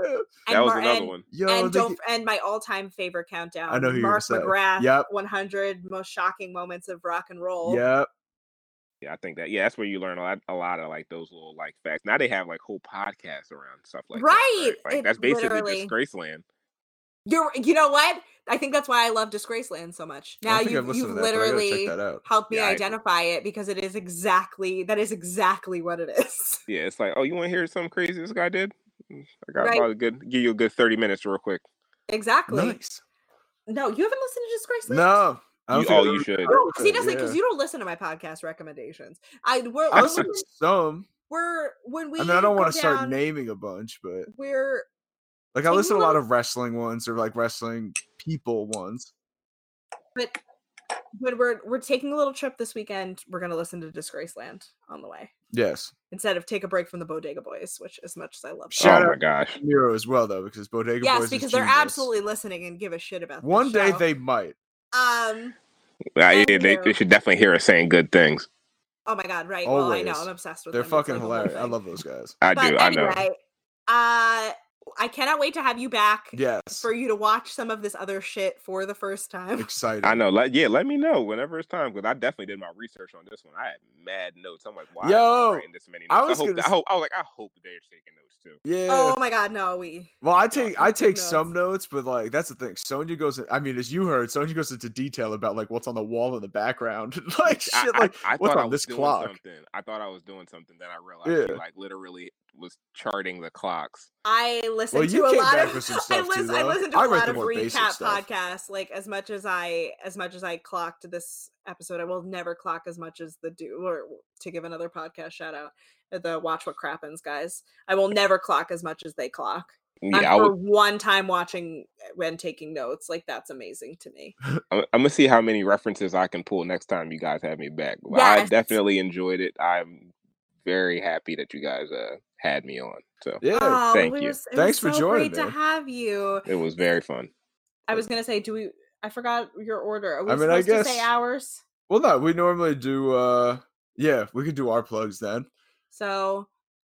Speaker 3: that was
Speaker 2: Mar-
Speaker 3: another
Speaker 2: and-
Speaker 3: one.
Speaker 1: Yo,
Speaker 2: and
Speaker 1: Oh, they
Speaker 2: don't
Speaker 1: get-
Speaker 2: f- and my all-time favorite countdown.
Speaker 1: know who you're gonna
Speaker 2: Mark
Speaker 1: say.
Speaker 2: McGrath.
Speaker 1: Yep.
Speaker 2: 100 most shocking moments of rock and roll.
Speaker 1: Yep.
Speaker 3: Yeah, I think that. Yeah, that's where you learn a lot, a lot of like those little like facts. Now they have like whole podcasts around stuff like that,
Speaker 2: Right,
Speaker 3: Like
Speaker 2: it
Speaker 3: that's basically
Speaker 2: literally-
Speaker 3: just Graceland.
Speaker 2: You're, you know what? I think that's why I love Disgraceland so much.
Speaker 1: I
Speaker 2: Now
Speaker 1: think I've
Speaker 2: you've,
Speaker 1: listened
Speaker 2: you've
Speaker 1: to that, but I gotta
Speaker 2: literally
Speaker 1: check that out.
Speaker 2: helped me
Speaker 3: Yeah, I-
Speaker 2: identify it because it is exactly that is exactly what it is. <laughs>
Speaker 3: Yeah, it's like, oh, you want to hear something crazy this guy did? Mm, I got
Speaker 2: Right.
Speaker 3: about a good, give you a good thirty minutes real quick.
Speaker 2: Exactly.
Speaker 1: Nice.
Speaker 2: No, you haven't listened to Disgraceland.
Speaker 1: No. I
Speaker 3: You,
Speaker 1: don't think
Speaker 3: oh,
Speaker 1: I've
Speaker 3: you
Speaker 1: ever-
Speaker 3: should.
Speaker 1: Oh,
Speaker 2: See, that's like
Speaker 1: yeah.
Speaker 2: because you don't listen to my podcast recommendations. I we're,
Speaker 1: I
Speaker 2: we're,
Speaker 1: listened to
Speaker 2: looking-
Speaker 1: some.
Speaker 2: we're when we
Speaker 1: I mean, I don't
Speaker 2: go
Speaker 1: want to start
Speaker 2: down,
Speaker 1: naming a bunch, but
Speaker 2: We're
Speaker 1: like I
Speaker 2: Can
Speaker 1: listen to a
Speaker 2: you
Speaker 1: lot
Speaker 2: look-
Speaker 1: of wrestling ones or like wrestling people ones.
Speaker 2: but but we're we're taking a little trip this weekend. We're gonna listen to Disgraceland on the way
Speaker 1: Yes.
Speaker 2: instead of take a break from the Bodega Boys, which as much as I love,
Speaker 1: Shout
Speaker 3: oh
Speaker 1: out
Speaker 3: my gosh,
Speaker 1: Miro as well though, because Bodega
Speaker 2: them, yes,
Speaker 1: Boys. is
Speaker 2: because they're
Speaker 1: genius.
Speaker 2: absolutely listening and give a shit about. this
Speaker 1: One day
Speaker 2: show.
Speaker 1: they might.
Speaker 2: um.
Speaker 3: Ah, yeah, they,
Speaker 2: Anywho.
Speaker 3: they should definitely hear us saying good things.
Speaker 2: Oh my god! Right. Well, I know
Speaker 1: Always.
Speaker 2: I'm obsessed with.
Speaker 1: They're
Speaker 2: them. It's,
Speaker 1: fucking
Speaker 2: like, a whole
Speaker 1: hilarious. I
Speaker 2: thing.
Speaker 1: love those guys.
Speaker 3: I
Speaker 2: But
Speaker 3: do,
Speaker 2: anyway,
Speaker 3: I know.
Speaker 2: uh, I cannot wait to have you back
Speaker 1: Yes.
Speaker 2: for you to watch some of this other shit for the first time.
Speaker 1: Excited.
Speaker 3: I know. Let, yeah, let me know whenever it's time because I definitely did my research on this one. I had mad notes. I'm like, why? am I
Speaker 1: Yo,
Speaker 3: writing this many
Speaker 1: I
Speaker 3: notes? I,
Speaker 1: was
Speaker 3: hope.
Speaker 1: gonna
Speaker 3: I hope. I was like, I hope they're taking notes too.
Speaker 1: Yeah.
Speaker 2: Oh my god, no, we.
Speaker 1: Well, I take I
Speaker 2: Lots of
Speaker 1: take some notes, but like that's the thing. Sonya goes. I mean, as you heard, Sonya goes into detail about like what's on the wall in the background, <laughs> like shit,
Speaker 3: I, I-
Speaker 1: like
Speaker 3: I,
Speaker 1: what's
Speaker 3: thought I
Speaker 1: on
Speaker 3: was
Speaker 1: this
Speaker 3: doing
Speaker 1: clock.
Speaker 3: something. I thought I was doing something. Then I realized
Speaker 1: Yeah.
Speaker 3: you like literally was charting the clocks.
Speaker 2: I listen
Speaker 1: Well,
Speaker 2: to
Speaker 1: you
Speaker 2: a
Speaker 1: came
Speaker 2: lot
Speaker 1: back
Speaker 2: of.
Speaker 1: with some
Speaker 2: <laughs> I
Speaker 1: stuff, too,
Speaker 2: listen. I
Speaker 1: though.
Speaker 2: listen to
Speaker 1: I
Speaker 2: a
Speaker 1: read
Speaker 2: lot
Speaker 1: the
Speaker 2: of
Speaker 1: more basic
Speaker 2: recap
Speaker 1: stuff.
Speaker 2: podcasts. Like as much as I, as much as I clocked this episode, I will never clock as much as the do. Or to give uh, another podcast shout out, the Watch What Crappens guys, I will never clock as much as they clock. And
Speaker 3: Yeah, I
Speaker 2: for
Speaker 3: would,
Speaker 2: one time watching uh, when taking notes, like that's amazing
Speaker 1: <laughs>
Speaker 2: to me.
Speaker 1: Oh,
Speaker 3: I'm, I'm gonna see how many references I can pull next time you guys have me back. But I
Speaker 2: Yes.
Speaker 3: definitely enjoyed it. I'm very happy that you guys uh, had me on. So
Speaker 1: Yeah.
Speaker 2: Oh,
Speaker 3: thank
Speaker 2: we
Speaker 3: you.
Speaker 2: were s- it
Speaker 1: Thanks
Speaker 2: was
Speaker 1: for
Speaker 2: so
Speaker 1: joining,
Speaker 2: Great to
Speaker 1: man.
Speaker 2: have you.
Speaker 3: it was very fun.
Speaker 2: I was gonna say, do we? I forgot your order. Are we
Speaker 1: I mean, I
Speaker 2: supposed to say
Speaker 1: guess-
Speaker 2: hours?
Speaker 1: well, no, we normally do. uh Yeah, we could do our plugs then.
Speaker 2: So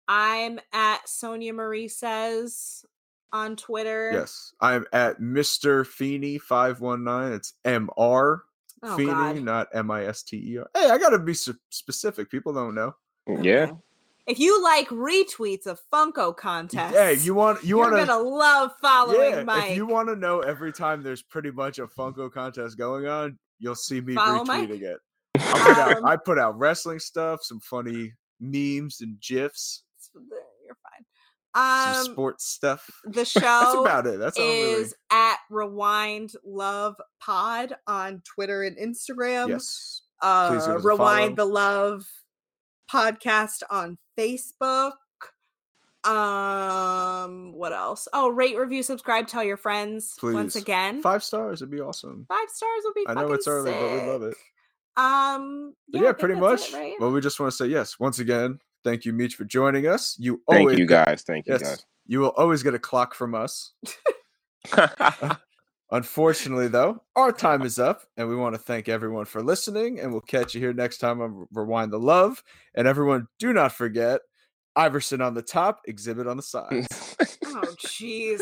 Speaker 2: I'm at Sonia Marie says on Twitter.
Speaker 1: Yes, I'm at Mr. Feeney five one nine. It's M R
Speaker 2: Oh
Speaker 1: Feeney,
Speaker 2: God.
Speaker 1: not M I S T E R. Hey, I gotta be s specific. People don't know.
Speaker 3: Yeah.
Speaker 2: Okay. If you like retweets of Funko contests,
Speaker 1: Yeah, if you want you
Speaker 2: you're
Speaker 1: want
Speaker 2: gonna love following
Speaker 1: yeah,
Speaker 2: Mike.
Speaker 1: if you want to know every time there's pretty much a Funko contest going on, you'll see me
Speaker 2: Follow
Speaker 1: retweeting
Speaker 2: Mike.
Speaker 1: it. I put, out,
Speaker 2: Um,
Speaker 1: I put out wrestling stuff, some funny memes and gifs,
Speaker 2: <laughs> you're fine.
Speaker 1: some
Speaker 2: Um,
Speaker 1: sports stuff. <laughs>
Speaker 2: the
Speaker 1: That's
Speaker 2: show
Speaker 1: about it. That's all
Speaker 2: is at Rewind Love Pod on Twitter and Instagram.
Speaker 1: really. Yes. Please give
Speaker 2: uh,
Speaker 1: us a follow.
Speaker 2: Rewind the Love podcast on Facebook. Um, what else? Oh, rate, review, subscribe, tell your friends. Once
Speaker 1: Please.
Speaker 2: again, five,
Speaker 1: Five stars would be awesome.
Speaker 2: stars would be.
Speaker 1: I know it's
Speaker 2: fucking
Speaker 1: early, but we love it.
Speaker 2: sick. Um,
Speaker 1: But
Speaker 2: I
Speaker 1: yeah,
Speaker 2: think
Speaker 1: pretty
Speaker 2: that's
Speaker 1: much.
Speaker 2: it, right?
Speaker 1: Well, we just want to say yes once again. Thank you, Meech, for joining us. You
Speaker 3: Thank
Speaker 1: always
Speaker 3: you guys. Thank you
Speaker 1: yes, you will always get a clock from us.
Speaker 3: guys. <laughs>
Speaker 1: <laughs> Unfortunately, though, our time is up, and we want to thank everyone for listening. And we'll catch you here next time on Rewind the Love. And everyone, do not forget Iverson on the top, exhibit on the side.
Speaker 2: Oh, jeez.